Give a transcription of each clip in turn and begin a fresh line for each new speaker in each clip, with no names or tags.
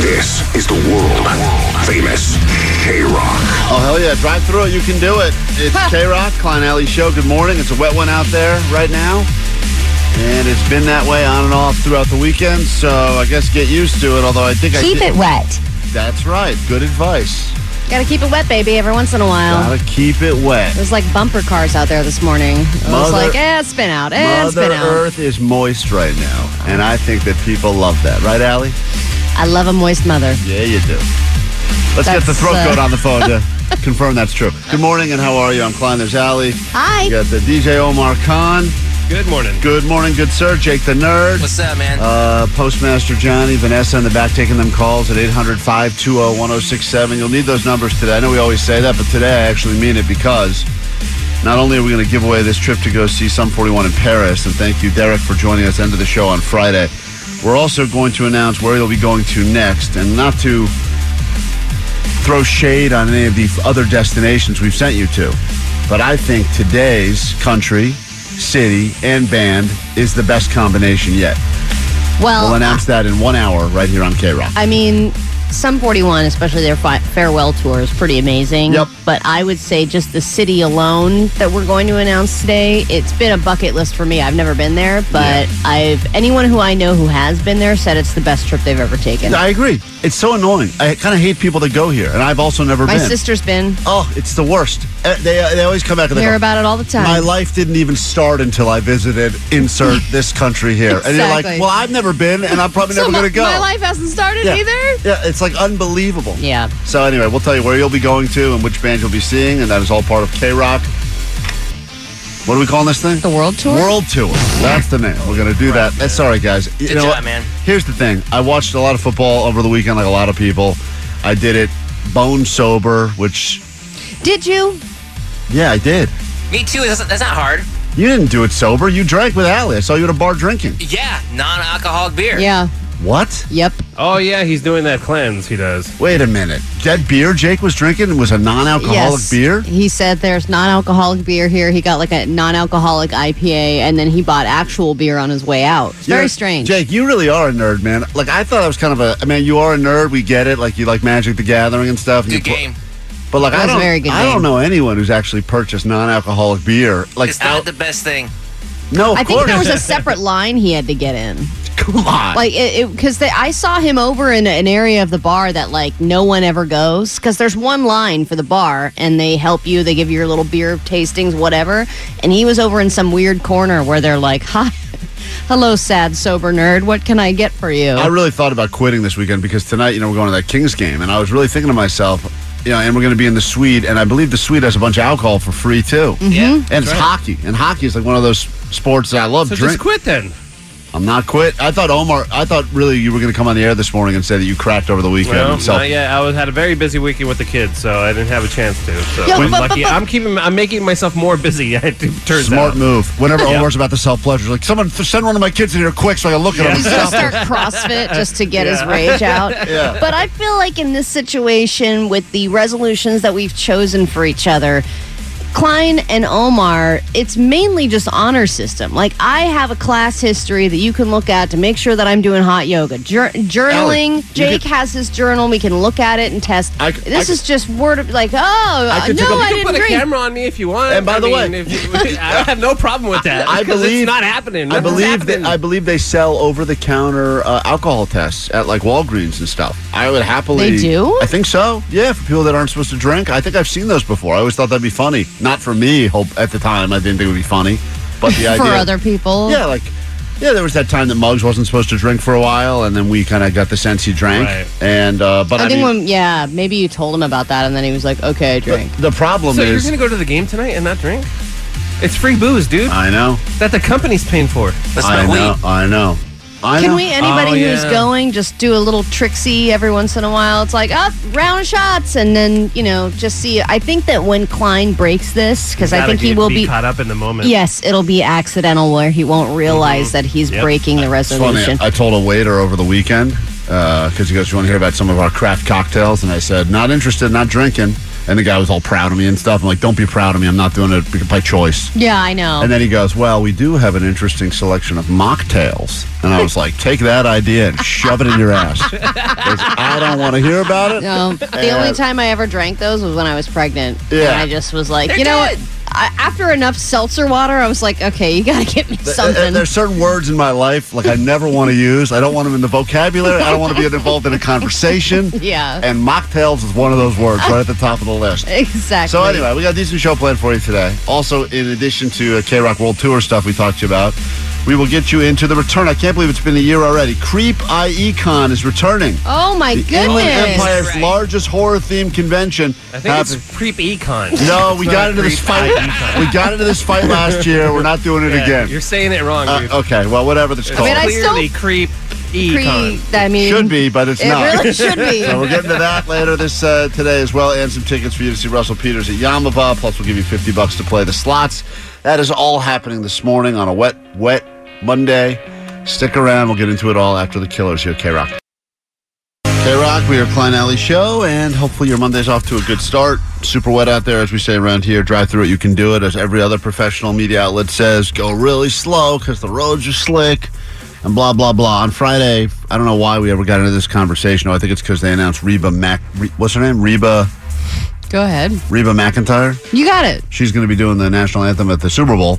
This is the world famous K Rock.
Oh, hell yeah. Drive through it. You can do it. It's K Rock, Klein Alley Show. Good morning. It's a wet one out there right now. And it's been that way on and off throughout the weekend. So I guess get used to it. Although I think I
Keep
did-
it wet.
That's right. Good advice.
Gotta keep it wet, baby, every once in a
Oh.
while.
Gotta keep it wet.
There's like bumper cars out there this morning. It was
Mother-
like, eh, it's been out. Eh, it's
Mother
been out.
Earth is moist right now, and I think that people love that, right, Allie?
I love a moist mother.
Yeah, you do. Let's get the
That's,
throat
uh,
goat on the phone to confirm that's true. Good morning, and how are you? I'm Klein. There's Allie. We
Hi.
got the DJ Omar Khan.
Good morning.
Good morning, good sir. Jake the Nerd.
What's up, man?
Uh, Postmaster Johnny, Vanessa in the back taking them calls at 800 520 1067. You'll need those numbers today. I know we always say that, but today I actually mean it because not only are we going to give away this trip to go see Sum 41 in Paris, and thank you, Derek, for joining us end of the show on Friday, we're also going to announce where you'll be going to next. And not to throw shade on any of the other destinations we've sent you to, but I think today's country, city, and band is the best combination yet. We'll
Well, uh,
announce that in one hour right here on K Rock.
I mean, some 41, especially their fi- farewell tour, is pretty amazing.
Yep.
But I would say just the city alone that we're going to announce today, it's been a bucket list for me. I've never been there, but I've anyone who I know who has been there said it's the best trip they've ever taken.
I agree. It's so annoying. I kind of hate people that go here, and I've also never
My
been.
sister's been.
oh, it's the worst. Uh, They, uh, they always come back and they
Hear
go,
about it all the time.
My life didn't even start until I visited insert this country here. And you're like,
Exactly.
well, I've never been, and I'm probably
So
never
my-
going to go.
My life hasn't started
yeah.
either.
Yeah, it's like unbelievable.
Yeah.
So anyway, we'll tell you where you'll be going to and which band you'll be seeing, and that is all part of K Rock. What are we calling this thing?
The world tour?
World tour. That's the name. We're gonna do that. That's sorry, guys. You
Good
know
job,
what?
man.
Here's the thing. I watched a lot of football over the weekend, like a lot of people. I did it bone sober, which
Did you?
yeah, I did.
Me too. That's, that's not hard.
You didn't do it sober. You drank with Allie. I saw you at a bar drinking.
Yeah, non-alcoholic beer.
Yeah.
What?
Yep.
Oh yeah, he's doing that cleanse. He does.
Wait a minute. That beer Jake was drinking was a non-alcoholic
yes.
beer.
He said there's non-alcoholic beer here. He got like a non-alcoholic IPA, and then he bought actual beer on his way out. It's
You're-
very strange.
Jake, you really are a nerd, man. Like I thought I was kind of a I mean, you are a nerd, we get it. Like you like Magic the Gathering and stuff. and
Good
you pl-
game.
But like
That
I
was
don't
very good
I don't
game.
know anyone who's actually purchased non-alcoholic beer. Like
It's not
out-
the best thing.
No, of
I think
course.
there was a separate line he had to get in,
Come on.
like it because I saw him over in an area of the bar that like no one ever goes because there's one line for the bar and they help you, they give you your little beer tastings, whatever. And he was over in some weird corner where they're like, "Hi, hello, sad sober nerd, what can I get for you?"
I really thought about quitting this weekend because tonight, you know, we're going to that Kings game, and I was really thinking to myself, you know, and we're going to be in the suite, and I believe the suite has a bunch of alcohol for free too,
Mm-hmm.
Yeah.
and it's
right.
hockey, and hockey is like one of those sports that I love.
So
Drink.
just quit then.
I'm not quit. I thought Omar. I thought really you were going to come on the air this morning and say that you cracked over the weekend.
Well,
and self-
not yet. I was had a very busy weekend with the kids, so I didn't have a chance to. So
Yo,
I'm
but-
lucky.
but-
I'm keeping. I'm making myself more busy. It turns
Smart
out.
move. Whenever Omar's about to self pleasure, like someone th- send one of my kids in here quick so I can look at
Yeah.
him.
He's
and
gonna
stop
start CrossFit just to get his rage out.
Yeah.
But I feel like in this situation, with the resolutions that we've chosen for each other, Klein and Omar, it's mainly just honor system. Like I have a class history that you can look at to make sure that I'm doing hot yoga. Jour- journaling,
Oh, you
Jake
could-
has his journal. We can look at it and test.
I c- I
this
c-
is just word of like, oh, I
could
no,
take a-
I
You can
didn't
put a
drink.
camera on me if you want.
And by
I
the way-
mean, if you, I have no problem with that.
I
'cause
believe-
it's not happening.
I
Nothing's
believe that
happening.
I believe they sell over the counter uh, alcohol tests at like Walgreens and stuff. I would happily.
They do?
I think so. Yeah, for people that aren't supposed to drink. I think I've seen those before. I always thought that'd be funny. Not for me. Hope at the time I didn't think it would be funny, but the
for
idea
other people.
Yeah, like yeah, there was that time that Muggs wasn't supposed to drink for a while, and then we kind of got the sense he drank.
Right.
And uh, but I,
I, think
mean,
when yeah, maybe you told him about that and then he was like, okay, I drink.
the problem
So you're
is.
gonna go to the game tonight and not drink? It's free booze, dude.
I know.
that the company's paying for.
Let's
I
smoke
know.
weed.
I know. I
Can
know.
we, anybody
Oh,
who's
yeah.
going, just do a little tricksy every once in a while? It's like, up, round of shots, and then, you know, just see. I think that when Klein breaks this, because I
Gotta
think he
get-
will be.
caught up in the moment.
Yes, it'll be accidental where he won't realize that he's
Yep.
breaking the
It's funny. Uh,
resolution.
I told a waiter over the weekend because he goes, "You want to hear about some of our craft cocktails?" And I said, "Not interested. Not drinking." And the guy was all proud of me and stuff. I'm like, "Don't be proud of me. I'm not doing it by choice."
yeah, I know.
And then he goes, "Well, we do have an interesting selection of mocktails." And I was like, "Take that idea and shove it in your ass." 'Cause I don't want to hear about it.
No, Um, the only time I ever drank those was when I was pregnant.
Yeah.
And I just was like, you know what? I, after enough seltzer water, I was like, okay, you got to get me
And
something.
there's certain words in my life like I never want to use. I don't want them in the vocabulary. I don't want to be involved in a conversation.
Yeah.
And mocktails is one of those words right at the top of the list.
exactly.
So anyway, we got a decent show planned for you today. Also, in addition to uh, K Rock World Tour stuff we talked to you about, we will get you into the return. I can't believe it's been a year already. Creep IECon is returning.
Oh my
the
goodness.
Inland Empire's
Right.
largest horror themed convention.
I think
happens-
it's creep econ.
no,
It's
we
not
got into
creep
this fight.
econ.
we got into this fight last year. We're not doing it
Yeah, You're
again.
saying it wrong,
Uh,
dude.
okay, well, whatever that's called.
mean, I still-
Clearly creep econ.
Pre- I mean,
Should be, but it's
It
not.
really should be.
So we're getting to that later this uh, today as well, and some tickets for you to see Russell Peters at Yamava. Plus, we'll give you fifty bucks to play the slots. That is all happening this morning on a wet, wet Monday. Stick around. We'll get into it all after the Killers here, K Rock. K Rock, we are Klein Alley Show, and hopefully your Monday's off to a good start. Super wet out there, as we say around here. Drive through it, you can do it. As every other professional media outlet says, go really slow because the roads are slick and blah, blah, blah. On Friday, I don't know why we ever got into this conversation. Oh, I think it's because they announced Reba Mac. Re- what's her name? Reba,
Go ahead.
Reba McIntyre
You got it.
she's going to be doing the national anthem at the Super Bowl.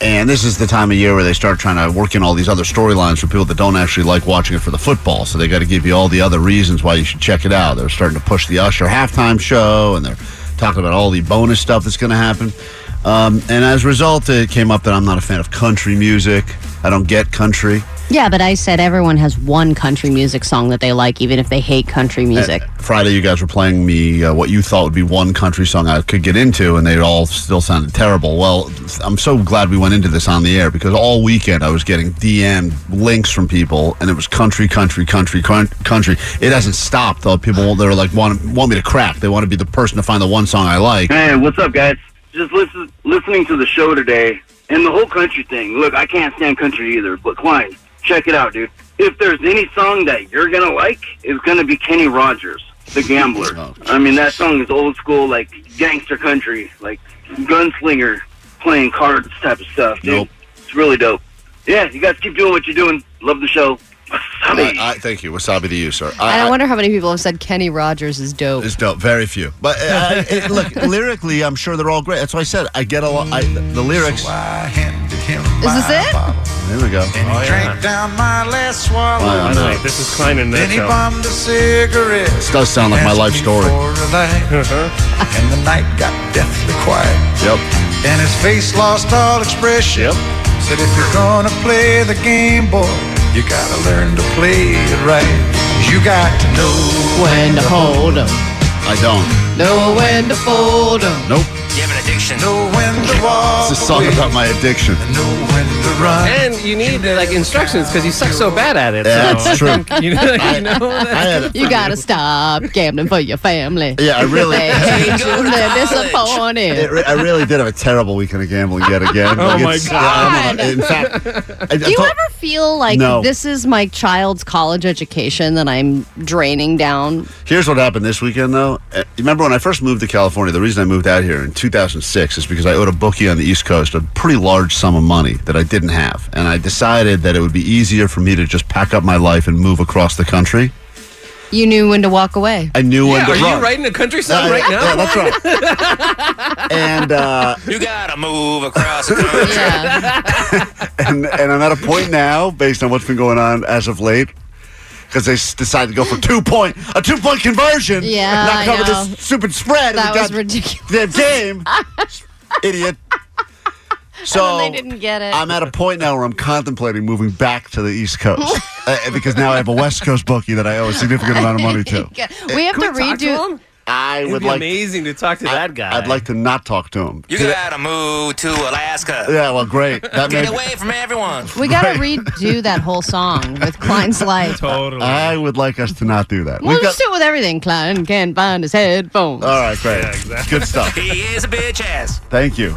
And this is the time of year where they start trying to work in all these other storylines for people that don't actually like watching it for the football. So they got to give you all the other reasons why you should check it out. They're starting to push the Usher halftime show, and they're talking about all the bonus stuff that's going to happen. Um, and as a result, it came up that I'm not a fan of country music. I don't get country.
Yeah, but I said everyone has one country music song that they like, even if they hate country
Uh,
music.
Friday, you guys were playing me uh, what you thought would be one country song I could get into, and they all still sounded terrible. Well, I'm so glad we went into this on the air because all weekend I was getting DM links from people, and it was country, country, country, coun- country. It hasn't stopped though. People they're like want want me to crack. They want to be the person to find the one song I like.
Man, what's up, guys? Just listen, listening to the show today and the whole country thing. Look, I can't stand country either, but Klein, check it out, dude. If there's any song that you're gonna like, it's gonna be Kenny Rogers, The Gambler.
Oh.
I mean, that song is old school, like gangster country, like gunslinger playing cards type of stuff, dude.
Nope.
It's really dope. Yeah, you guys keep doing what you're doing. Love the show.
I, I, thank you, wasabi to you, sir.
And I wonder how many people have said Kenny Rogers is dope.
It's dope. Very few. But uh, I- I- look, lyrically, I'm sure they're all great. That's why I said I get a lot. I, the lyrics.
Is this it?
There we go.
And he drank down my last swallow.
Wow.
By the way, Oh, this is Klein and
Then he
Nutshell.
bombed a cigarette.
This does sound like my
asked
life
me
story.
for a light,
Uh-huh.
and the night got deathly quiet.
Yep.
And his face lost all expression.
Yep.
Said, if you're gonna play the game, boy, you gotta learn to play it right. You got to know when to hold 'em,
I don't.
No when to fold him.
Nope.
You have an addiction.
know when to walk
It's a song
away,
about my addiction.
know when to run.
And you need like instructions because you suck so bad at it.
Yeah,
so-
that's true.
You know, you know
I
that-
had,
You gotta stop gambling for your family.
yeah, I really,
They
it,
hate you, they're disappointed.
re- I really did have a terrible weekend of gambling yet again.
Oh, my
it's- I don't
God.
know. In fact, I, I
Do you
thought-
ever feel like
No.
this is my child's college education that I'm draining down?
here's what happened this weekend though. Uh, you Remember when I first moved to California? The reason I moved out here in 2006 is because I owed a bookie on the East Coast a pretty large sum of money that I didn't have. And I decided that it would be easier for me to just pack up my life and move across the country.
You knew when to walk away.
I knew when
Yeah,
to
are
run.
you writing a country song
Yeah,
right now?
yeah, that's right. and uh,
You gotta move across. the country.
Yeah.
and and I'm at a point now, based on what's been going on as of late, because they s- decided to go for two point a two point conversion.
Yeah,
and not
I
cover
know.
this stupid spread.
That
of
was
the god-
ridiculous.
Damn game, idiot. So
they didn't get it.
I'm at a point now where I'm contemplating moving back to the East Coast uh, because now I have a West Coast bookie that I owe a significant amount of money to.
we have to
Can we talk to
redo.
him?
I
It'd
would
be
like.
amazing to talk to that guy.
I'd like to not talk to him.
You gotta move to Alaska.
Yeah, well, great. That
Get
made
away from everyone.
We got to redo that whole song with Klein's life.
totally.
I would like us to not do that.
We'll
We've got.
just do it with everything. Klein can't find his headphones.
All right, great.
Yeah, exactly.
Good stuff.
He is a bitch ass.
Thank you.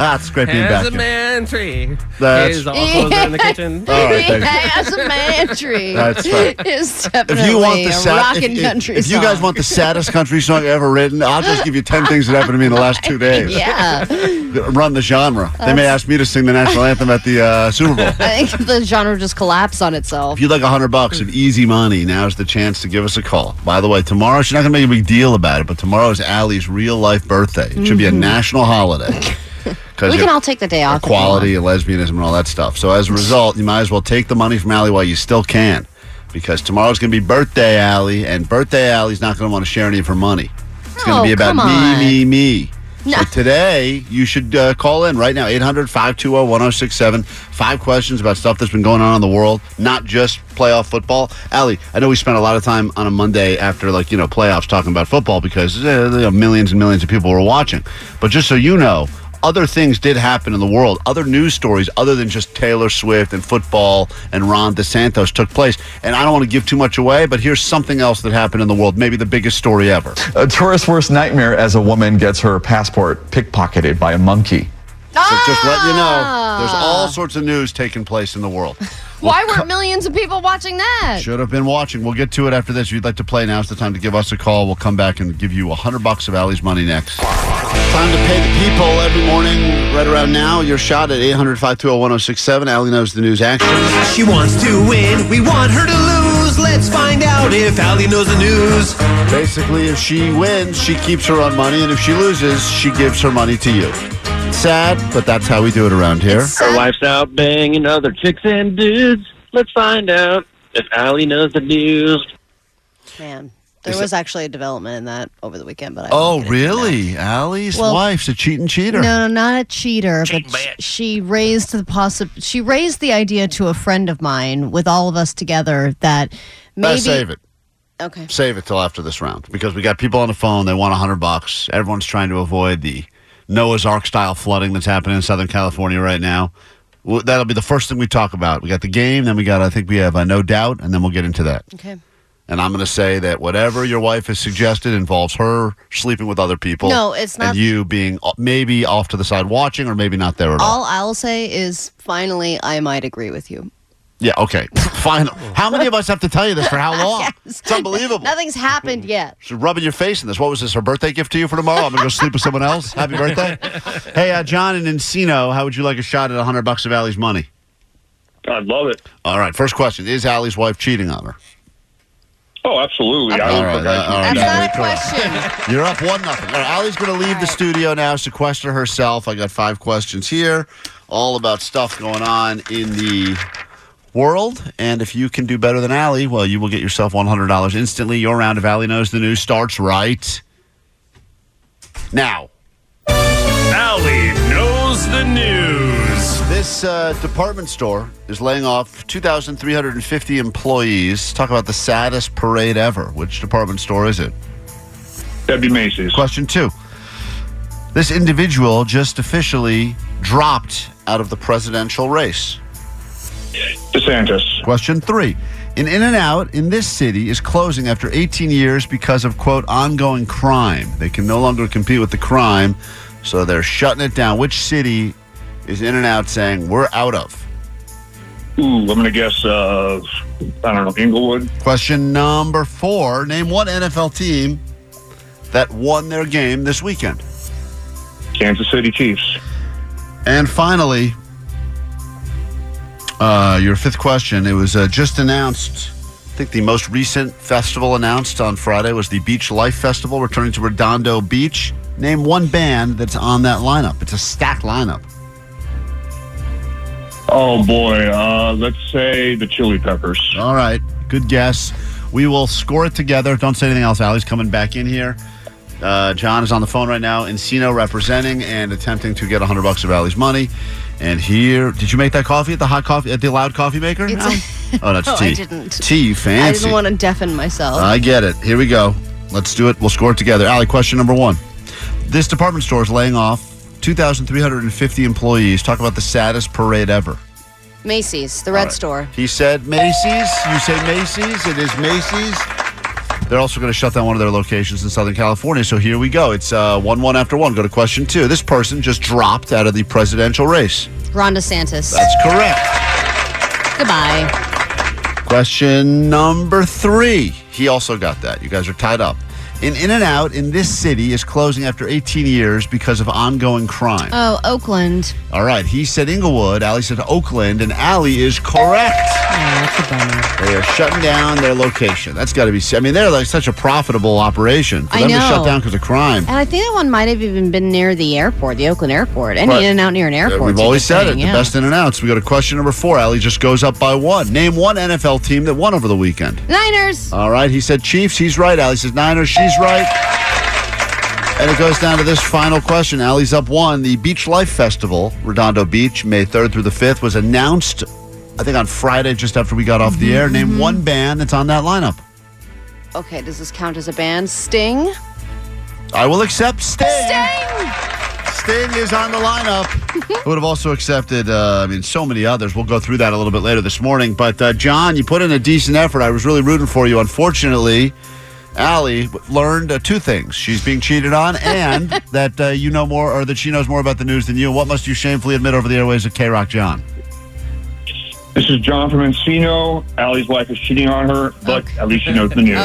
Ah, it's great being
As
back.
a
here.
man tree.
That's-
His uncles are in the kitchen.
All right, thank you.
Yeah, as a mantry.
That's right.
It's
If
definitely
you want the
a
sad-
rockin'
if, if-
country
if you guys
song.
want the saddest country song ever written, I'll just give you ten things that happened to me in the last two days.
Yeah,
Th- Run the genre. They may ask me to sing the national anthem at the uh, Super Bowl.
I think the genre just collapsed on itself.
If you'd like a hundred bucks of easy money, now's the chance to give us a call. By the way, tomorrow she's not going to make a big deal about it, but tomorrow is Allie's real life birthday. It should be a national holiday. 'Cause
Mm-hmm. We can
it-
all take the day off. if we
equality and lesbianism and all that stuff. So as a result, you might as well take the money from Allie while you still can, because tomorrow's going to be birthday Allie, and birthday Allie's not going to want to share any of her money. It's going
No,
to be about
Oh, come on.
me, me, me.
No.
So today, you should uh, call in right now, 800-520-1067. Five questions about stuff that's been going on in the world, not just playoff football. Allie, I know we spent a lot of time on a Monday after, like, you know, playoffs talking about football because uh, you know, millions and millions of people were watching. But just so you know, other things did happen in the world. Other news stories, other than just Taylor Swift and football and Ron DeSantos, took place. And I don't want to give too much away, but here's something else that happened in the world. Maybe the biggest story ever.
A tourist's worst nightmare as a woman gets her passport pickpocketed by a monkey.
So just let you know, there's all
Ah.
sorts of news taking place in the world.
Why were millions of people watching that?
Should have been watching. We'll get to it after this. If you'd like to play, now's the time to give us a call. We'll come back and give you a hundred bucks of Allie's money next. Time to pay the people every morning, right around now. Your shot at 800-520-1067. Allie knows the news action.
She wants to win. We want her to lose. Let's find out if Allie knows the news.
Basically, if she wins, she keeps her own money, and if she loses, she gives her money to you. Sad, but that's how we do it around here.
Her wife's out banging other chicks and dudes. Let's find out if Allie knows the news.
Man, there was actually a development in that over the weekend, but I won't
Oh,
get into it now.
really? Allie's
Well-
wife's a cheating cheater.
No, no, not a cheater,
Cheat
but sh-
bitch.
she raised the possi- She raised the idea to a friend of mine with all of us together that
Better
maybe
Uh, save it.
okay.
Save it till after this round because we got people on the phone. They want a hundred bucks. Everyone's trying to avoid the Noah's Ark style flooding that's happening in Southern California right now. Well, That'll be the first thing we talk about. We got the game, then we got I think we have uh, no doubt, and then we'll get into that.
Okay.
And I'm going to say that whatever your wife has suggested involves her sleeping with other people.
No, it's not-
And you being o- maybe off to the side watching or maybe not there at all.
All I'll say is, finally, I might agree with you.
Yeah, okay. Fine. How many of us have to tell you this for how long? It's unbelievable.
Nothing's happened yet.
She's rubbing your face in this. What was this, her birthday gift to you for tomorrow? I'm going to go sleep with someone else. Happy birthday. Hey, uh, John in Encino, how would you like a shot at 100 bucks of Allie's money?
I'd love it.
All right, first question. Is Allie's wife cheating on her?
Oh, absolutely. I
All
would
right,
forget
uh, all right.
That's
now we
not a
correct.
question.
You're up one nothing. All right, Allie's going to leave the studio now, sequester herself. I got five questions here, all about stuff going on in the world. And if you can do better than Allie, well, you will get yourself $100 instantly. Your round of Allie knows the news starts right now.
Allie knows the news.
This uh, department store is laying off 2,350 employees. Talk about the saddest parade ever. Which department store is it?
That'd be Macy's.
Question two. This individual just officially dropped out of the presidential race.
DeSantis.
Question three. An In and Out in this city is closing after 18 years because of, quote, ongoing crime. They can no longer compete with the crime, so they're shutting it down. Which city is In and Out saying, we're out of?
Ooh, I'm going to guess, uh, I don't know, Inglewood.
Question number four Name one NFL team that won their game this weekend.
Kansas City Chiefs.
And finally, uh, your fifth question. It was uh, just announced. I think the most recent festival announced on Friday was the Beach Life Festival, returning to Redondo Beach. Name one band that's on that lineup. It's a stacked lineup.
Oh boy, uh, let's say the Chili Peppers.
All right, good guess. We will score it together. Don't say anything else. Allie's coming back in here. Uh, John is on the phone right now. Encino representing and attempting to get 100 bucks of Allie's money. And here, did you make that coffee at the hot coffee at the loud coffee maker?
It's
No? oh, that's
No,
tea.
I didn't.
Tea,
I
fancy.
didn't want to deafen myself.
I get it. Here we go. Let's do it. We'll score it together. Allie, question number one. This department store is laying off 2,350 employees. Talk about the saddest parade ever.
Macy's, the red store.
He said Macy's. You say Macy's. It is Macy's. They're also going to shut down one of their locations in Southern California. So here we go. It's uh, 1 1 after 1. Go to question two. This person just dropped out of the presidential race.
Ron DeSantis.
That's correct.
Goodbye.
Question number three. He also got that. You guys are tied up. An In and Out in this city is closing after 18 years because of ongoing crime.
Oh, Oakland.
All right. He said Inglewood. Allie said Oakland. And Allie is correct.
Oh,
They are shutting down their location. That's got to be. I mean, they're like such a profitable operation for
I
them to
know.
shut down because of crime.
And I think that one might have even been near the airport, the Oakland airport. Any
Right.
in and out near an airport.
We've always said it. The best in and outs. We go to question number four. Allie just goes up by one. Name one NFL team that won over the weekend.
Niners.
All right, he said Chiefs. He's right. Allie says Niners. She's right. And it goes down to this final question. Allie's up one. The Beach Life Festival, Redondo Beach, May 3rd through the 5th, was announced, I think, on Friday just after we got off the air. Name one band that's on that lineup.
Okay, does this count as a band? Sting.
I will accept Sting. Sting is on the lineup. I would have also accepted, uh, I mean, so many others. We'll go through that a little bit later this morning. But, uh, John, you put in a decent effort. I was really rooting for you. Unfortunately, Allie learned uh, two things she's being cheated on, and that uh, you know more, or that she knows more about the news than you. What must you shamefully admit over the airways of K Rock John?
This is John from Encino. Allie's wife is cheating on her, but at least she knows the news.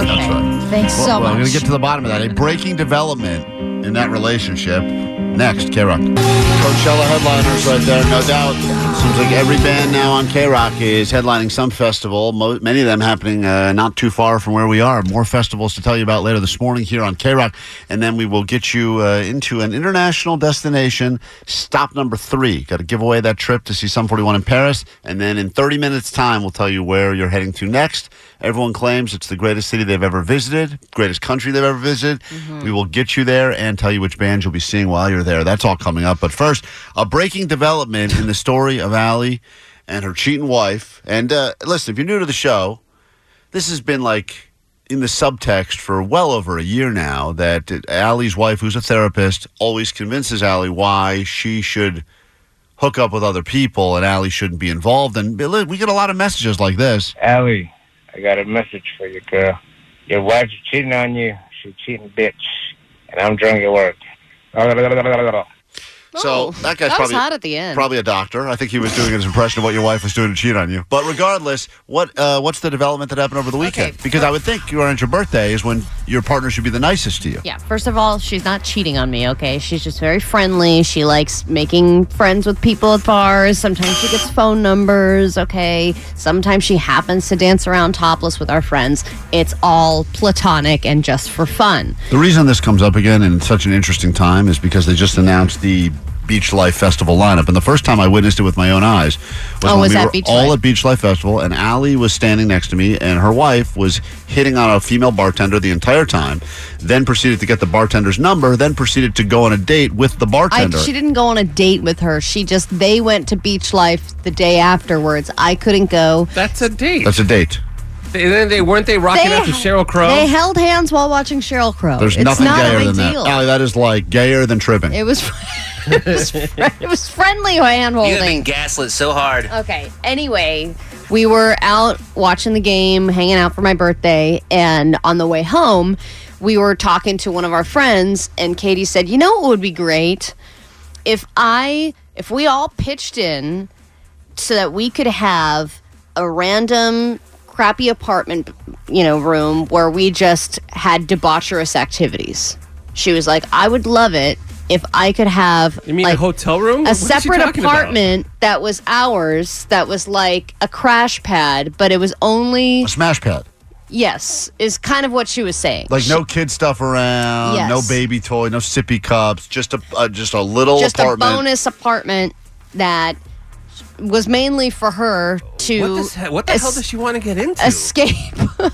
Thanks
Well, well, We're going to get to the bottom of that. A breaking development in that relationship. Next, K Rock. Coachella headliners right there, no doubt. Seems like every band now on K Rock is headlining some festival, mo- many of them happening uh, not too far from where we are. More festivals to tell you about later this morning here on K Rock. And then we will get you uh, into an international destination, stop number three. Got to give away that trip to see Sum 41 in Paris. And then in 30 minutes' time, we'll tell you where you're heading to next. Everyone claims it's the greatest city they've ever visited, greatest country they've ever visited. We will get you there and tell you which bands you'll be seeing while you're there. That's all coming up. But first, a breaking development in the story of Allie and her cheating wife. And uh, listen, if you're new to the show, this has been like in the subtext for well over a year now that Allie's wife, who's a therapist, always convinces Allie why she should hook up with other people and Allie shouldn't be involved. And li- we get a lot of messages like this.
Allie, I got a message for you, girl. Your wife's cheating on you. She's a cheating bitch. And I'm drunk at work.
So that guy's
Oh, that was
probably
hot at the end.
Probably a doctor. I think he was doing his impression of what your wife was doing to cheat on you. But regardless, what uh, what's the development that happened over the weekend? Because I would think you aren't your birthday is when your partner should be the nicest to you.
Yeah, first of all, she's not cheating on me, okay? She's just very friendly. She likes making friends with people at bars. Sometimes she gets phone numbers, okay? Sometimes she happens to dance around topless with our friends. It's all platonic and just for fun.
The reason this comes up again in such an interesting time is because they just announced the Beach Life Festival lineup. And the first time I witnessed it with my own eyes was
Oh,
when
was
we
at
were
Beach
all
Life?
at Beach Life Festival, and Allie was standing next to me, and her wife was hitting on a female bartender the entire time, then proceeded to get the bartender's number, then proceeded to go on a date with the
I,
bartender.
she didn't go on a date with her. She just, they went to beach life the day afterwards. I couldn't go.
That's a date.
That's a date.
They, then they weren't they rocking
They-
out to Cheryl Crow.
They held hands while watching Cheryl Crow.
There's
it's
nothing
not a
gayer
big
than that.
deal.
Allie, that is like gayer than tripping.
It was, it was, fri- it was friendly hand
You have
holding.
been gaslit so hard.
Okay. Anyway, we were out watching the game, hanging out for my birthday, and on the way home, we were talking to one of our friends, and Katie said, "You know what would be great if I if we all pitched in so that we could have a random." crappy apartment you know room where we just had debaucherous activities she was like i would love it if I could have
You mean a hotel room? What
a
is she
separate
talking about?
apartment that was ours, that was like a crash pad, but it was only
A smash pad.
yes, is kind of what she was saying.
Like no kid stuff around,
Yes.
no baby toy, no sippy cups, just a uh, just a little
just
apartment.
a bonus apartment that was mainly for her to
What, does, what the hell does she want to get into?
escape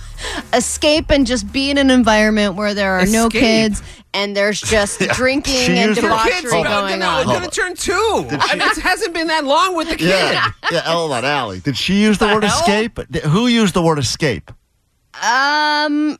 escape and just be in an environment where there are no
Escape.
kids and there's just
Yeah.
drinking
She
and
used her-
debauchery
Hold on.
going
No,
on.
it's gonna Hold on.
turn two. I mean, it hasn't been that long with the kid.
yeah, yeah, Ellen and Allie. Did she use the,
The
word
hell?
escape? Th- Who used the word escape?
Um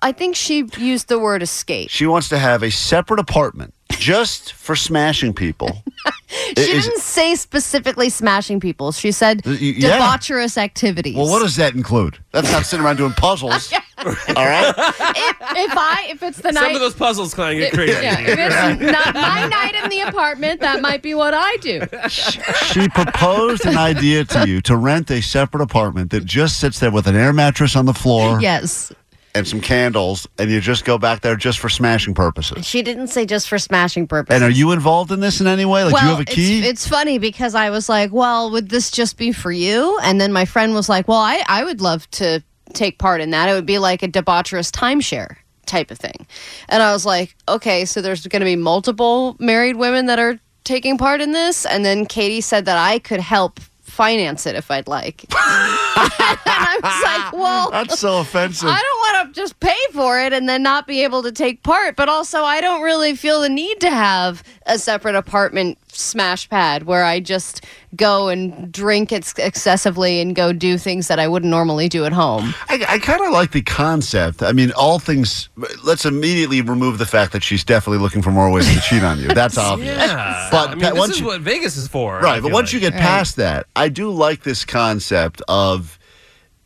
I think she used the word escape.
She wants to have a separate apartment just for smashing people.
She
It is-
didn't say specifically smashing people. She said
Y- y- yeah.
debaucherous activities.
well, what does that include? That's not sitting around doing puzzles. All right.
if, if I if it's the
Some
night
of those puzzles kind of get crazy.
Yeah, if it's not my night in the apartment, that might be what I do.
She proposed an idea to you to rent a separate apartment that just sits there with an air mattress on the floor
Yes.
and some candles, and you just go back there just for smashing purposes.
She didn't say just for smashing purposes.
And are you involved in this in any way? Like, Oh, do you have a
it's-
key?
It's, funny because I was like, well, would this just be for you? And then my friend was like, well, I, I would love to take part in that. It would be like a debaucherous timeshare type of thing. And I was like, okay, so there's going to be multiple married women that are taking part in this. And then Katie said that I could help finance it if I'd like. and I was like, well,
That's so offensive.
I don't want to just pay for it and then not be able to take part, but also I don't really feel the need to have a separate apartment smash pad where I just go and drink ex- excessively and go do things that I wouldn't normally do at home.
I, I kind of like the concept. I mean, all things. Let's immediately remove the fact that she's definitely looking for more ways to cheat on you. That's obvious.
Yeah.
But
I mean,
Pat,
this
once
is
you-
what Vegas is for. I
Right, but
feel
once
like.
you get past that, I do like this concept of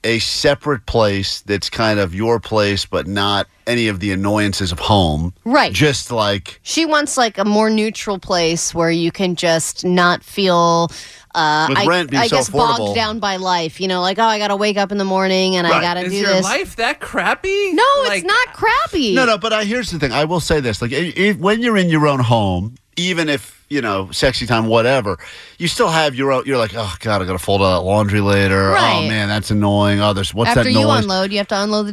a separate place that's kind of your place, but not any of the annoyances of home.
Right.
Just like
She wants like a more neutral place where you can just not feel uh,
With
I,
rent being
I
so
guess
affordable.
bogged down by life. You know, like oh, I got to wake up in the morning and I
Right.
got to
Is
do
your
this.
life that crappy?
no,
Like,
it's not crappy.
no, no. But I, here's the thing: I will say this, like i i when you're in your own home, even if you know sexy time, whatever, you still have your own. You're like, oh god, I got to fold all that laundry later. Oh
Right.
man, that's annoying. Oh, there's what's
After
that
you
noise?
unload, you have to unload the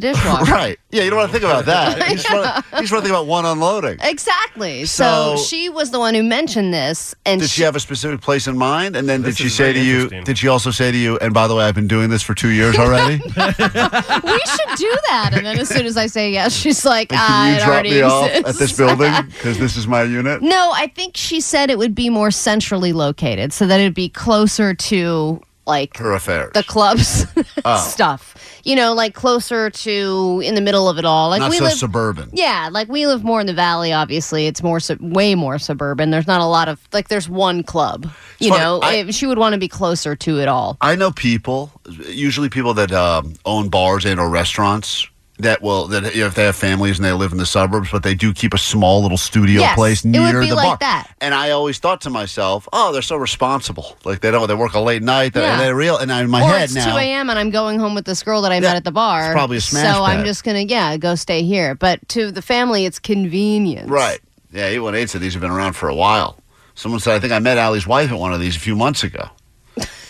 dishwasher.
right. Yeah, you don't want to think about that. You just want to think about one unloading.
Exactly. So,
So-
she was the one who mentioned this, and
did she have a specific place in mind? And then did
This
she
is
say
very
to you?
interesting.
Did she also say to you? And by the way, I've been doing this for two years already.
we should do that. And then as soon as I say yes, she's like,
And
"Ah,
can
it
you drop
already
me off
exists."
at this building because this is my unit?
No, I think she said it would be more centrally located, so that it'd be closer to like
Her affair.
the clubs
Oh.
stuff. You know, like closer to in the middle of it all. Like
Not
we
so
live.
suburban.
yeah, like we live more in the valley. Obviously, it's more sub- way more suburban. There's not a lot of like. There's one club. You
funny,
know,
I-
If she would want to be closer to it all.
I know people, usually people that um, own bars and or restaurants. That will that you know, if they have families and they live in the suburbs, but they do keep a small little studio
Yes,
place
it would
near
be
the
like
bar.
that.
And I always thought to myself, oh, they're so responsible. Like they don't they work a late night. They're,
Yeah.
they're real. And I, in my
or
head
it's
now,
2 a.m. and I'm going home with this girl that I met at the bar.
it's probably a smash
So
pad.
I'm just gonna yeah go stay here. But to the family, it's convenience.
Right. Yeah, eight one eight said these have been around for a while. Someone said I think I met Ali's wife at one of these a few months ago.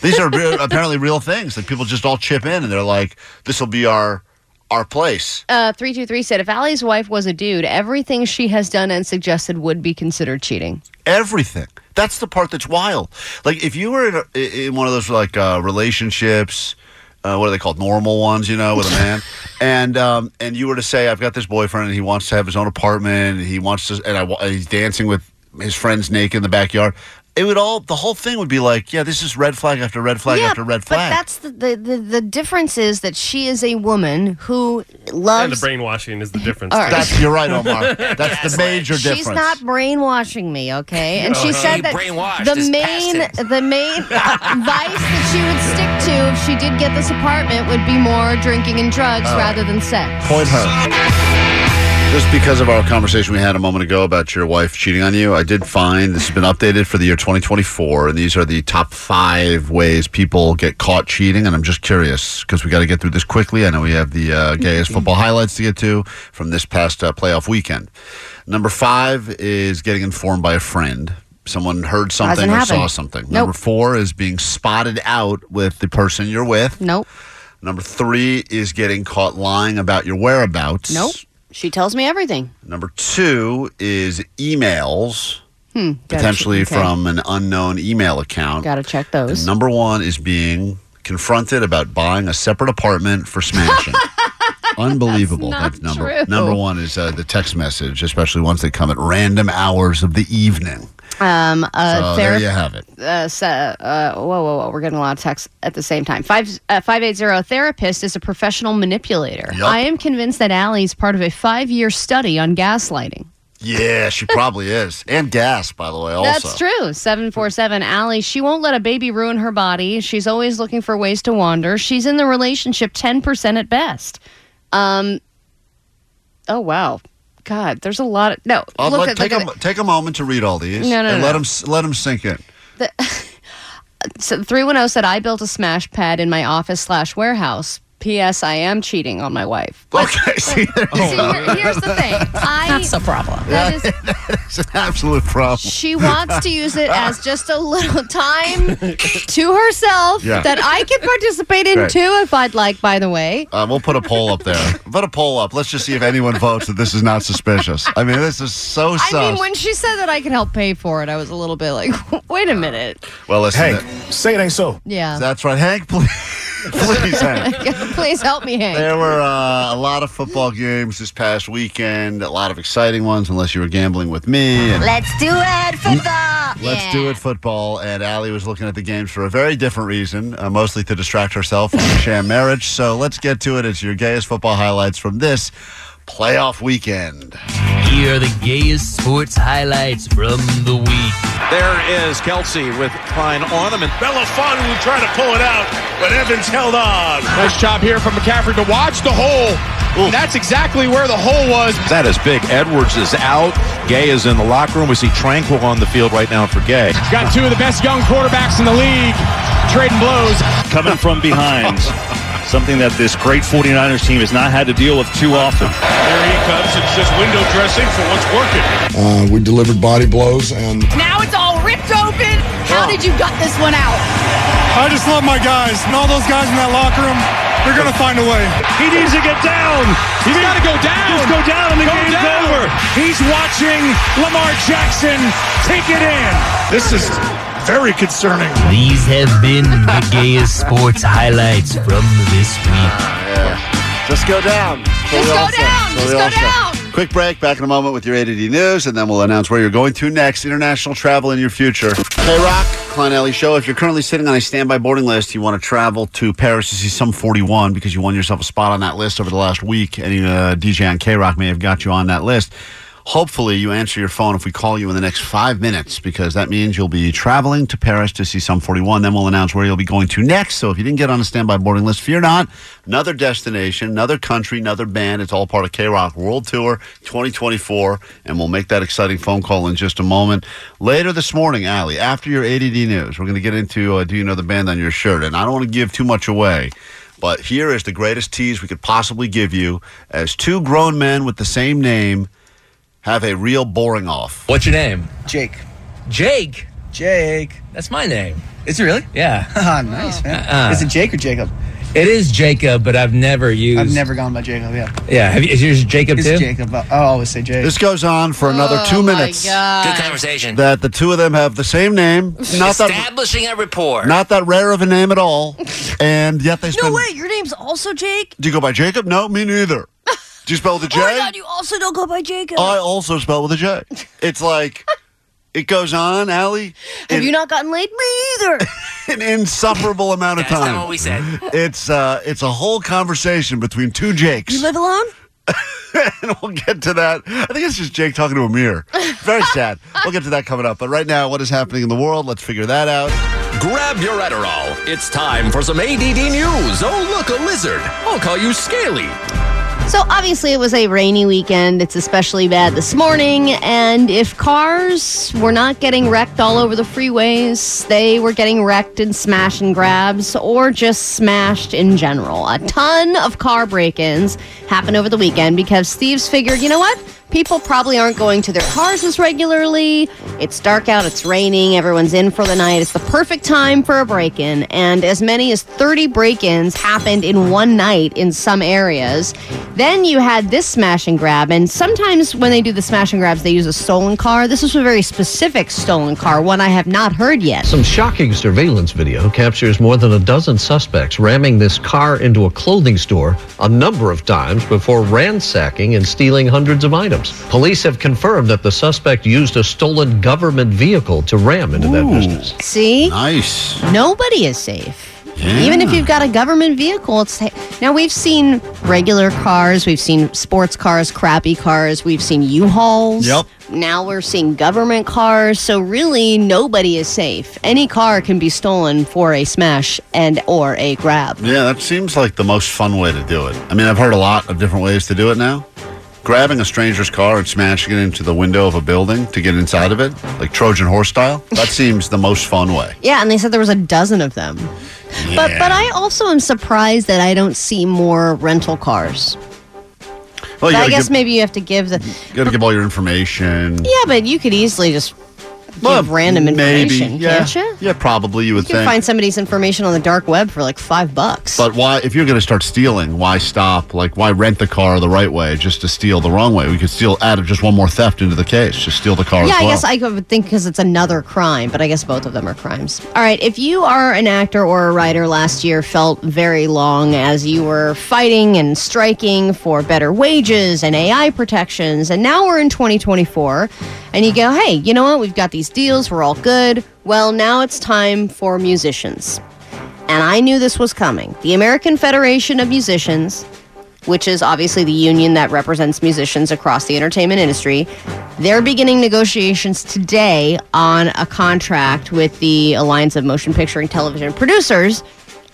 These are real, apparently real things that people just all chip in and they're like, "This will be our our place."
Uh, three two three said if Allie's wife was a dude, everything she has done and suggested would be considered cheating.
Everything. That's the part that's wild. Like if you were in, a, in one of those like uh, relationships. Uh, what are they called? Normal ones, you know, with a man, and um, and you were to say, "I've got this boyfriend, and he wants to have his own apartment, and he wants to, and I, wa- he's dancing with his friends naked in the backyard." It would all, the whole thing would be like, "Yeah, this is red flag after red flag
yeah,
after red
But
flag."
that's the, the the the difference is that she is a woman who
And the
loves.
brainwashing is the difference.
All right.
too.
That's- you're right, Omar. That's the major
She's
difference.
not brainwashing me, okay? And she
Uh-huh.
said
Oh, She
that
brainwashed
the
is past
main
tense.
the main vice that she would stick to if she did get this apartment would be more drinking and drugs rather than sex.
Point Oh. her. Just because of our conversation we had a moment ago about your wife cheating on you, I did find this has been updated for the year 2024, and these are the top five ways people get caught cheating. And I'm just curious because we got to get through this quickly. I know we have the
Mm-hmm.
uh, gayest football highlights to get to from this past uh, playoff weekend. Number five is getting informed by a friend. Someone heard something
Doesn't
or
happen.
saw something.
Nope.
Number four is being spotted out with the person you're with.
Nope.
Number three is getting caught lying about your whereabouts.
Nope. She tells me everything.
Number two is emails,
Hmm. Gotta
potentially
check- okay.
from an unknown email account.
Gotta check those.
And number one is being confronted about buying a separate apartment for smashing. Unbelievable.
That's
That's, number
true.
number one is uh, the text message, especially ones that come at random hours of the evening.
Um, uh,
so there
therap-
you have it.
Uh, se- uh, whoa, whoa, whoa! We're getting a lot of texts at the same time. Five uh, five eight zero therapist is a professional manipulator.
Yup.
I am convinced that Allie is part of a five year study on gaslighting.
Yeah, she probably is, and gas, by the way. Also,
That's true. 747 Allie, she won't let a baby ruin her body. She's always looking for ways to wander. She's in the relationship 10% at best. Um Oh wow. God, there's a lot of No,
I'll
look
let-
at
Uh, take,
look
a,
at-
take a moment to read all these
No, no,
and
no.
let them let them sink in.
so 310 said I built a smash pad in my office slash warehouse. P.S. I am cheating on my wife.
Okay, see, there you go.
Oh, Here's the thing. I That's a problem.
That is, an absolute problem.
She wants to use it as just a little time to herself
Yeah.
that I can participate in
Right.
too if I'd like, by the way.
Uh, we'll put a poll up there. put a poll up. Let's just see if anyone votes that this is not suspicious. I mean, this is so sus.
I mean, when she said that I could help pay for it, I was a little bit like, wait a minute.
well, listen.
Hank,
say it ain't so.
Yeah.
That's right, Hank. Please, please, Hank.
Please help me, Hank.
There were uh, a lot of football games this past weekend. A lot of exciting ones, unless you were gambling with me. and-
Let's do it, football.
Let's do it football. And Allie was looking at the games for a very different reason, uh, mostly to distract herself from a sham marriage. So let's get to it. It's your gayest football highlights from this playoff weekend.
Here are the gayest sports highlights from the week.
There is Kelsey with fine ornament.
Belafonte will try to pull it out, but Evans held on.
Nice job here from McCaffrey to watch the hole. That's exactly where the hole was. That is big. Edwards is out. Gay is in the locker room. We see Tranquil on the field right now for Gay.
Got two of the best young quarterbacks in the league trading blows.
coming from behind. Something that this great 49ers team has not had to deal with too often.
There he comes. It's just window dressing for what's working.
Uh, we delivered body blows and
Now it's all ripped open. How did you gut this one out?
I just love my guys and all those guys in that locker room. They're gonna find a way. He needs to get down. He's got to go down. Just go down, and the game's over. He's watching Lamar Jackson take it in. This is very concerning.
These have been the gayest sports highlights from this week.
Just go down.
Just go down. Just go
down. Quick break. Back in a moment with your ADD news, and then we'll announce where you're going to next. International travel in your future. Hey, Rock. Klein Alley Show. If you're currently sitting on a standby boarding list, you want to travel to Paris to see some 41 because you won yourself a spot on that list over the last week. Any uh, DJ on K Rock may have got you on that list. Hopefully, you answer your phone if we call you in the next five minutes because that means you'll be traveling to Paris to see some 41. Then we'll announce where you'll be going to next. So if you didn't get on a standby boarding list, fear not. Another destination, another country, another band. It's all part of K Rock World Tour 2024. And we'll make that exciting phone call in just a moment. Later this morning, Allie, after your ADD news, we're going to get into uh, Do You Know the Band on Your Shirt? And I don't want to give too much away. But here is the greatest tease we could possibly give you as two grown men with the same name have a real boring off.
What's your name?
Jake.
Jake.
Jake.
That's my name.
Is it really?
Yeah.
Ah, nice, man.
Uh.
Uh-uh.
Is it Jake or Jacob?
It is Jacob, but I've never used.
I've never gone by Jacob, yeah.
Yeah. Have you, is yours Jacob
It's
too?
Jacob. Oh, I I always say Jake.
This goes on for another
two
two minutes.
Good conversation.
Uh, That the two of them have the same name. Not that
Establishing a rapport.
not that rare of a name at all. And yet they spend
No, wait, your name's also Jake?
Do you go by Jacob? No, me neither. Do you spell with a J?
Oh my god, you also don't go by Jacob.
I also spell with a J. It's like it goes on, Allie.
Have you not gotten laid? Me either.
an insufferable amount of
That's
time.
not what we said.
It's uh, it's a whole conversation between two Jakes. You
live alone?
and we'll get to that. I think it's just Jake talking to a mirror. Very sad. We'll get to that coming up. But right now, what is happening in the world? Let's figure that out.
Grab your Adderall. It's time for some ADD news. Oh, look, a lizard. I'll call you Scaly.
So obviously it was a rainy weekend. It's especially bad this morning. And if cars were not getting wrecked all over the freeways, they were getting wrecked in smash and grabs or just smashed in general. A ton of car break-ins happened over the weekend because thieves figured, you know what? People probably aren't going to their cars as regularly. It's dark out, it's raining, everyone's in for the night. It's the perfect time for a break in. And as many as 30 break ins happened in one night in some areas. Then you had this smash and grab. And sometimes when they do the smash and grabs, they use a stolen car. This is a very specific stolen car, one I have not heard yet.
Some shocking surveillance video captures more than a dozen suspects ramming this car into a clothing store a number of times before ransacking and stealing hundreds of items. Police have confirmed that the suspect used a stolen government vehicle to ram into that business.
See?
Nice.
Nobody is safe. Even if you've got a government vehicle, it's now we've seen regular cars, we've seen sports cars, crappy cars, we've seen U-Hauls.
Yep.
Now we're seeing government cars, so really nobody is safe. Any car can be stolen for a smash and or a grab.
Yeah, that seems like the most fun way to do it. I mean, I've heard a lot of different ways to do it now. Grabbing a stranger's car and smashing it into the window of a building to get inside of it, like Trojan horse style, that seems the most fun way.
Yeah, and they said there was a dozen of them. But but I also am surprised that I don't see more rental cars.
Well, you
I
gotta
guess
give-
maybe you have to give the
You got to give all your information.
Yeah, but you could easily just give random information,
Maybe, yeah.
can't you?
Yeah, probably you would
You can
think.
find somebody's information on the dark web for like five bucks.
But why, if you're going to start stealing, why stop? Like, why rent the car the right way just to steal the wrong way? We could steal, add just one more theft into the case. Just steal the car as
yeah, I
well.
guess I could think because it's another crime, but I guess both of them are crimes. All right, if you are an actor or a writer, last year felt very long as you were fighting and striking for better wages and AI protections, and now we're in 2024, and you go, hey, you know what? We've got these deals, we're all good. Well, now it's time for musicians. And I knew this was coming. The American Federation of Musicians, which is obviously the union that represents musicians across the entertainment industry, they're beginning negotiations today on a contract with the Alliance of Motion Picture and Television Producers.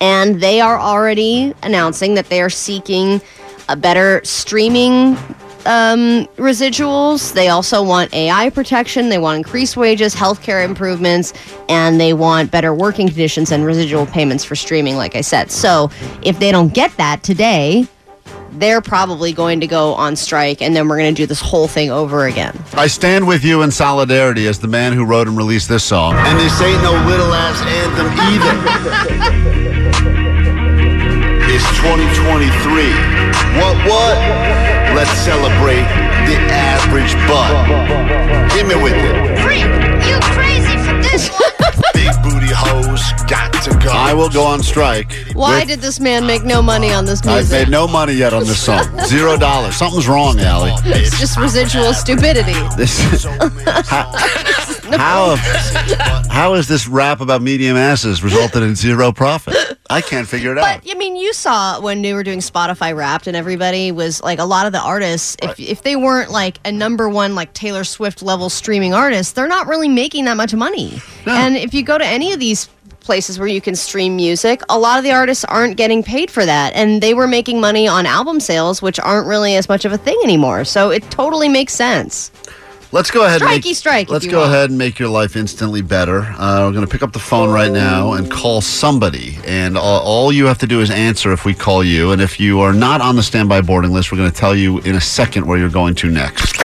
And they are already announcing that they are seeking a better streaming um, residuals. They also want AI protection. They want increased wages, healthcare improvements, and they want better working conditions and residual payments for streaming, like I said. So if they don't get that today, they're probably going to go on strike, and then we're going to do this whole thing over again.
I stand with you in solidarity as the man who wrote and released this song. And this ain't no little ass anthem either.
It's 2023. What, what? Let's celebrate the average butt. Hit me with it.
You crazy for this one?
Big booty hoes got to go.
I will go on strike.
Why
with-
did this man make no money on this
I've
music?
made no money yet on this song. Zero dollars. Something's wrong, Allie.
It's just residual stupidity.
This how, how how has this rap about medium asses resulted in zero profit? I can't figure it out.
I mean, you saw when they were doing Spotify Wrapped, and everybody was like, a lot of the artists, if if they weren't like a number one like Taylor Swift level streaming artist, they're not really making that much money. And if you go to any of these places where you can stream music, a lot of the artists aren't getting paid for that, and they were making money on album sales, which aren't really as much of a thing anymore. So it totally makes sense.
Let's go ahead. and
Strikey
make,
strike, if
Let's
you
go
want.
ahead and make your life instantly better. Uh, we're going to pick up the phone right now and call somebody, and all, all you have to do is answer if we call you. And if you are not on the standby boarding list, we're going to tell you in a second where you're going to next.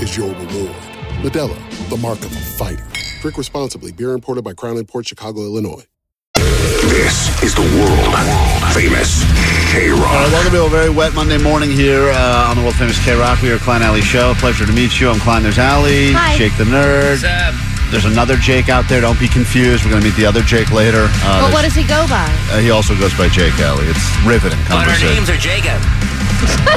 is your reward. Medella, the mark of a fighter. Drink responsibly. Beer imported by Crown Port Chicago, Illinois.
This is the world famous K Rock.
All right, welcome to a very wet Monday morning here uh, on the world famous K Rock. We are Klein Alley Show. Pleasure to meet you. I'm Klein. There's Alley.
Hi.
Jake the Nerd.
What's up?
There's another Jake out there. Don't be confused. We're going to meet the other Jake later. Uh,
but what
there's-
does he go by?
uh, he also goes by Jake Alley. It's riveting
But our
conversation.
names are Jacob.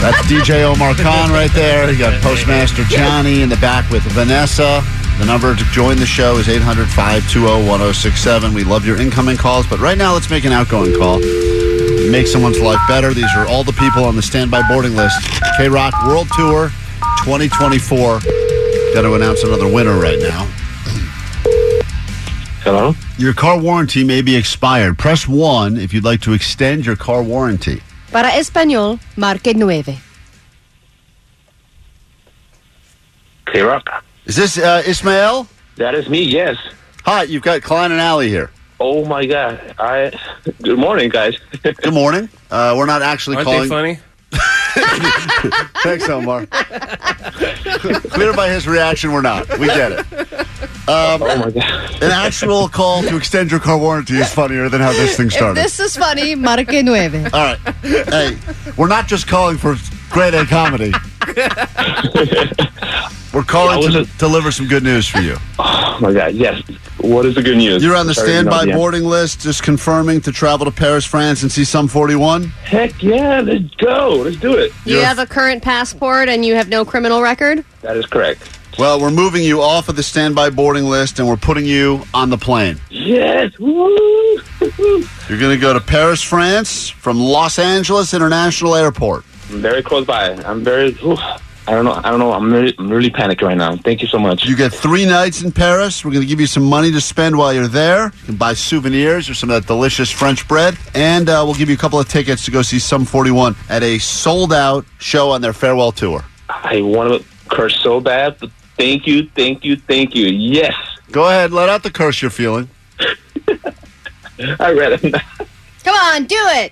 That's DJ Omar Khan right there. You got Postmaster Johnny in the back with Vanessa. The number to join the show is 800 520 1067. We love your incoming calls, but right now let's make an outgoing call. Make someone's life better. These are all the people on the standby boarding list. K Rock World Tour 2024. Got to announce another winner right now.
Hello?
Your car warranty may be expired. Press 1 if you'd like to extend your car warranty.
Para español, marque nueve.
K Rock.
Is this uh, Ismail?
That is me, yes.
Hi, you've got Klein and Alley here.
Oh my God! I good morning, guys.
good morning. Uh, we're not actually
Aren't they
calling.
funny?
Thanks, Omar. Clear by his reaction, we're not. We get it. Um, oh my god! An actual call to extend your car warranty is funnier than how this thing
If
started.
this is funny, marque nueve.
All right. Hey, we're not just calling for grade A comedy. we're calling to deliver some good news for you.
Oh my God! Yes. What is the good news?
You're on the
Sorry,
standby
no, yeah.
boarding list, just confirming to travel to Paris, France, and see some 41.
Heck yeah! Let's go. Let's do it.
You have a current passport and you have no criminal record?
That is correct.
Well, we're moving you off of the standby boarding list and we're putting you on the plane.
Yes. Woo!
You're going to go to Paris, France from Los Angeles International Airport.
I'm very close by. I'm very. oof. I don't know. I don't know. I'm really, I'm really panicked right now. Thank you so much.
You get three nights in Paris. We're going to give you some money to spend while you're there. You can buy souvenirs or some of that delicious French bread. And uh, we'll give you a couple of tickets to go see Sum 41 at a sold out show on their farewell tour.
I want to curse so bad, but thank you, thank you, thank you. Yes.
Go ahead. Let out the curse you're feeling.
I read it.
Come on, do it.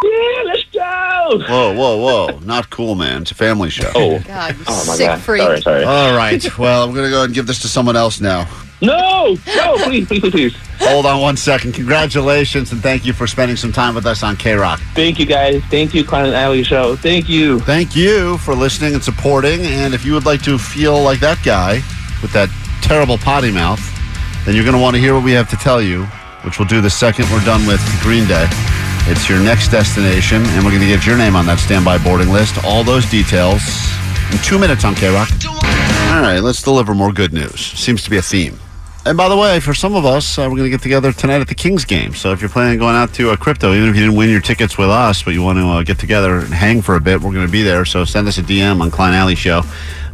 Yeah, let's go.
Whoa, whoa, whoa. Not cool, man. It's a family show.
Oh,
God, you
Oh, my
sick
God.
freak.
Sorry, sorry.
All right. Well, I'm going to go ahead and give this to someone else now.
No, no, please, please, please, please.
Hold on one second. Congratulations and thank you for spending some time with us on K Rock.
Thank you guys. Thank you, Clan Alley Show. Thank you.
Thank you for listening and supporting. And if you would like to feel like that guy with that terrible potty mouth, then you're going to want to hear what we have to tell you, which we'll do the second we're done with Green Day. It's your next destination, and we're going to get your name on that standby boarding list. All those details in two minutes on K Rock. All right, let's deliver more good news. Seems to be a theme. And by the way, for some of us, uh, we're going to get together tonight at the Kings game. So if you're planning on going out to uh, crypto, even if you didn't win your tickets with us, but you want to uh, get together and hang for a bit, we're going to be there. So send us a DM on Klein Alley Show.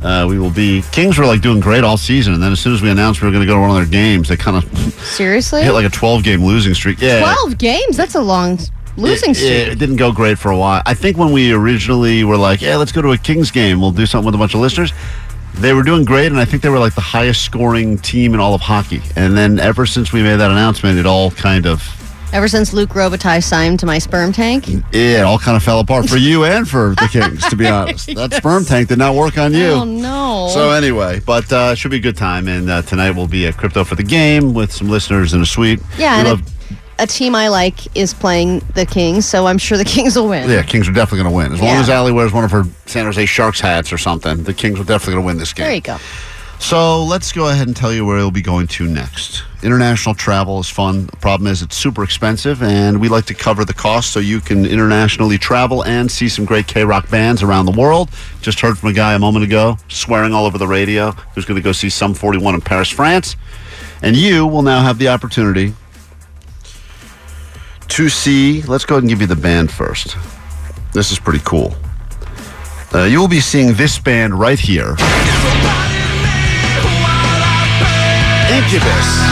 Uh, we will be. Kings were like doing great all season, and then as soon as we announced we were going to go to one of their games, they kind of
Seriously?
hit like a 12 game losing streak. Yeah,
12 games? That's a long s- losing
it,
streak.
It, didn't go great for a while. I think when we originally were like, yeah, let's go to a Kings game, we'll do something with a bunch of listeners. They were doing great, and I think they were like the highest scoring team in all of hockey. And then ever since we made that announcement, it all kind of
Ever since Luke Robitaille signed to my sperm tank?
yeah, it all kind of fell apart for you and for the Kings, to be honest. That
Yes.
sperm tank did not work on you.
Oh, no.
So anyway, but uh, it should be a good time. And uh, tonight will be a crypto for the game with some listeners in a suite.
Yeah,
We
and
love-
a team I like is playing the Kings, so I'm sure the Kings will win.
Yeah, Kings are definitely going to win. As long
Yeah.
as Allie wears one of her San Jose Sharks hats or something, the Kings are definitely going to win this game.
There you go.
So let's go ahead and tell you where we'll be going to next. International travel is fun. The problem is it's super expensive, and we like to cover the cost so you can internationally travel and see some great K Rock bands around the world. Just heard from a guy a moment ago swearing all over the radio who's going to go see Sum 41 in Paris, France. And you will now have the opportunity to see. Let's go ahead and give you the band first. This is pretty cool. Uh, you will be seeing this band right here.
Incubus.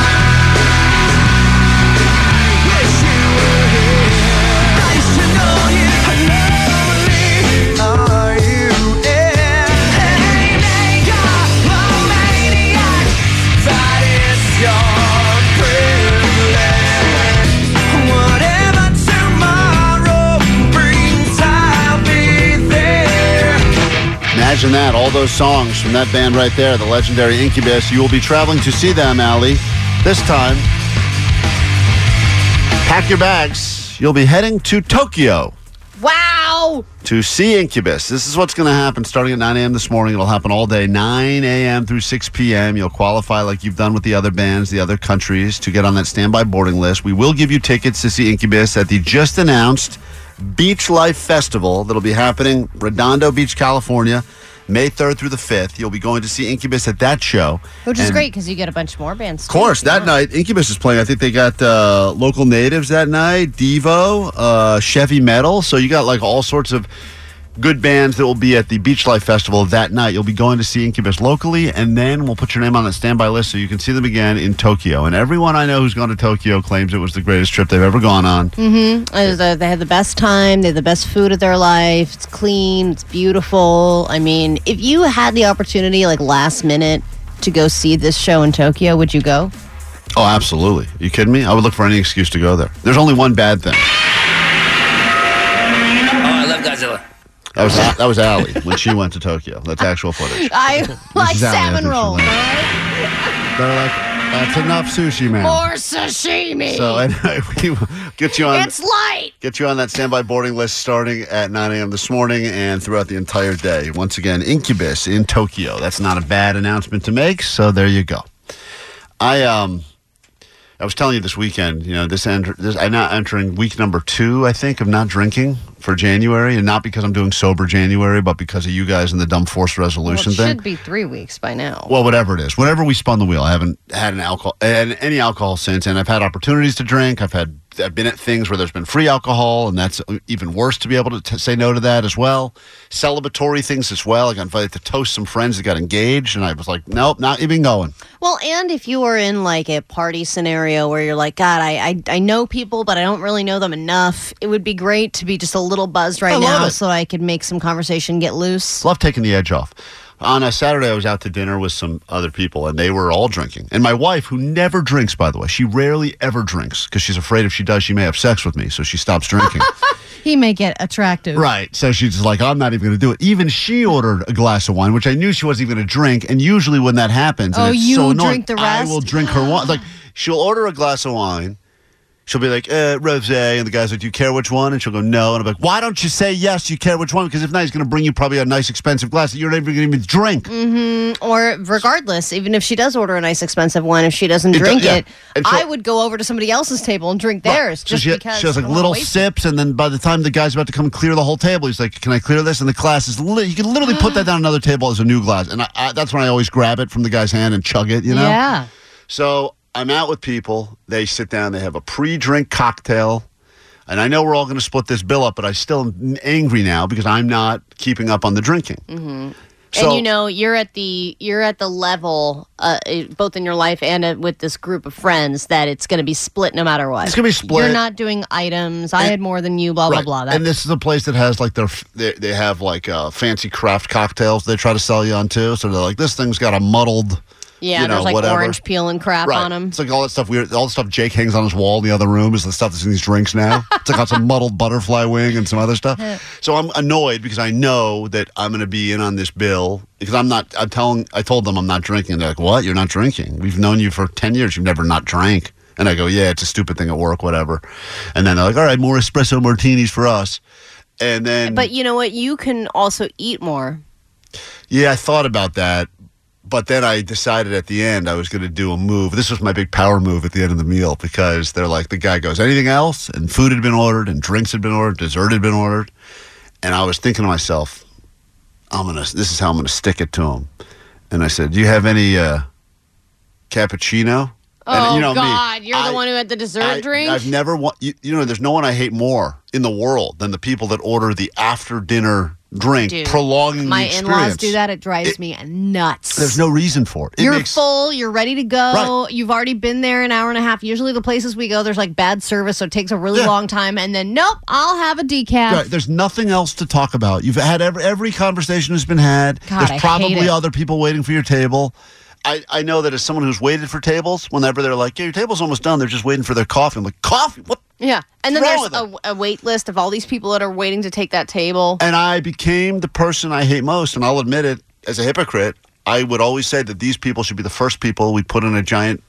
Imagine that, all those songs from that band right there, the legendary Incubus. You will be traveling to see them, Allie, this time. Pack your bags. You'll be heading to Tokyo
Wow.
to see Incubus. This is what's going to happen starting at 9 a.m. this morning. It'll happen all day, 9 a.m. through 6 p.m. You'll qualify like you've done with the other bands, the other countries, to get on that standby boarding list. We will give you tickets to see Incubus at the just announced Beach Life Festival that'll be happening Redondo Beach, California, May 3rd through the 5th. You'll be going to see Incubus at that show.
Which is
And-
great because you get a bunch more bands.
Of course, that night Incubus is playing. I think they got uh, local natives that night, Devo, uh, Chevy Metal. So you got like all sorts of good bands that will be at the Beach Life Festival that night. You'll be going to see Incubus locally, and then we'll put your name on the standby list so you can see them again in Tokyo. And everyone I know who's gone to Tokyo claims it was the greatest trip they've ever gone on.
Mm-hmm. they had the best time. They had the best food of their life. It's clean. It's beautiful. I mean, if you had the opportunity, like last minute, to go see this show in Tokyo, would you go?
Oh, absolutely. you kidding me? I would look for any excuse to go there. There's only one bad thing.
Oh, I love Godzilla.
That was that was Allie when she went to Tokyo. That's actual footage.
I like
Allie, I
salmon
think she
rolls.
went. They're like, that's enough sushi, man.
More sashimi.
So anyway, we will get you on
it's light.
get you on that standby boarding list starting at 9 a.m. this morning and throughout the entire day. Once again, Incubus in Tokyo. That's not a bad announcement to make. So there you go. I um. I was telling you this weekend, you know, this enter, this I'm now entering week number two, I think, of not drinking for January, and not because I'm doing sober January, but because of you guys and the dumb force
Well, it
resolution thing.
should be three weeks by now.
Well, whatever it is, whenever we spun the wheel, I haven't had an alcohol and any alcohol since, and I've had opportunities to drink. I've had I've been at things where there's been free alcohol, and that's even worse to be able to t- say no to that as well. Celebratory things as well. I got invited to toast some friends that got engaged, and I was like, nope, not even going.
Well, and if you are in like a party scenario where you're like, God, I, I I know people, but I don't really know them enough. It would be great to be just a little buzzed right
I love
now,
it.
so I could make some conversation, get loose.
Love taking the edge off. On a Saturday, I was out to dinner with some other people, and they were all drinking. And my wife, who never drinks, by the way, she rarely ever drinks because she's afraid if she does, she may have sex with me, so she stops drinking.
He may get attractive.
Right. So she's just like, I'm not even going to do it. Even she ordered a glass of wine, which I knew she wasn't even going to drink. And usually when that happens, and
Oh,
it's
you
so annoying,
drink the
I
rest?
will drink her wine. Like, she'll order a glass of wine. She'll be like, eh, rosé. And the guy's like, do you care which one? And she'll go, no. And I'm like, why don't you say yes, you care which one? Because if not, he's going to bring you probably a nice expensive glass that you're not even going to even drink.
hmm Or regardless, even if she does order a nice expensive one, if she doesn't
It do-
drink
yeah.
it,
And so-
I would go over to somebody else's table and drink theirs.
So
Just
she,
because
she has
I
like
don't wanna
little
waste
sips, and then by the time the guy's about to come clear the whole table, he's like, "Can I clear this?" And the glass is lit. You can literally put that down another table as a new glass, and I, I, that's when I always grab it from the guy's hand and chug it. You know.
Yeah.
So I'm out with people. They sit down. They have a pre-drink cocktail, and I know we're all going to split this bill up, but I still am angry now because I'm not keeping up on the drinking.
Mhm.
So-
and you know you're at the you're at the level uh, eh, both in your life and uh, with this group of friends that it's going to be split no matter what.
It's gonna be split.
You're not doing items. I had more than you. Blah
Right.
blah blah. That
And this is a place that has like their f- they, they have like uh, fancy craft cocktails they try to sell you on too. So they're like, this thing's got a muddled.
yeah,
you know,
there's like
whatever.
orange peel and crap
right.
on them.
It's like all that stuff weird. All the stuff Jake hangs on his wall in the other room is the stuff that's in these drinks now. it's like got some muddled butterfly wing and some other stuff. So I'm annoyed because I know that I'm going to be in on this bill because I'm not. I'm telling. I told them I'm not drinking. They're like, "What? You're not drinking? We've known you for ten years. You've never not drank." And I go, "Yeah, it's a stupid thing at work, whatever." And then they're like, "All right, more espresso martinis for us." And then,
But you know what? You can also eat more.
yeah, I thought about that, but then I decided at the end I was going to do a move. This was my big power move at the end of the meal because they're like, the guy goes, anything else? And food had been ordered, and drinks had been ordered, dessert had been ordered. And I was thinking to myself, I'm going to, this is how I'm going to stick it to him. And I said, do you have any uh, cappuccino?
Oh
and you know me.
God, you're
I-
the one who had the dessert
I,
drink.
I've never wa- you, you know. There's no one I hate more in the world than the people that order the after dinner drink,
Dude,
prolonging
My
the experience.
in-laws do that. It drives me nuts.
There's no reason for it. It
you're
makes
full. You're ready to go.
Right.
You've already been there an hour and a half. Usually, the places we go, there's like bad service, so it takes a really long time. And then, nope, I'll have a decaf.
Right, There's nothing else to talk about. You've had every, every conversation has been had.
God, I hate
There's probably
it.
other people waiting for your table. I, I know that as someone who's waited for tables, whenever they're like, "Yeah, your table's almost done," they're just waiting for their coffee. I'm like, "Coffee? What?"
Yeah. And then
Wrong
there's a, a wait list of all these people that are waiting to take that table.
And I became the person I hate most, and I'll admit it as a hypocrite. I would always say that these people should be the first people we put in a giant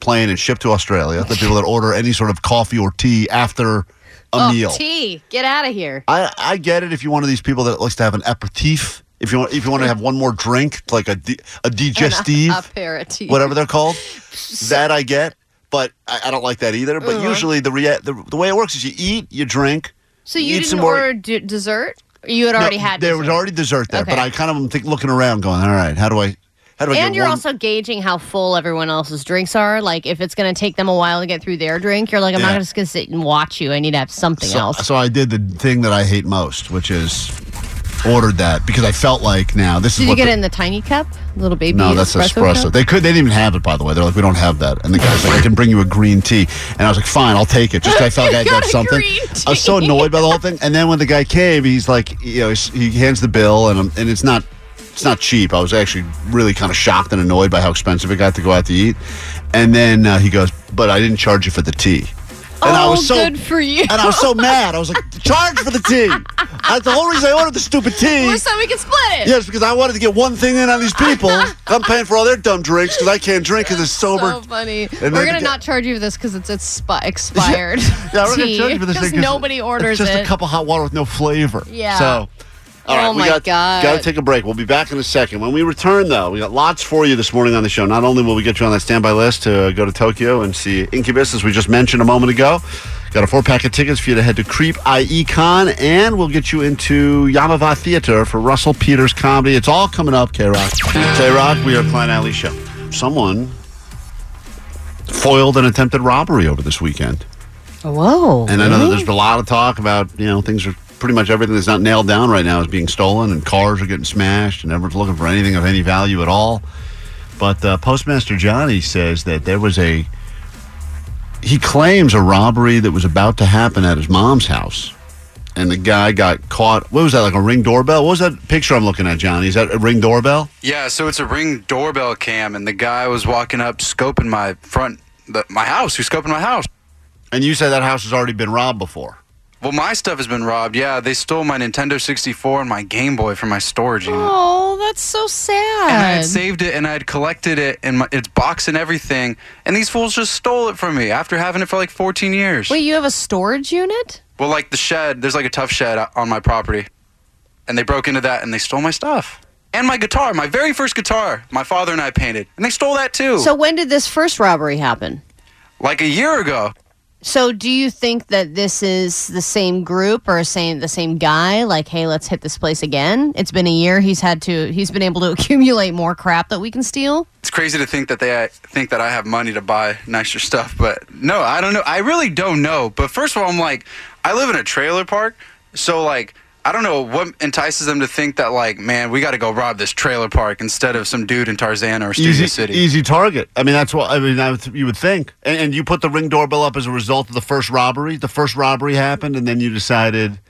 plane and ship to Australia. The people that order any sort of coffee or tea after a
oh,
meal.
tea. Get out of here.
I, I get it if you're one of these people that likes to have an aperitif. If you want, if you want to have one more drink, like a di- a digestive,
An aperitif.
whatever they're called, that I get. But I, I don't like that either. But
Uh-huh.
usually the, rea- the the way it works is you eat, you drink.
So you
eat
didn't
some more-
order d- dessert? You had already
No,
had
There
dessert.
was already dessert there, but
Okay.
I kind of am think, looking around, going, "All right, how do I how do I get
and you're
one-
also gauging how full everyone else's drinks are. Like, if it's going to take them a while to get through their drink, you're like, I'm
Yeah.
not just going to sit and watch you. I need to have something
so,
else.
so I did the thing that I hate most, which is ordered that because I felt like now this is
Did you
what
get
the-
it in the tiny cup? Little baby
No, that's
espresso.
espresso.
cup?
They could. They didn't even have it, by the way. They're like, we don't have that. And the guy's like, I can bring you a green tea. And I was like, fine, I'll take it. Just 'cause I felt like I
Got
got
a
something.
green
I was so
tea.
annoyed by the whole thing. And then when the guy came, he's like, you know, he's- he hands the bill, and i and it's not. It's not cheap. I was actually really kind of shocked and annoyed by how expensive it got to go out to eat. And then uh, he goes, "But I didn't charge you for the tea." And I
Oh,
was so
good for you.
And I was so mad. I was like, "Charge for the tea." That's the whole reason I ordered the stupid tea.
Or so we can split it.
Yes, because I wanted to get one thing in on these people. I'm paying for all their dumb drinks because I can't drink because it's sober.
So funny.
then
we're
the
gonna
guy-
not charge you for this because it's it's spi- expired.
yeah, we're gonna
tea,
charge you for this
'cause
thing 'cause
nobody orders
it's just
it.
a cup of hot water with no flavor.
Yeah.
So, all right,
Oh
we
my
got
God.
got to take a break. We'll be back in a second. When we return, though, we got lots for you this morning on the show. Not only will we get you on that standby list to go to Tokyo and see Incubus, as we just mentioned a moment ago, got a four pack of tickets for you to head to Creep IECon, and we'll get you into Yamava Theater for Russell Peters comedy. It's all coming up, K Rock. K Rock, we are Klein Alley Show. Someone foiled an attempted robbery over this weekend.
Whoa.
And I know that there's been a lot of talk about, you know, things are pretty much everything that's not nailed down right now is being stolen and cars are getting smashed and everyone's looking for anything of any value at all. But uh, Postmaster Johnny says that there was a, he claims a robbery that was about to happen at his mom's house. And the guy got caught. What was that, like a ring doorbell? What was that picture I'm looking at, Johnny? Is that a ring doorbell?
Yeah, so it's a ring doorbell cam, and the guy was walking up, scoping my front, the, my house. He was scoping my house.
And you said that house has already been robbed before.
Well, my stuff has been robbed. Yeah, they stole my Nintendo 64 and my Game Boy from my storage unit.
Oh, that's so sad.
And I had saved it, and I had collected it in my, its box and everything, and these fools just stole it from me after having it for like 14 years.
Wait, you have a storage unit?
Well, like the shed, there's like a tough shed o- on my property, and they broke into that and they stole my stuff and my guitar, my very first guitar. My father and I painted, and they stole that too.
So when did this first robbery happen?
like a year ago.
So do you think that this is the same group or same the same guy? Like, hey, let's hit this place again. It's been a year. He's had to. He's been able to accumulate more crap that we can steal.
It's crazy to think that they I think that I have money to buy nicer stuff, but no, I don't know. I really don't know. But first of all, I'm like, I live in a trailer park, so like, I don't know what entices them to think that like, man, we got to go rob this trailer park instead of some dude in Tarzana or Studio
easy,
City.
easy target. I mean, that's what I mean. I would, you would think, and, and you put the ring doorbell up as a result of the first robbery. The first robbery happened, and then you decided,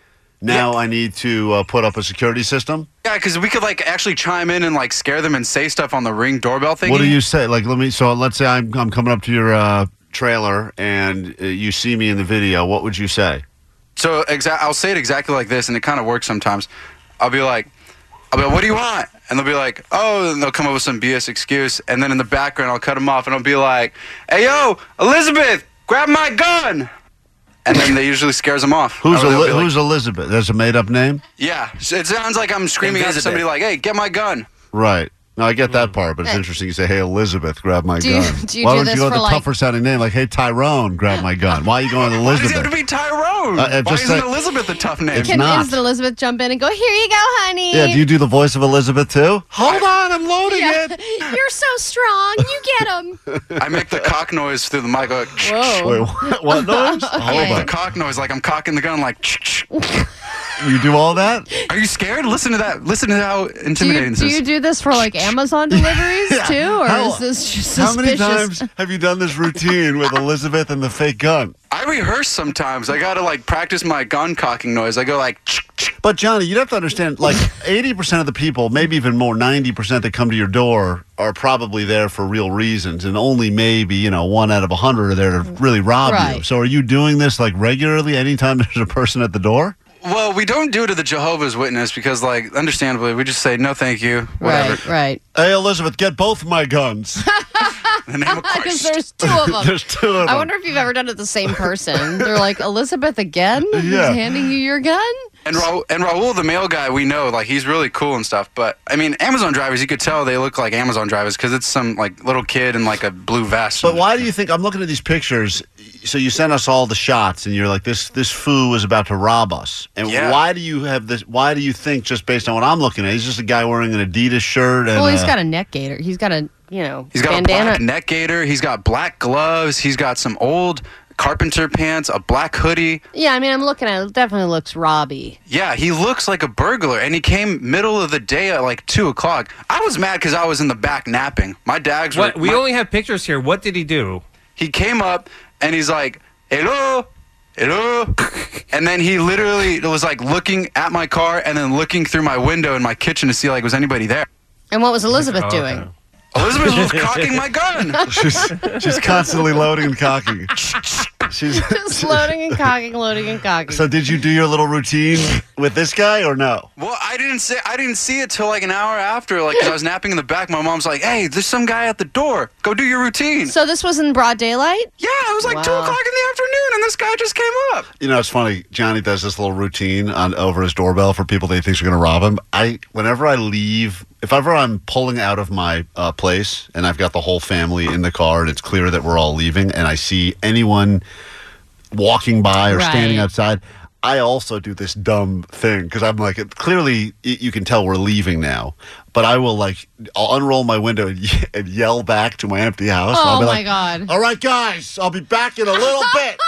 now I need to uh, put up a security system.
Yeah, because we could like actually chime in and like scare them and say stuff on the ring doorbell thing.
What do you say? Like, let me. So let's say I'm I'm coming up to your uh, trailer, and uh, you see me in the video. What would you say?
So exa- I'll say it exactly like this, and it kind of works sometimes. I'll be like, I'll be like, what do you want? And they'll be like, oh, and they'll come up with some BS excuse. And then in the background, I'll cut them off, and I'll be like, hey, yo, Elizabeth, grab my gun. And then they usually scares them off.
Who's
Or Oh, they'll
Eli-
be like-
Who's Elizabeth? That's a made up name,
Yeah, so it sounds like I'm screaming at
Elizabeth.
somebody like, hey, get my gun.
right? No, I get
Mm.
that part, but it's interesting. You say, "Hey, Elizabeth, grab my
Do you-
gun."
do you
Why
do
don't
this
you go with
for,
the
like-
tougher sounding name, like, "Hey, Tyrone, grab my gun"? Why are you going with Elizabeth?
Does it have to be Tyrone?
Uh, uh,
Why
just
isn't
like-
Elizabeth a tough name?
It's not.
Does Elizabeth jump in and go, "Here you go, honey"?
Yeah, do you do the voice of Elizabeth too? Hold on, I'm loading
it. You're so strong. You get him.
I make the cock noise through the mic. Like,
Whoa.
Wait, what, what noise?
I
Hold
make
on.
the cock noise like I'm cocking the gun, like.
You do all that?
Are you scared? Listen to that. Listen to how
Do
intimidating
you,
this
do you
is.
do this for like Amazon deliveries
Yeah.
too, or
How-
is this just
How many
suspicious?
times have you done this routine with Elizabeth and the fake gun?
I rehearse sometimes. I gotta like practice my gun cocking noise. I go like,
But Johnny, you'd have to understand, like eighty percent of the people, maybe even more, ninety percent that come to your door are probably there for real reasons, and only maybe you know one out of hundred are there to really rob you.
Right.
So, are you doing this like regularly? Anytime there's a person at the door?
well, we don't do it to the Jehovah's Witness because, like, understandably, we just say no, thank you, whatever.
right.
Hey, Elizabeth, get both of my guns.
Because there's two of them.
There's two of
I
them.
wonder if you've ever done it to the same person. They're like Elizabeth again. Who's
Yeah.
handing you your gun?
And Raul, and Raul, the mail guy, we know like he's really cool and stuff. But I mean, Amazon drivers, you could tell they look like Amazon drivers because it's some like little kid in like a blue vest.
But why do you think I'm looking at these pictures? So you sent us all the shots, and you're like, "This this foo is about to rob us." And
Yeah.
why do you have this? Why do you think just based on what I'm looking at, he's just a guy wearing an Adidas shirt? And
well, he's
a-
got a neck gaiter. He's got a you know
uh, He's got
bandana.
a black neck gaiter. He's got black gloves. He's got some old carpenter pants, a black hoodie.
yeah, I mean, I'm looking at it. it. Definitely looks Robbie.
Yeah, he looks like a burglar, and he came middle of the day at like two o'clock. I was mad because I was in the back napping. My dags.
What?
were,
We
my-
only have pictures here. What did he do?
He came up and he's like, "Hello, hello," and then he literally was like looking at my car and then looking through my window in my kitchen to see like was anybody there.
And what was Elizabeth
Oh,
doing?
Elizabeth was cocking my gun.
she's, she's constantly loading and cocking. She's
Just loading and cocking, loading and cocking.
So did you do your little routine with this guy or no?
Well, I didn't see I didn't see it till like an hour after, like 'cause I was napping in the back. My mom's like, "Hey, there's some guy at the door. Go do your routine."
So this was in broad daylight?
Yeah, it was like two o'clock in the afternoon, and this guy just came up.
You know, it's funny. Johnny does this little routine on over his doorbell for people that he thinks are going to rob him. I, whenever I leave, if ever I'm pulling out of my uh, place and I've got the whole family in the car and it's clear that we're all leaving, and I see anyone walking by or
Right.
standing outside. I also do this dumb thing because I'm like, it- clearly y- you can tell we're leaving now, but I will like, I'll unroll my window and, ye- and yell back to my empty house. I'll
Oh
be
my
like,
god.
All right, guys, I'll be back in a little bit.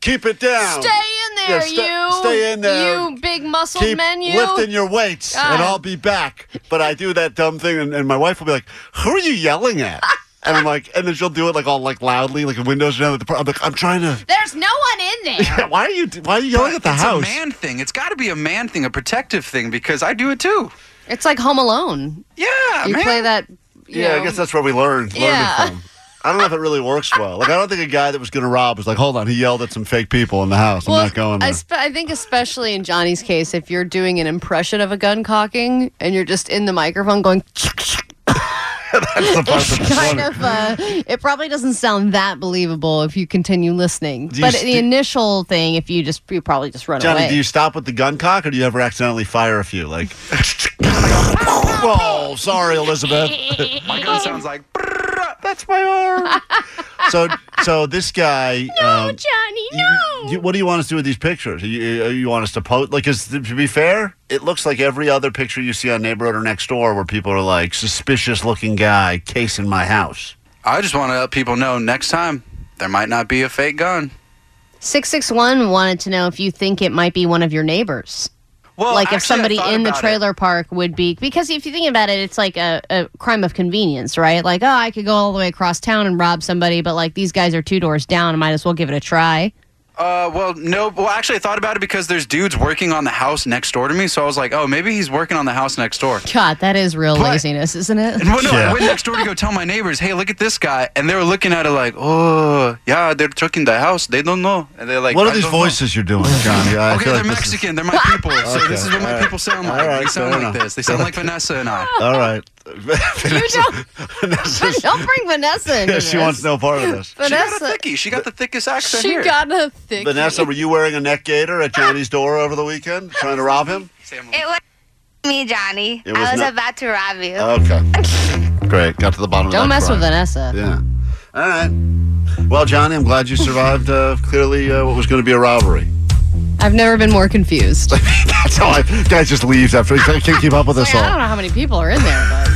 Keep it down.
Stay in there,
Yeah, sta-
you.
Stay in there.
You big muscled
Keep
men, you. Ah.
lifting your weights, and
God.
I'll be back. But I do that dumb thing, and, and my wife will be like, "Who are you yelling at?" And I'm like, and then she'll do it like all like loudly, like the windows down. At the, par- I'm like, I'm trying to.
There's no one in there.
Why are you? Why are you yelling at the
it's
house?
a man thing. It's got to be a man thing, a protective thing, because I do it too.
It's like Home Alone.
Yeah,
you
man.
play that. you
yeah,
know.
I guess that's where we learned, learned
Yeah.
it from. I don't know if it really works well. Like, I don't think a guy that was going to rob was like, hold on, he yelled at some fake people in the house. I'm
Well,
not going
I,
there.
spe- I think especially in Johnny's case, if you're doing an impression of a gun cocking and you're just in the microphone going,
That's the part that's
it's kind
funny.
of uh, it probably doesn't sound that believable if you continue listening.
Do you
but
st-
the initial thing, if you just you probably just run
Johnny,
away.
do you stop with the gun cock or do you ever accidentally fire a few? Like, oh, sorry, Elizabeth.
My gun sounds like.
That's my arm. so, so this guy. No,
Johnny,
no. what do you want us to do with these pictures? You, uh, you want us to post? Like, is, to be fair, it looks like every other picture you see on neighborhood or next door, where people are like suspicious-looking guy casing my house.
I just want to let people know next time there might not be a fake gun.
Six six one wanted to know if you think it might be one of your neighbors.
Well,
like if
actually, I
somebody
thought
in the
about it.
trailer park would be because if you think about it, it's like a, a crime of convenience, right? Like, oh, I could go all the way across town and rob somebody, but like these guys are two doors down, I might as well give it a try.
Uh, well, no. Well, actually, I thought about it because there's dudes working on the house next door to me, so I was like, oh, maybe he's working on the house next door.
God, that is real laziness, isn't it?
And well, no, I went next door to go tell my neighbors, hey, look at this guy, and they were looking at it like, oh, yeah, they're taking the house. They don't know, and they're like,
what
"I
are these
don't know."
voices you're doing, Johnny? I
okay,
feel
they're
like this is-
Mexican. They're my people. So
Okay,
this is what my
all right.
people sound like.
All right,
they sound
fair
like
enough.
this. They sound like Vanessa and I.
All right.
You don't,
Vanessa's-
don't bring Vanessa into
Yeah, she
this.
wants no part of this.
she got a thickie. She got the thickest accent
She
here.
got a thick.
Vanessa, were you wearing a neck gaiter at Johnny's door over the weekend, trying to rob him?
It was me, Johnny.
It was
I was
not- Oh.
about to rob you.
Okay. Great. Got to the bottom
Don't
of that.
mess with
crime.
Vanessa.
Yeah. All right. Well, Johnny, I'm glad you survived uh, clearly uh, what was going to be a robbery.
I've never been more confused.
That's how I. Guy just leaves after he can't keep up with us
I
all.
don't know how many people are in there, but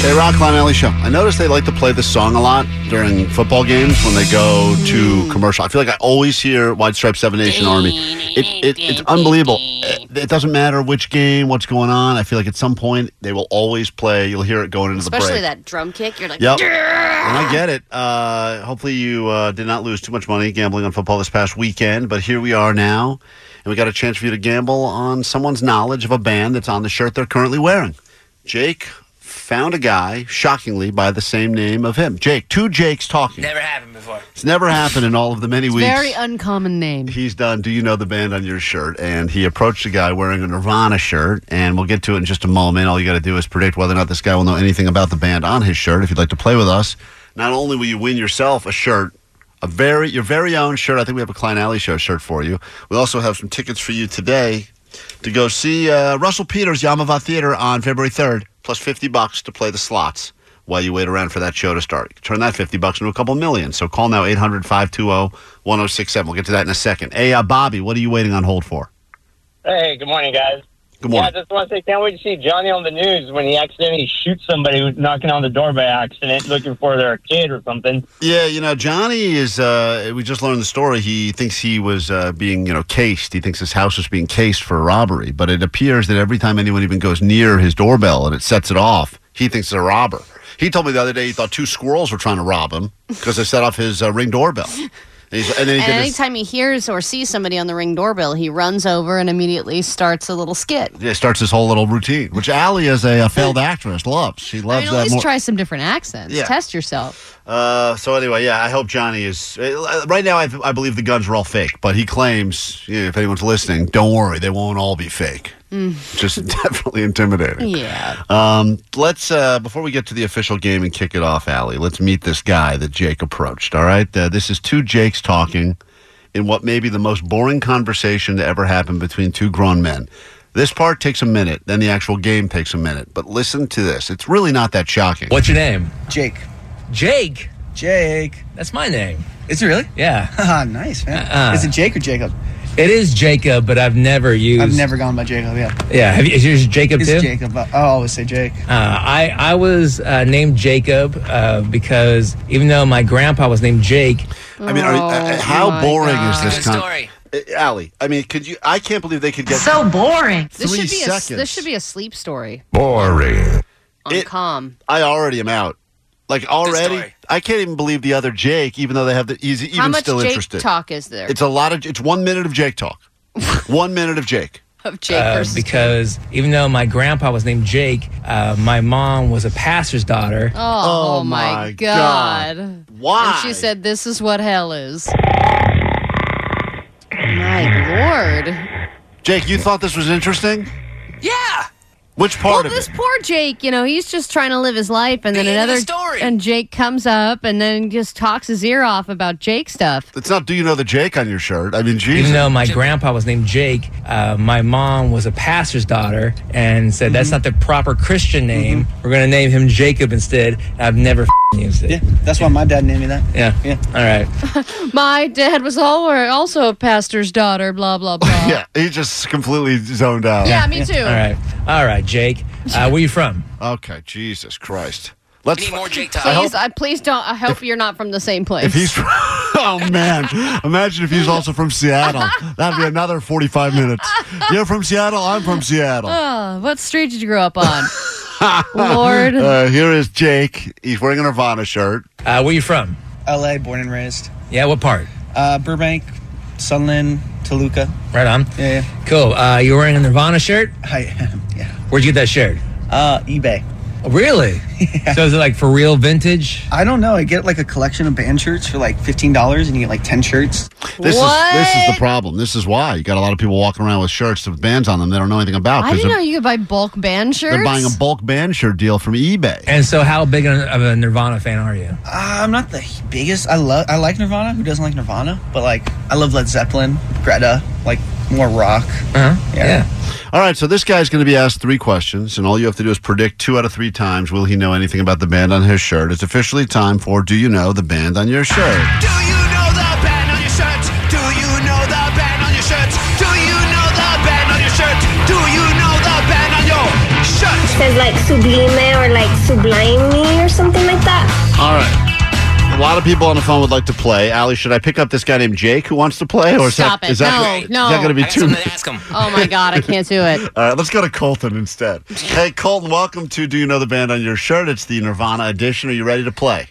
Hey, Rock Ellie Show. I noticed they like to play this song a lot. during football games when they go to commercial. I feel like I always hear White Stripe Seven Nation Army. It, it, it's unbelievable. Eh, It, it doesn't matter which game, what's going on. I feel like at some point they will always play. You'll hear it going into the
Especially
break.
that drum kick. You're like,
Yep. And I get it. Uh, hopefully, you uh, did not lose too much money gambling on football this past weekend. But here we are now, and we got a chance for you to gamble on someone's knowledge of a band that's on the shirt they're currently wearing. Jake found a guy, shockingly, by the same name of him. Jake. Two Jakes talking.
Never happened before.
It's never happened in all of the many weeks.
Very uncommon name.
He's done Do You Know the Band on Your Shirt? And he approached a guy wearing a Nirvana shirt. And we'll get to it in just a moment. All you got to do is predict whether or not this guy will know anything about the band on his shirt. If you'd like to play with us, not only will you win yourself a shirt, a very your very own shirt. I think we have a Klein Alley Show shirt for you. We also have some tickets for you today to go see uh, Russell Peters Yamava Theater on February 3rd, plus 50 bucks to play the slots while you wait around for that show to start. You can turn that 50 bucks into a couple million. So call now 800-520-1067. We'll get to that in a second. Hey, uh, Bobby, what are you waiting on hold for?
Hey, good morning, guys.
Good morning.
Yeah, I just want to say, can't wait to see Johnny on the news when he accidentally shoots somebody who's knocking on the door by accident, looking for their kid or something.
Yeah, you know, Johnny is, uh, we just learned the story. He thinks he was uh, being, you know, cased. He thinks his house was being cased for robbery. But it appears that every time anyone even goes near his doorbell and it sets it off, he thinks it's a robber. He told me the other day he thought two squirrels were trying to rob him because they set off his uh, ring doorbell. And, he's, and then he
And
did his-
anytime he hears or sees somebody on the ring doorbell, he runs over and immediately starts a little skit.
Yeah, starts his whole little routine, which Allie is a, uh failed actress loves. She
I
loves
mean, at
that
least
more.
try some different accents.
Yeah.
Test yourself.
uh, so anyway, yeah, I hope Johnny is uh, right now. I, I believe the guns were all fake, but he claims you know, if anyone's listening, don't worry, they won't all be fake. Just definitely intimidating.
Yeah.
Um, let's uh, before we get to the official game and kick it off, Allie. Let's meet this guy that Jake approached. All right, uh, this is two Jakes talking in what may be the most boring conversation to ever happen between two grown men. This part takes a minute, then the actual game takes a minute. But listen to this; it's really not that shocking.
What's your name?
Jake.
Jake.
Jake.
That's my name.
Is it really?
Yeah.
Ah, nice, man.
Uh-uh.
Is it Jake or Jacob?
It is Jacob, but I've never used.
I've never gone by Jacob, yeah.
Yeah, have you, is yours Jacob
It's
too?
Jacob. but I always say Jake.
Uh, I I was uh, named Jacob uh, because even though my grandpa was named Jake.
I mean, are, uh, how boring is this con- Uh, Allie, I mean, could you? I can't believe they could get so
boring. This
Three
should be
seconds.
a this should be a sleep story.
boring.
On calm.
I already am out. Like already, I can't even believe the other Jake, even though they have the he's even
How much
still
Jake
interested.
talk is there?
It's a lot of. It's one minute of Jake talk. one minute of Jake.
of Jake
Uh,
versus
because even though my grandpa was named Jake, uh, my mom was a pastor's daughter.
Oh,
Oh
my,
my
god.
Why?
And she said this is what hell is. My lord.
Jake, you thought this was interesting? Yeah. Which part
well,
of
this
it?
poor Jake, you know, he's just trying to live his life, and then
The end of the
another
story.
and Jake comes up and then just talks his ear off about Jake stuff.
It's not. Do you know the Jake on your shirt? I mean, Jesus.
Even though my grandpa was named Jake, uh, my mom was a pastor's daughter and said
Mm-hmm.
that's not the proper Christian name. We're going to name him Jacob instead. I've never f***ing used it. Yeah.
That's why my dad named me that.
Yeah. All right.
My dad was al- also a pastor's daughter. Blah blah blah.
yeah, he just completely zoned out.
Yeah, me too.
All right. All right, Jake. Uh, where you from?
Okay, Jesus Christ. Let's need more Jake
Please, I, please don't. I hope you're not from the same place.
If he's from, oh man, imagine if he's also from Seattle. That'd be another forty-five minutes. You're from Seattle. I'm from Seattle.
Oh, what street did you grow up on? Lord.
Uh, here is Jake. He's wearing a Nirvana shirt.
Uh, where you from?
LA, born and raised.
Yeah, what part?
Uh, Burbank, Sunland, Toluca.
Right on.
Yeah, yeah.
Cool. Uh, you're wearing a Nirvana shirt?
I am, yeah.
Where'd you get that shirt?
Uh, eBay.
Really? So is it like for real vintage?
I don't know. I get like a collection of band shirts for like fifteen dollars, and you get like ten shirts.
This is this is the problem. This is why you got a lot of people walking around with shirts with bands on them they don't know anything about
I
because
didn't
they're,
know you could buy bulk band shirts.
they're buying a bulk band shirt deal from eBay.
And so, how big of a Nirvana fan are you?
Uh, I'm not the biggest. I love. I like Nirvana. Who doesn't like Nirvana? But like, I love Led Zeppelin, Greta, like more rock.
Uh-huh.
Yeah.
All right, so this guy's going to be asked three questions, and all you have to do is predict two out of three times will he know anything about the band on his shirt. It's officially time for Do You Know the Band on Your Shirt?
know the band on your shirt? Do you know the band on your shirt? Do you know the band on your shirt? Do you know the band on your shirt?
Says like sublime or like sublime or something like that.
All right. a lot of people on the phone would like to play. Allie, should I pick up this guy named Jake who wants to play? Or is
Stop
that,
it.
is that,
No,
is
no.
that going to be
I got
too
something
much?
to ask him. Oh, my God, I can't do it.
All right, let's go to Colton instead. Hey, Colton, welcome to Do You Know the Band on Your Shirt? It's the Nirvana edition. Are you ready to play?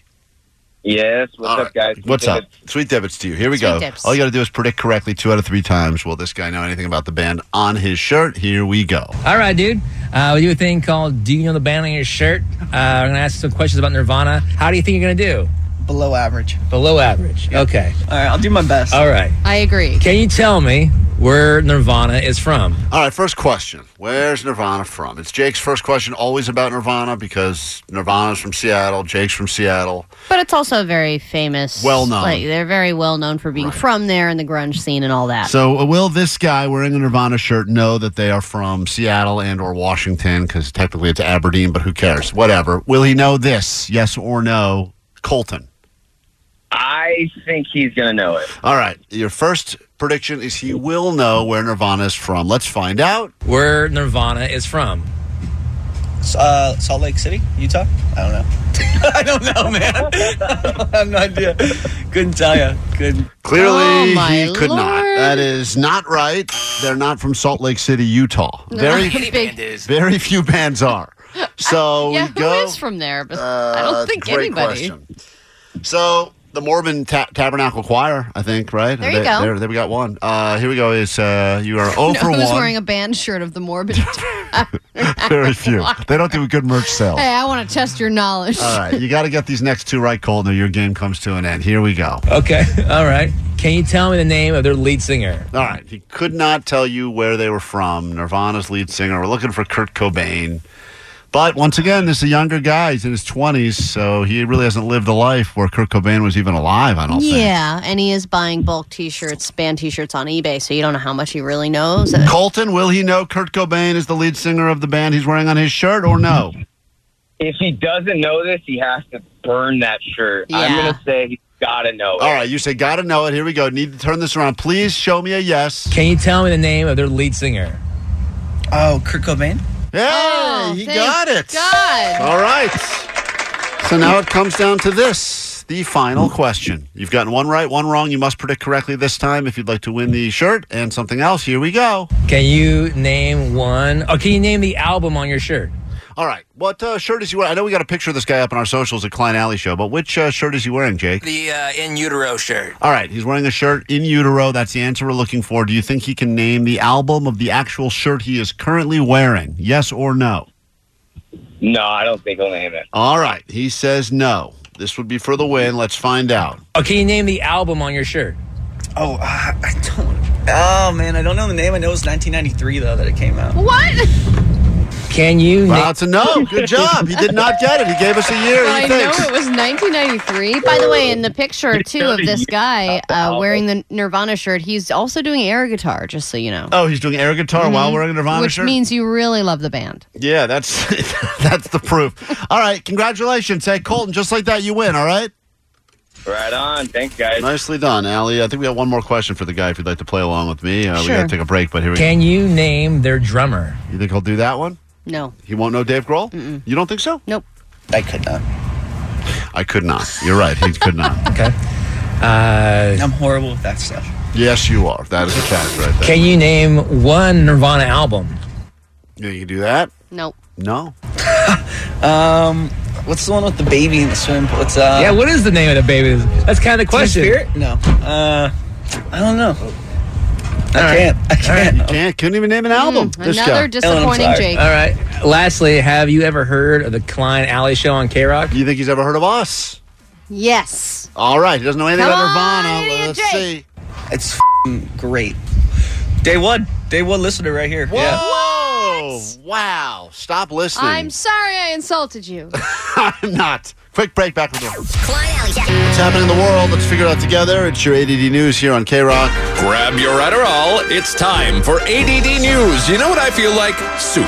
Yes. What's up, guys?
What's up? Sweet debits to you. Here we
Sweet
go.
dibs.
All you got to do is predict correctly two out of three times. Will this guy know anything about the band on his shirt? Here we go.
All right, dude. Uh, we do a thing called Do You Know the Band on Your Shirt? Uh, I'm going to ask some questions about Nirvana. How do you think you're going to do?
Below average.
Below average. Okay.
All right, I'll do my best.
All right.
I agree.
Can you tell me where Nirvana is from?
All right, first question. Where's Nirvana from? It's Jake's first question, always about Nirvana because Nirvana's from Seattle, Jake's from Seattle.
But it's also very famous.
Well-known.
Like, they're very well known for being from there and the grunge scene and all that.
So, uh, will this guy wearing a Nirvana shirt know that they are from Seattle and or Washington? Because technically it's Aberdeen, but who cares? Whatever. Will he know this? Yes or no, Colton?
I think he's gonna know it.
All right. Your first prediction is he will know where Nirvana is from. Let's find out.
Where Nirvana is from?
Uh, Salt Lake City, Utah. I don't know. I don't know, man. I have no idea. Couldn't tell you. Couldn't.
Oh,
Clearly, he could not. That is not right. They're not from Salt Lake City, Utah.
No,
Very,
any band is.
very few bands are. So
yeah,
we
who
go.
is from there? But I
Uh,
don't think
great
anybody.
question. So the Mormon ta- Tabernacle Choir, I think, right?
There you
They-
go.
There, there we got one. Uh, here we go. Is uh, you are
No,
over
who's
one.
wearing a band shirt of the Morbid?
very few. They don't do good merch sales.
Hey, I want to test your knowledge.
All right, you got to get these next two right, Colton, or your game comes to an end. Here we go.
Okay. All right. Can you tell me the name of their lead singer?
All right. He could not tell you where they were from. Nirvana's lead singer. We're looking for Kurt Cobain. But once again, this is a younger guy. He's in his 20s, so he really hasn't lived a life where Kurt Cobain was even alive, I don't think.
Yeah, and he is buying bulk T-shirts, band T-shirts on eBay, so you don't know how much he really knows. Uh,
Colton, will he know Kurt Cobain is the lead singer of the band he's wearing on his shirt or no?
If he doesn't know this, he has to burn that shirt. I'm
Yeah.
gonna say he's gotta know it.
All right, you say, gotta know it. Here we go. Need to turn this around. Please show me a yes.
Can you tell me the name of their lead singer?
Oh, Kurt Cobain.
Hey, he
thank
got it.
God.
All right. So now it comes down to this the final question. You've gotten one right, one wrong. You must predict correctly this time if you'd like to win the shirt and something else. Here we go.
Can you name one? Oh, can you name the album on your shirt?
All right. What uh, shirt is he wearing? I know we got a picture of this guy up on our socials at Klein Alley Show, but which uh, shirt is he wearing, Jake?
The uh, in utero shirt.
All right. He's wearing a shirt in utero. That's the answer we're looking for. Do you think he can name the album of the actual shirt he is currently wearing? Yes or no?
No, I don't think he'll name it.
All right. He says no. This would be for the win. Let's find out.
Oh, can you name the album on your shirt?
Oh, uh, I don't. Oh man, I don't know the name. I know it was 1993 though that it came out.
What?
Can you?
Wow, it's a no. Good job. He did not get it. He gave us a year.
I
He
know
thinks.
it was 1993. By the way, in the picture too of this guy uh, wearing the Nirvana shirt, he's also doing air guitar. Just so you know,
Oh, he's doing air guitar while wearing a Nirvana
Mm-hmm. which
shirt.
means you really love the band.
yeah, that's that's the proof. All right, congratulations, hey Colton. Just like that, you win. All right.
Right on. Thanks, guys.
Nicely done, Allie. I think we got one more question for the guy. If you'd like to play along with me, uh, we
Sure.
got to take a break. But here we go.
Can you name their drummer?
You think he'll do that one?
No.
He won't know Dave Grohl. You don't think so?
Nope.
I could not.
I could not. You're right. He could not.
okay. Uh,
I'm horrible with that stuff.
Yes, you are. That is a fact, right there.
can you name one Nirvana album?
Yeah, you can do that.
Nope.
No.
Um, what's the one with the baby in the swimming pool? It's uh,
yeah, what is the name of the baby? That's kind of the
Teen
question.
Spirit? No. Uh, I don't know. I can't. I can't. Oh,
You can't. Couldn't even name an album.
This Mm, another guy. disappointing
Ellen, I'm sorry.
Jake.
All right. Lastly, have you ever heard of the Klein Alley Show on K Rock?
You think he's ever heard of us?
Yes.
All right. He doesn't know anything
Come
about
on,
Nirvana.
idiot
Let's
Jake.
see.
It's f***ing great. Day one. Day one listener right here.
Whoa!
Yeah.
Oh,
Wow! Stop Oh, listening.
I'm sorry I insulted you.
I'm not. Quick break. Back with more. What's happening in the world? Let's figure it out together. It's your ADD news here on K Rock.
Grab your Adderall. It's time for ADD News. You know what I feel like? Soup.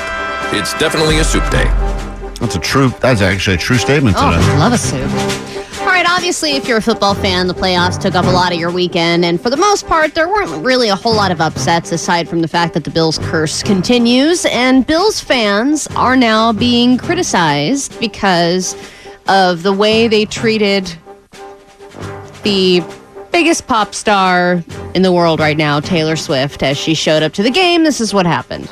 It's definitely a soup day.
That's a true. That's actually a true statement
Oh,
today.
I love a soup. All right, obviously, if you're a football fan, the playoffs took up a lot of your weekend, and for the most part, there weren't really a whole lot of upsets aside from the fact that the Bills curse continues, and Bills fans are now being criticized because of the way they treated the biggest pop star in the world right now, Taylor Swift, as she showed up to the game. This is what happened.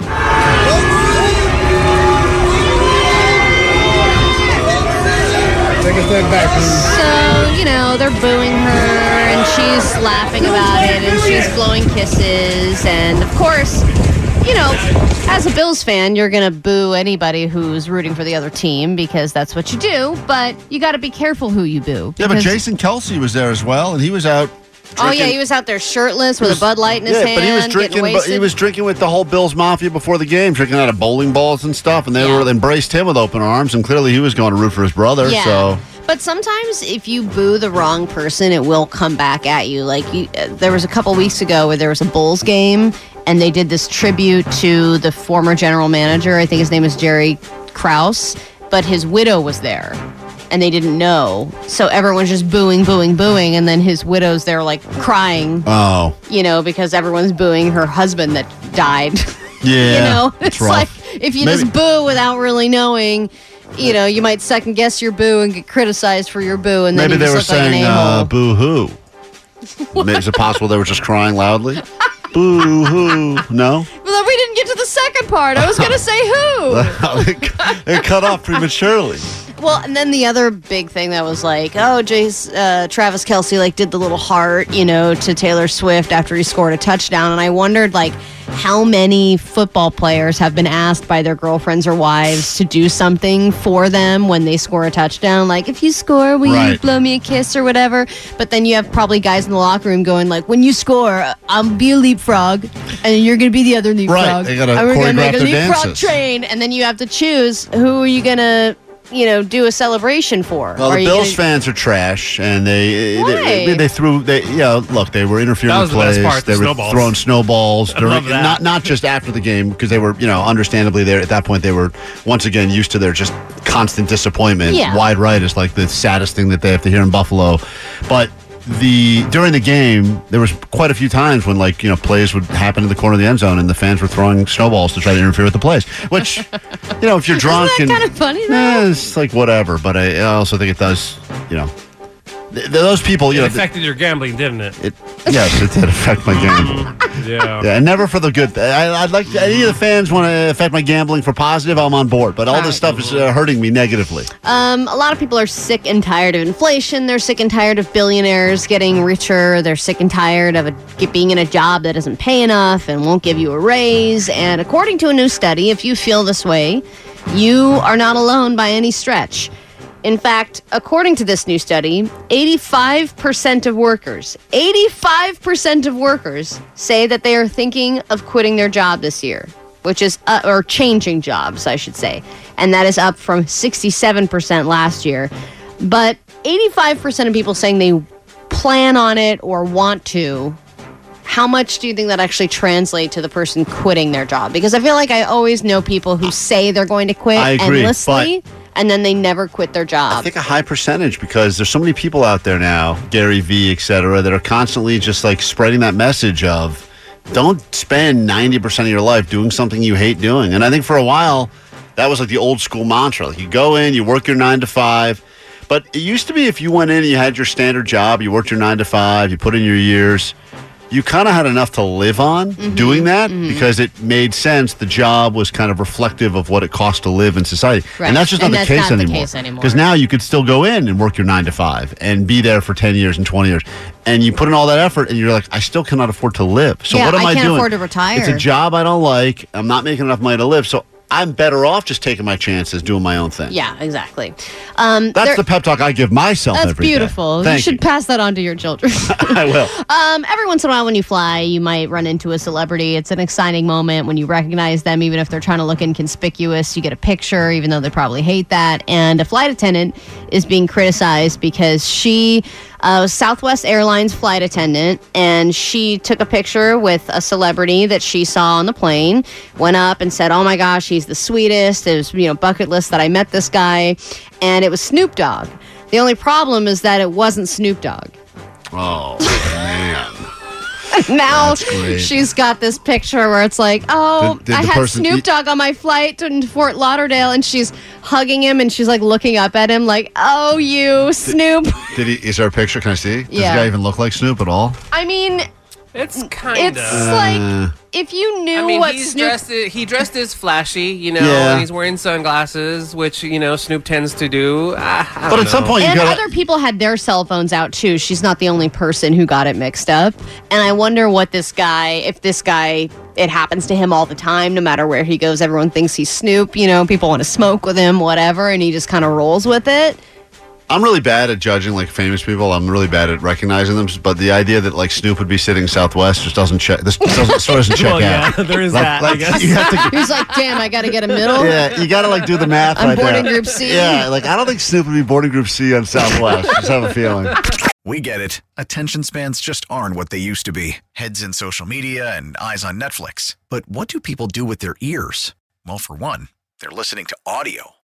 Take a step back.
So, you know, they're booing her and she's laughing about it and she's blowing kisses. And of course, you know, as a Bills fan, you're going to boo anybody who's rooting for the other team because that's what you do. But you got to be careful who you boo.
Yeah, but
because-
Jason Kelsey was there as well, and he was out.
Oh, yeah,
drinking-
he was out there shirtless with a Bud Light in his
yeah,
hand.
but he was
getting
drinking. But he
wasted.
was drinking with the whole Bills Mafia before the game, drinking out of bowling balls and stuff, and they were embraced him with open arms. And clearly, he was going to root for his brother.
Yeah.
So
But sometimes if you boo the wrong person, it will come back at you. Like you, uh, there was a couple weeks ago where there was a Bulls game and they did this tribute to the former general manager. I think his name is Jerry Krause, but his widow was there. And they didn't know. So everyone's just booing, booing, booing. And then his widow's there, like crying,
Oh,
you know, because everyone's booing her husband that died.
yeah.
you know,
it's
it's
rough.
like if you
Maybe-
just boo without really knowing, you know, you might second guess your boo and get criticized for your boo, and then
Maybe
you
they
just
were
look like
saying
an
uh,
a-hole.
"boo hoo." Is it possible they were just crying loudly? boo hoo. No,
Well, then we didn't get to the second part. I was going to say who.
it cut off prematurely.
well, and then the other big thing that was like, oh, Jace, uh, Travis Kelsey like did the little heart, you know, to Taylor Swift after he scored a touchdown, and I wondered like how many football players have been asked by their girlfriends or wives to do something for them when they score a touchdown, like if you score, will you
Right.
blow me a kiss or whatever. But then you have probably guys in the locker room going like, when you score, I'll be a leapfrog, and you're gonna be the other leapfrog.
they gotta
and we're gonna make
choreograph
a
their
leapfrog
dances.
train, and then you have to choose who are you gonna, you know, do a celebration for.
Well,
Are
the
you
Bills
gonna-
fans are trash, and they
Why?
they, they, they threw they yeah look they were interfering
That
with
was the
plays,
best part, the
they were
snowballs.
throwing snowballs
I
during,
love that.
not not just after the game because they were you know understandably there at that point they were once again used to their just constant disappointment.
Yeah.
Wide right is like the saddest thing that they have to hear in Buffalo, but. The during the game, there was quite a few times when like you know plays would happen in the corner of the end zone, and the fans were throwing snowballs to try to interfere with the plays. Which you know, if you're drunk
Isn't that
and
kind of funny though?
Eh, it's like whatever, but I I also think it does. You know, th- th- those people. You
It
know, th-
affected your gambling, didn't it?
It. yes, it did affect my gambling.
Yeah.
Yeah, and never for the good. I, I'd like any of the fans want to affect my gambling for positive. I'm on board, but all, this stuff is uh, hurting me negatively.
Um, a lot of people are sick and tired of inflation. They're sick and tired of billionaires getting richer. They're sick and tired of a, get- being in a job that doesn't pay enough and won't give you a raise. And according to a new study, if you feel this way, you are not alone by any stretch. In fact, according to this new study, 85% of workers, 85% of workers say that they are thinking of quitting their job this year, which is, uh, or changing jobs, I should say. And that is up from 67% last year. But 85% of people saying they plan on it or want to. How much do you think that actually translate to the person quitting their job? Because I feel like I always know people who say they're going to quit
I agree,
endlessly and then they never quit their
I
job.
think a high percentage because there's so many people out there now, Gary Vee, et cetera, that are constantly just like spreading that message of don't spend 90% of your life doing something you hate doing. And I think for a while, that was like the old school mantra. Like you go in, you work your nine to five. But it used to be if you went in and you had your standard job, you worked your nine to five, you put in your years, you kind of had enough to live on
Mm-hmm.
doing that because it made sense. The job was kind of reflective of what it cost to live in society.
Right.
And that's just
And
not,
that's
the, case
not the
anymore.
case anymore.
Because now you could still go in and work your nine to five and be there for 10 years and 20 years. And you put in all that effort and you're like, I still cannot afford to live. So
Yeah,
what am
I
I,
can't
doing?
afford to retire.
It's a job I don't like. I'm not making enough money to live. So I'm better off just taking my chances, doing my own thing.
yeah, exactly. Um,
That's
there-
the pep talk I give myself
that's
every day.
beautiful. You
Thank
should pass that on to your children.
I will.
Um, every once in a while, when you fly, you might run into a celebrity. It's an exciting moment when you recognize them, even if they're trying to look inconspicuous. You get a picture, even though they probably hate that. And a flight attendant is being criticized because she, uh, was Southwest Airlines flight attendant, and she took a picture with a celebrity that she saw on the plane. Went up and said, "Oh my gosh, he's the sweetest." It was you know bucket list that I met this guy, and it was Snoop Dogg. The only problem is that it wasn't Snoop Dogg.
Oh, man.
now
That's great.
she's got this picture where it's like, oh,
Did- did
I
the
had
person
Snoop
eat-
Dogg on my flight to Fort Lauderdale, and she's hugging him and she's like looking up at him like, oh, you Snoop.
Did he? Is there a picture? Can I see? Does
Yeah.
the guy even look like Snoop at all?
I mean,
it's kind
it's like
Uh.
if you knew
I mean,
what
he's
Snoop
dressed. He dressed as flashy, you know,
Yeah.
and he's wearing sunglasses, which you know Snoop tends to do. I, I
But
don't
at some
know.
point,
and other people had their cell phones out too. She's not the only person who got it mixed up. And I wonder what this guy, if this guy, it happens to him all the time, no matter where he goes. Everyone thinks he's Snoop. You know, people want to smoke with him, whatever, and he just kind of rolls with it.
I'm really bad at judging like famous people. I'm really bad at recognizing them. But the idea that like Snoop would be sitting Southwest just doesn't check. This doesn't, so doesn't check
Well,
out.
yeah, there is
Like-
that, I
Like,
guess.
You have to,
He was like, "Damn, I got to get a middle."
yeah, you got to like do the math.
I'm
right
born
there.
in Group C.
Yeah, like I don't think Snoop would be born in Group C on Southwest. just have a feeling.
We get it. Attention spans just aren't what they used to be heads in social media and eyes on Netflix. But what do people do with their ears? Well, for one, they're listening to audio.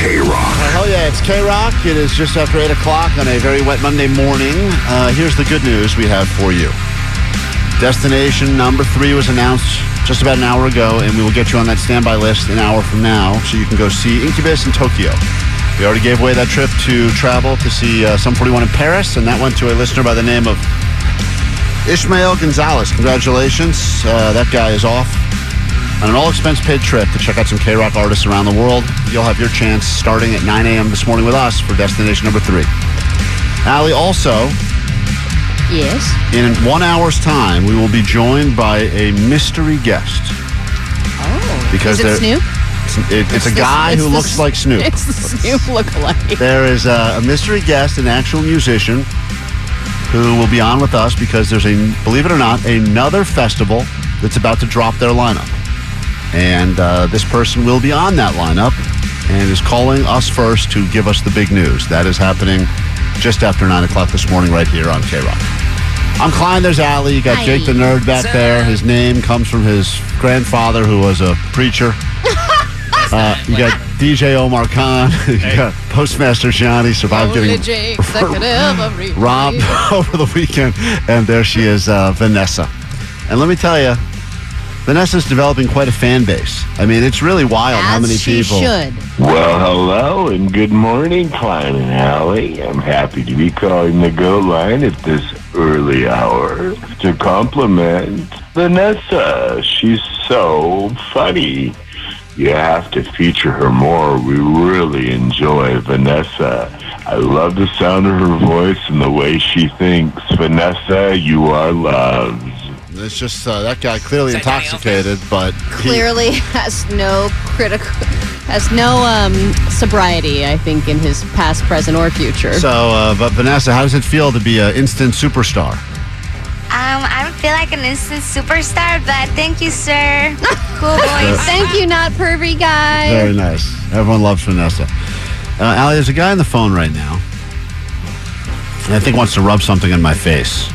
K Rock.
Well, hell yeah, it's K Rock. It is just after 8 o'clock on a very wet Monday morning. Uh, here's the good news we have for you Destination number three was announced just about an hour ago, and we will get you on that standby list an hour from now so you can go see Incubus in Tokyo. We already gave away that trip to travel to see uh, Sum 41 in Paris, and that went to a listener by the name of Ishmael Gonzalez. Congratulations. Uh, that guy is off on an all expense paid trip to check out some K Rock artists around the world. You'll have your chance starting at 9 a.m. this morning with us for destination number three. Allie, also,
Yes.
in one hour's time, we will be joined by a mystery guest. Oh, because
is it
there-
Snoop?
It's, it- it's a
the-
guy
it's
who
the
looks
s-
like Snoop.
It's the Snoop lookalike.
There is a, a mystery guest, an actual musician, who will be on with us because there's a, believe it or not, another festival that's about to drop their lineup. And uh, this person will be on that lineup and is calling us first to give us the big news. That is happening just after 9 o'clock this morning, right here on K Rock. I'm Klein, there's Allie. You got
Hi.
Jake the Nerd back
Sup?
there. His name comes from his grandfather, who was a preacher. Uh, you got DJ Omar Khan. You got Postmaster Johnny survived
Only
getting
Jake's that could ever reach.
robbed over the weekend. And there she is, uh, Vanessa. And let me tell you, Vanessa's developing quite a fan base. I mean, it's really wild how many
she
people.
should.
Well, hello and good morning, Klein and Allie. I'm happy to be calling the go line at this early hour to compliment Vanessa. She's so funny. You have to feature her more. We really enjoy Vanessa. I love the sound of her voice and the way she thinks. Vanessa, you are loved.
It's just uh, that guy clearly intoxicated, but he-
Clearly has no critical, has no um sobriety. I think in his past, present, or future.
So, uh, but Vanessa, how does it feel to be an instant superstar?
Um, I don't feel like an instant superstar, but thank you, sir. Cool voice.
Thank you, not pervy guy.
Very nice. Everyone loves Vanessa. Uh, Allie, there's a guy on the phone right now, and I think wants to rub something in my face.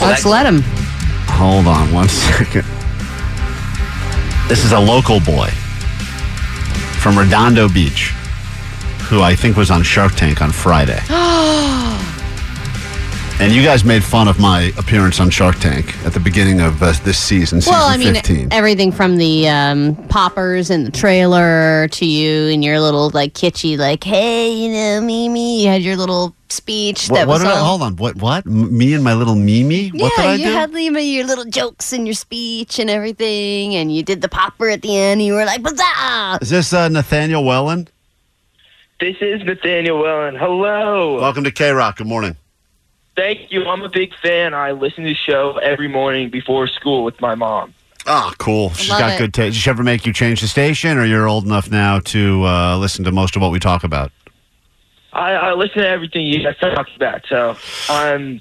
Let's let him.
Hold on one second. This is a local boy from Redondo Beach, who I think was on Shark Tank on Friday. And you guys made fun of my appearance on Shark Tank at the beginning of uh, this season, season
well, I mean,
15.
everything from the um, poppers and the trailer to you and your little like kitschy, like, hey, you know, Mimi, you had your little speech
What,
that
what
was
did I,
all-
hold on. What? What? M- me and my little Mimi?
Yeah,
what did I
you
do?
had Lima, your little jokes and your speech and everything, and you did the popper at the end. And you were like, "Bazaar!"
Is this uh, Nathaniel Wellen?
This is Nathaniel Wellen. Hello.
Welcome to K Rock. Good morning.
Thank you. I'm a big fan. I listen to the show every morning before school with my mom.
Ah, cool. She's
love
got
it.
good taste. Did she ever make you change the station, or you're old enough now to uh, listen to most of what we talk about?
I, I listen to everything you guys talk about, so I'm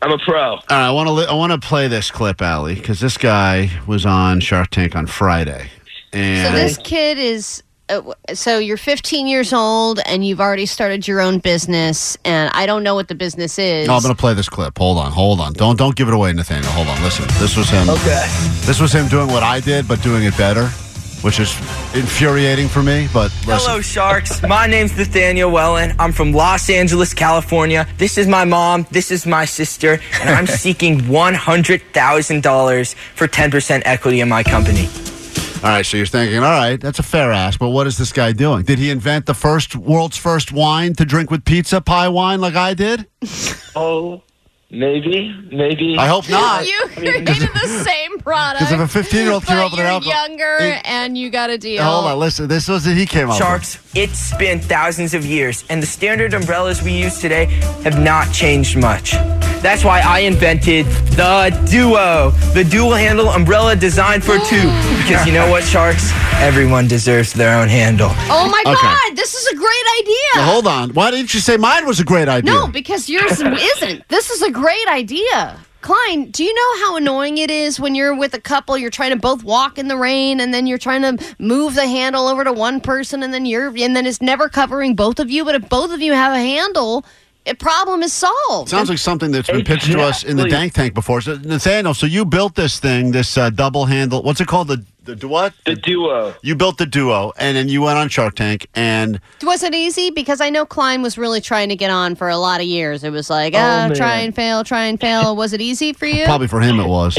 I'm a pro.
All right, I want to li- I want to play this clip, Allie, because this guy was on Shark Tank on Friday,
So
and
this kid is uh, so you're 15 years old and you've already started your own business, and I don't know what the business is.
No, I'm going to play this clip. Hold on, hold on. Don't don't give it away, Nathaniel. Hold on. Listen, this was him.
Okay.
This was him doing what I did, but doing it better, which is infuriating for me. But listen,
Hello, Sharks. My name's Nathaniel Wellen. I'm from Los Angeles, California. This is my mom. This is my sister. And I'm seeking $100,000 for 10% equity in my company.
all right. So you're thinking, all right, that's a fair ask, but what is this guy doing? Did he invent the first world's first wine to drink with pizza pie wine like I did?
Oh, maybe, maybe.
I hope not.
You created the same product.
'Cause if a 15-year-old threw
but
up in an
you're
alcohol-
younger
It-
and you got a deal.
Hold on. Listen, this was he came up. with.
Sharks, it's been thousands of years, and the standard umbrellas we use today have not changed much. That's why I invented the Duo, the dual handle umbrella designed for two. Because you know what, Sharks? Everyone deserves their own handle.
Oh my
Okay.
God, this is a great idea.
Now, hold on. Why didn't you say mine was a great idea?
No, because yours isn't. This is a great idea. Klein, do you know how annoying it is when you're with a couple, you're trying to both walk in the rain and then you're trying to move the handle over to one person and then you're and then it's never covering both of you, but if both of you have a handle, a problem is solved.
Sounds like something that's been pitched to us in the Dank Tank before. So, Nathaniel, so you built this thing, this uh, double handle. What's it called? The the du- what? The
duo.
You built the duo, and then you went on Shark Tank, and
was it easy? Because I know Klein was really trying to get on for a lot of years. It was like,
Oh,
ah, try
man.
and fail, try and fail. Was it easy for you?
probably for him it was.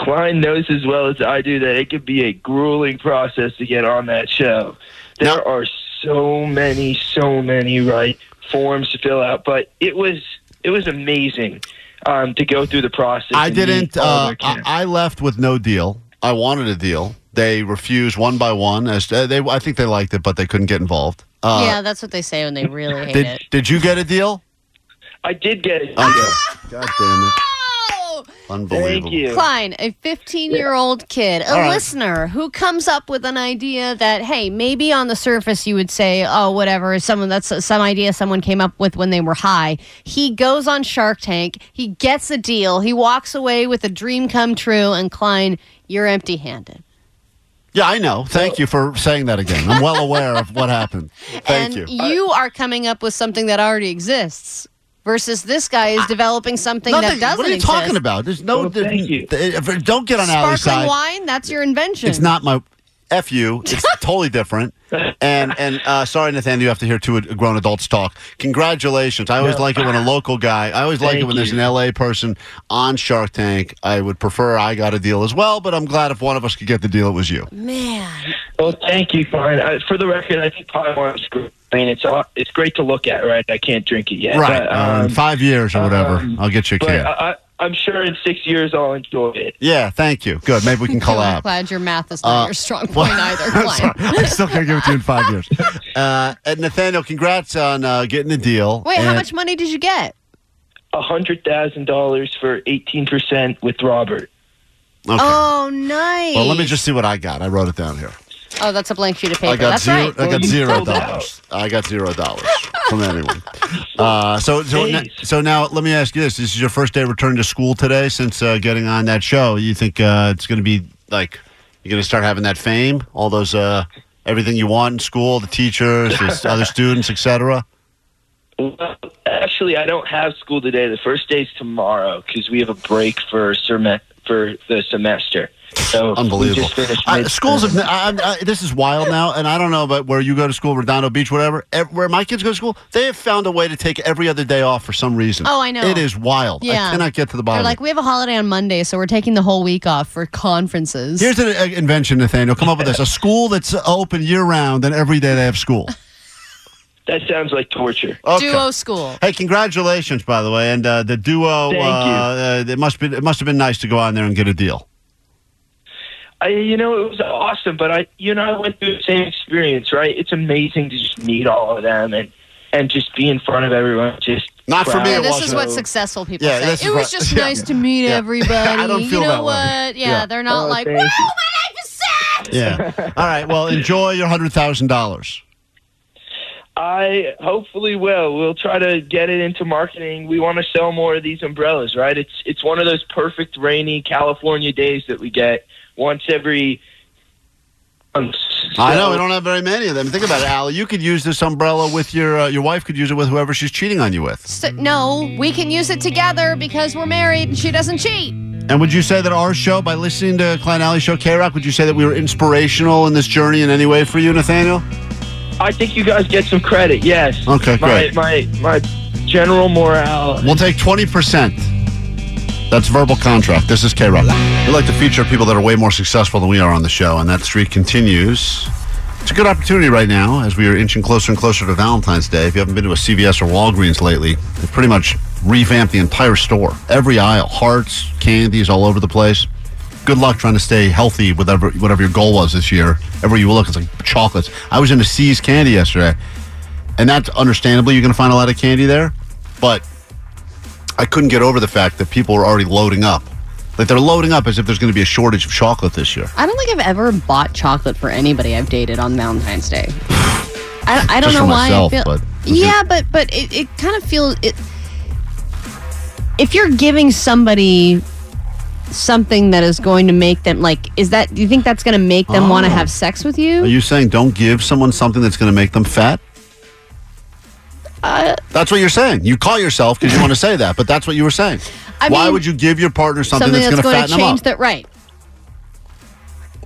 Klein knows as well as I do that it could be a grueling process to get on that show. There are so many, so many right forms to fill out, but it was it was amazing um, to go through the process.
I
and meet
didn't.
all
Uh,
their cast.
I, I left with no deal. I wanted a deal. They refused one by one. As uh, they, I think they liked it, but they couldn't get involved.
yeah,
Uh,
that's what they say when they really hate
Did
it.
Did you get a deal?
I did get it.
God damn it! Unbelievable.
Klein, a 15 year old kid, a
All right.
listener who comes up with an idea that, hey, maybe on the surface you would say, oh, whatever, someone that's some idea someone came up with when they were high. He goes on Shark Tank, he gets a deal, he walks away with a dream come true, and Klein, you're empty handed.
Yeah, I know. Thank you for saying that again. I'm well aware of what happened. Thank
And
you.
are coming up with something that already exists. Versus this guy is developing something that
Nothing-
doesn't
What are you
exist.
talking about? There's no. th- if- don't get on Allie's side.
Sparkling wine, that's your invention.
It's not my. F you. It's totally different. And and uh, sorry, Nathan, you have to hear two ad- grown adults talk. Congratulations. I always
No.
like it when a local guy. I always like
Thank
it when there's an LA person on Shark Tank. I would prefer I got a deal as well, but I'm glad if one of us could get the deal, it was you.
Man.
Well, thank you, Klein. I, for the record, I think pie wine's great. I mean, it's aw- it's great to look at, right? I can't drink it yet.
right.
but,
uh,
um,
in five years or whatever, I'll get you a
but uh,
can.
I, I, I'm sure in six years I'll enjoy it.
yeah. Thank you. Good. Maybe we can collab.
Glad your math is
Uh,
not your strong point
well,
either.
I'm
Klein.
sorry. I still can't give it to you in five years. Uh, and Nathaniel, congrats on uh, getting the deal.
Wait, how
And-
much money did you get?
A hundred thousand dollars for eighteen percent with Robert.
Okay.
Oh, nice.
Well, let me just see what I got. I wrote it down here.
Oh, that's a blank sheet of paper.
I got
that's
zero.
right.
I got zero dollars. I got zero dollars from anyone. Uh, so, so,
Jeez.
na- so now let me ask you this: This is your first day return to school today since uh, getting on that show. You think uh, it's going to be like you're going to start having that fame, all those uh, everything you want in school, the teachers, the other students, etc.
Well, actually, I don't have school today. The first day's tomorrow because we have a break for serme- for the semester. So
Unbelievable.
We just finished
I,
mid- uh,
schools have. I, I, I- this is wild now, and I don't know about where you go to school, Redondo Beach, whatever. ev- Where my kids go to school, they have found a way to take every other day off for some reason.
Oh, I know.
It is wild.
Yeah.
I cannot get to the bottom.
They're
of it.
like, we have a holiday on Monday, so we're taking the whole week off for conferences.
Here's an uh, invention, Nathaniel. Come up with this: a school that's open year round, and every day they have school.
that sounds like torture.
Okay.
Duo school.
Hey, congratulations, by the way, and uh, the duo.
Thank you.
uh, uh, it must be. It must have been nice to go on there and get a deal.
I, you know, it was awesome, but I, you know, I went through the same experience, right? It's amazing to just meet all of them and and just be in front of everyone. Just
Not for me,
Yeah,
it
this is
wasn't.
what successful people
Yeah, this
say.
is
It
what-
was just
yeah.
nice to meet
Yeah.
everybody.
I don't
you
feel
know
that way.
what? Yeah,
Yeah.
they're not
Oh,
like,
thank
woo,
you.
my life is sad.
Yeah. All right. Well, enjoy your hundred thousand dollars.
I hopefully will. We'll try to get it into marketing. We want to sell more of these umbrellas, right? It's it's one of those perfect rainy California days that we get once every months.
I know
So-
we don't have very many of them. Think about it, Al. You could use this umbrella with your uh, your wife. Could use it with whoever she's cheating on you with.
So, no, we can use it together because we're married and she doesn't cheat.
And would you say that our show, by listening to Klein Alley Show K Rock, would you say that we were inspirational in this journey in any way for you, Nathaniel?
I think you guys get some credit. Yes.
Okay,
My
great.
my my general morale.
We'll take twenty percent. That's verbal contract. This is K Rock. We like to feature people that are way more successful than we are on the show, and that streak continues. It's a good opportunity right now as we are inching closer and closer to Valentine's Day. If you haven't been to a CVS or Walgreens lately, they pretty much revamped the entire store. Every aisle, hearts, candies all over the place. Good luck trying to stay healthy with whatever, whatever your goal was this year. Everywhere you look, it's like chocolates. I was into C's candy yesterday, and that's understandably you're going to find a lot of candy there, but I couldn't get over the fact that people were already loading up. Like they're loading up as if there's going to be a shortage of chocolate this year.
I don't think I've ever bought chocolate for anybody I've dated on Valentine's Day. I, I don't
Just
know
for
why.
myself,
I feel,
but-
yeah, but but it, it kind of feels it. If you're giving somebody something that is going to make them like, is that do you think that's going to make them want to
Oh.
have sex with
Are
you?
you saying don't give someone something that's going to make them fat?
Uh,
That's what you're saying. You call yourself because you want to say that, but that's what you were saying.
I
Why
mean,
would you give your partner something, that's, going to fatten them
change
up?
that right?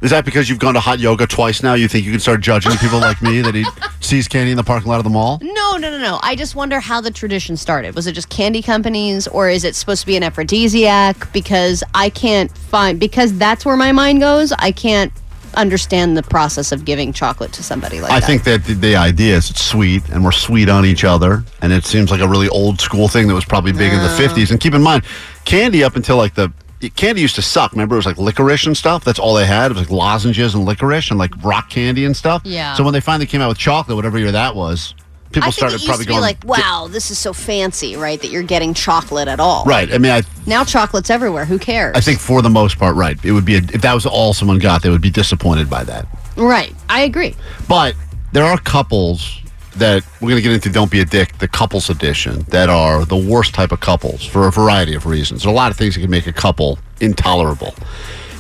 Is that because you've gone to hot yoga twice now? You think you can start judging people like me that eat sees candy in the parking lot of the mall?
No, no, no, no. I just wonder how the tradition started. Was it just candy companies or is it supposed to be an aphrodisiac? Because I can't find, because that's where my mind goes, I can't understand the process of giving chocolate to somebody like
I
that.
think that the, the idea is it's sweet and we're sweet on each other, and it seems like a really old school thing that was probably big in the
No.
50s. And keep in mind, candy up until like the candy used to suck. Remember, it was like licorice and stuff. That's all they had. It was like lozenges and licorice and like rock candy and stuff.
Yeah.
So when they finally came out with chocolate, whatever year that was, people
I think
started
it used
probably
to be
going
like, wow, this is so fancy, right? That you're getting chocolate at all.
Right. I mean, I
Now chocolate's everywhere. Who cares?
I think for the most part, right. It would be a, if that was all someone got, they would be disappointed by that.
right. I agree.
But there are couples that we're going to get into Don't Be a Dick, the couples edition, that are the worst type of couples for a variety of reasons. There are a lot of things that can make a couple intolerable.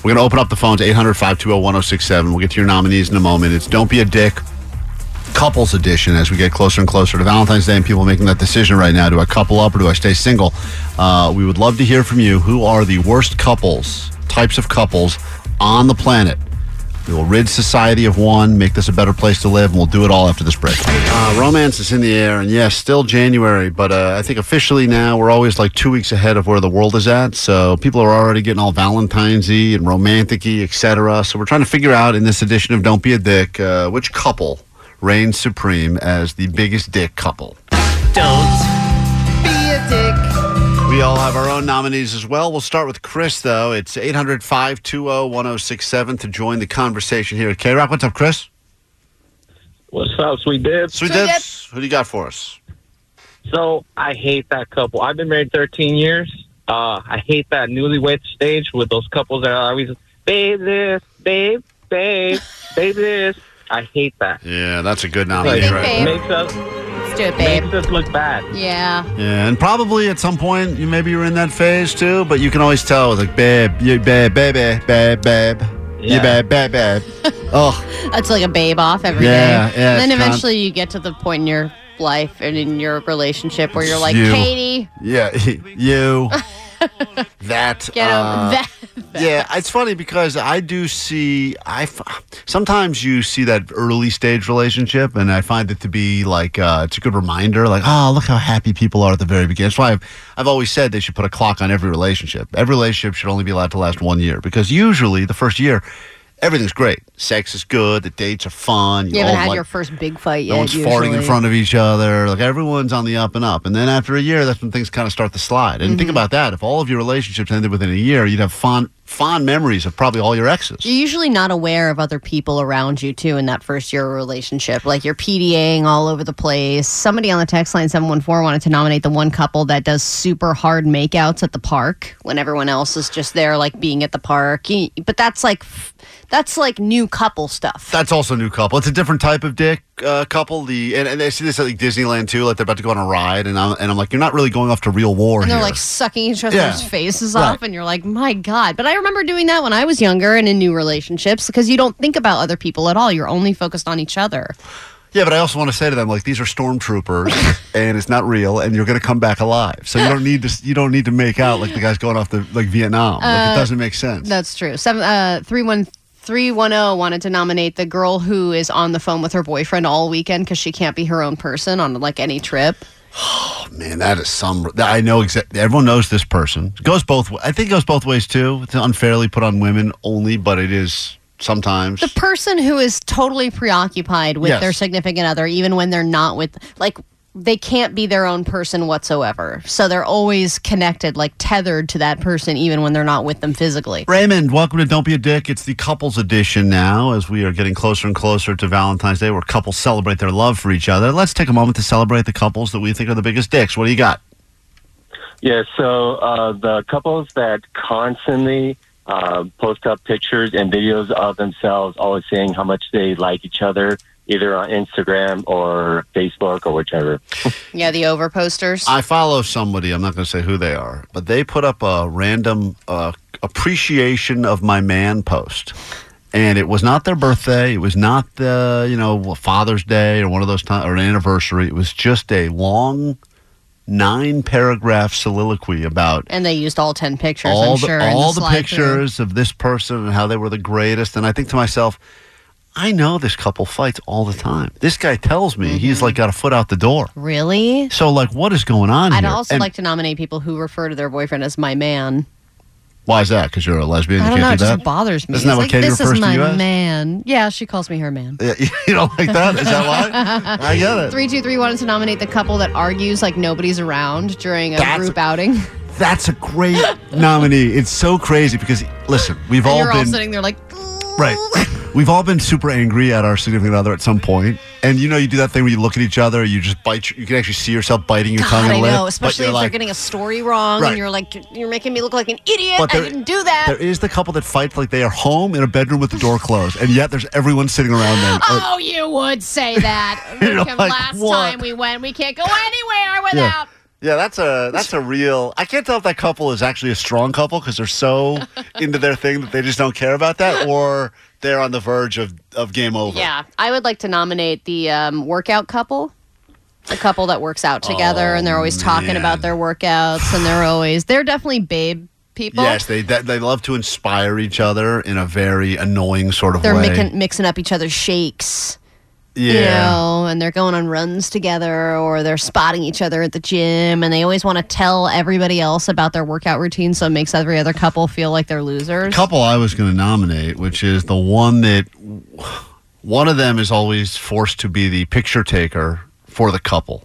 We're going to open up the phones 800 520 1067. We'll get to your nominees in a moment. It's Don't Be a Dick, couples edition as we get closer and closer to Valentine's Day and people making that decision right now. Do I couple up or do I stay single? Uh, we would love to hear from you. Who are the worst couples, types of couples on the planet? We will rid society of one, make this a better place to live, and we'll do it all after this break. Uh, romance is in the air, and yes, still January, but uh, I think officially now we're always like two weeks ahead of where the world is at. So people are already getting all Valentine's-y and romantic-y, etc. So we're trying to figure out in this edition of Don't Be a Dick uh, which couple reigns supreme as the biggest dick couple.
Don't be a dick.
We all have our own nominees as well. We'll start with Chris, though. It's 800 520 1067 to join the conversation here at K Rock. What's up, Chris?
What's up, Sweet Dips?
Sweet, Dips. Who do you got for us?
So I hate that couple. I've been married 13 years. Uh, I hate that newlywed stage with those couples that are always babe this, babe, babe, babe this. I hate that.
Yeah, that's a good
Like,
nominee, right?
Makes us
Stupid.
makes us look bad.
Yeah.
Yeah, and probably at some point, you maybe you're in that phase too, but you can always tell. It's like, babe, you babe, babe, babe, babe, babe, you
Yeah.
babe, babe, babe. oh,
That's like a babe off every day.
Yeah, yeah,
And then
it's con-
eventually you get to the point in your life and in your relationship where you're like,
You.
Katie,
yeah, you, that,
Get over
uh,
that.
Yeah, it's funny because I do see I f- sometimes you see that early stage relationship, and I find it to be like uh, it's a good reminder. Like, oh, look how happy people are at the very beginning. That's why I've, I've always said they should put a clock on every relationship. Every relationship should only be allowed to last one year because usually the first year. Everything's great. Sex is good. The dates are fun.
you haven't
all
had
like-
your first big fight yet.
no one's farting in
usually.
front of each other. Like everyone's on the up and up. And then after a year, that's when things kind of start to slide. And
Mm-hmm.
think about that. If all of your relationships ended within a year, you'd have fond fond memories of probably all your exes.
You're usually not aware of other people around you too in that first year of a relationship. Like you're PDAing all over the place. Somebody on the text line 714 wanted to nominate the one couple that does super hard makeouts at the park when everyone else is just there like being at the park. Y- But that's like f- That's like new couple stuff.
That's also a new couple. It's a different type of dick uh, couple. The and, and I see this at like Disneyland too. Like they're about to go on a ride, and I'm and I'm like, you're not really going off to real war.
And they're
here.
like sucking each other's
Yeah.
faces
Right.
off, and you're like, my God. But I remember doing that when I was younger and in new relationships because you don't think about other people at all. You're only focused on each other.
yeah, but I also want to say to them like, these are stormtroopers, and it's not real, and you're gonna come back alive. So you don't need to you don't need to make out like the guy's going off to like Vietnam. like
Uh,
it doesn't make sense.
That's true. Seven uh, three one three one zero wanted to nominate the girl who is on the phone with her boyfriend all weekend because she can't be her own person on like any trip.
Man, that is some. that- I know exactly. Everyone knows this person. It goes both. I think it goes both ways too. It's unfairly put on women only, but it is sometimes.
The person who is totally preoccupied with
Yes.
their significant other, even when they're not with, like, they can't be their own person whatsoever. So they're always connected, like, tethered to that person, even when they're not with them physically.
Raymond, welcome to Don't Be a Dick. It's the couples edition now as we are getting closer and closer to Valentine's Day where couples celebrate their love for each other. Let's take a moment to celebrate the couples that we think are the biggest dicks. What do you got?
Yeah, so uh, the couples that constantly uh, post up pictures and videos of themselves, always saying how much they like each other, either on Instagram or Facebook or whichever.
Yeah, the overposters.
I follow somebody, I'm not going to say who they are, but they put up a random uh, appreciation of my man post. And it was not their birthday. It was not the, you know, Father's Day or one of those times or an anniversary. It was just a long nine paragraph soliloquy about
And they used all 10 pictures,
all
I'm
the,
sure. in
all the,
slide through.
pictures of this person and how they were the greatest. And I think to myself, I know this couple fights all the time. This guy tells me he's
Mm-hmm.
like got a foot out the door.
Really?
So like, what is going on
I'd
here?
also
And
like to nominate people who refer to their boyfriend as my man.
why is that? Because you're a lesbian.
I
you
don't know. It
can't do
just
that.
bothers me.
Isn't that
It's
what
like,
Katie
this
refers to
is my
you as?
man. Yeah, she calls me her man.
Yeah, you don't like that? Is that why? I get it.
Three two three wanted to nominate the couple that argues like nobody's around during a group outing.
That's a great nominee. It's so crazy because listen, we've
and
all
you're all
been
sitting there like,
Right. We've all been super angry at our significant other at some point, and you know you do that thing where you look at each other, you just bite. Your, you can actually see yourself biting your tongue
God,
and
I
lip.
know,
but
especially
you're
if
like-
they're getting a story wrong,
Right.
and you're like, you're making me look like an idiot.
But
I
there-
didn't do that.
There is the couple that fight like they are home in a bedroom with the door closed, and yet there's everyone sitting around them. Uh,
oh, you would say that.
You're
Like,
like,
last
what?
time we went, we can't go anywhere without.
yeah. Yeah, that's a that's a real. I can't tell if that couple is actually a strong couple because they're so into their thing that they just don't care about that, or they're on the verge of of game over.
Yeah, I would like to nominate the um, workout couple. The couple that works out together, and they're always
Oh,
talking about their workouts, and they're always they're definitely babe people.
Yes, they that, they love to inspire each other in a very annoying sort of
they're
way.
mixing, mixing up each other's shakes. You
yeah.
know, and they're going on runs together or they're spotting each other at the gym and they always want to tell everybody else about their workout routine so it makes every other couple feel like they're losers.
couple I was going to nominate, which is the one that one of them is always forced to be the picture taker for the couple,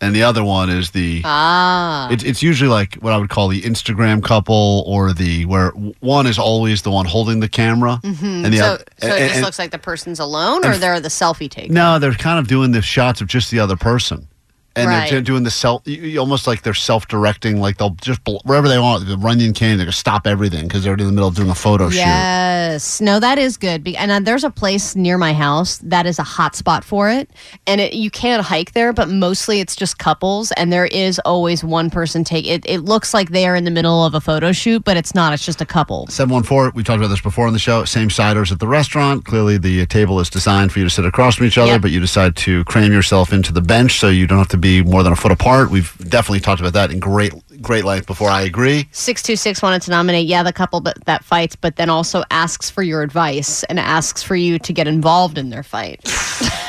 and the other one is the.
Ah.
It's, it's usually like what I would call the Instagram couple, or the where one is always the one holding the camera,
Mhm.
and the
so,
other.
so it
and-
just
and-
looks like the person's alone or
and f-
they're the selfie taker.
No, they're kind of doing the shots of just the other person. And
Right.
they're ju- doing the self, you- you- almost like they're self-directing. Like they'll just bl- wherever they want, the Runyon Canyon, they're gonna stop everything because they're in the middle of doing a photo shoot.
Yes. No, that is good. Be- And uh, there's a place near my house that is a hot spot for it. And it, you can hike there, but mostly it's just couples. And there is always one person take it. It looks like they are in the middle of a photo shoot, but it's not. It's just a couple.
714, we talked about this before on the show. Same siders at the restaurant. Clearly, the table is designed for you to sit across from each other, but you decide to cram yourself into the bench so you don't have to be more than a foot apart. We've definitely talked about that in great, great length before. I agree.
626 wanted to nominate, yeah, the couple but that fights, but then also asks for your advice and asks for you to get involved in their fight.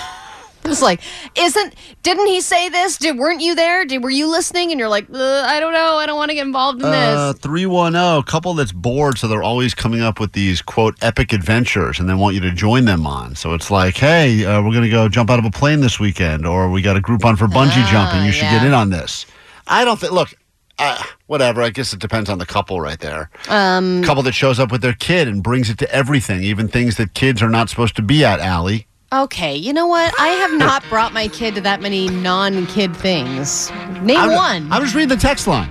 it's like, isn't, didn't he say this? Did, weren't you there? Did, were you listening? And you're like, "Uh, I don't know. I don't want to get involved in
Uh,
this.
310, couple that's bored, so they're always coming up with these, quote, epic adventures, and they want you to join them on. So it's like, hey, uh, we're going to go jump out of a plane this weekend, or we got a group on for bungee jumping. You should get in on this. I don't think, look, uh, whatever. I guess it depends on the couple right there.
Um,
couple that shows up with their kid and brings it to everything, even things that kids are not supposed to be at, Allie.
Okay, you know what? I have not brought my kid to that many non kid things. Name
I'm-
one.
I'm just reading the text line.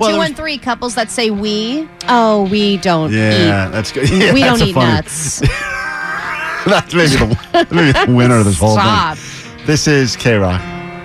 Well,
Two
there was-
one three couples that say we. Oh, we don't
yeah,
eat.
that's good. Yeah,
we
that's
don't
a
eat
funny-
nuts.
That's maybe the, maybe the winner of this whole
Stop.
thing. This is K Rock.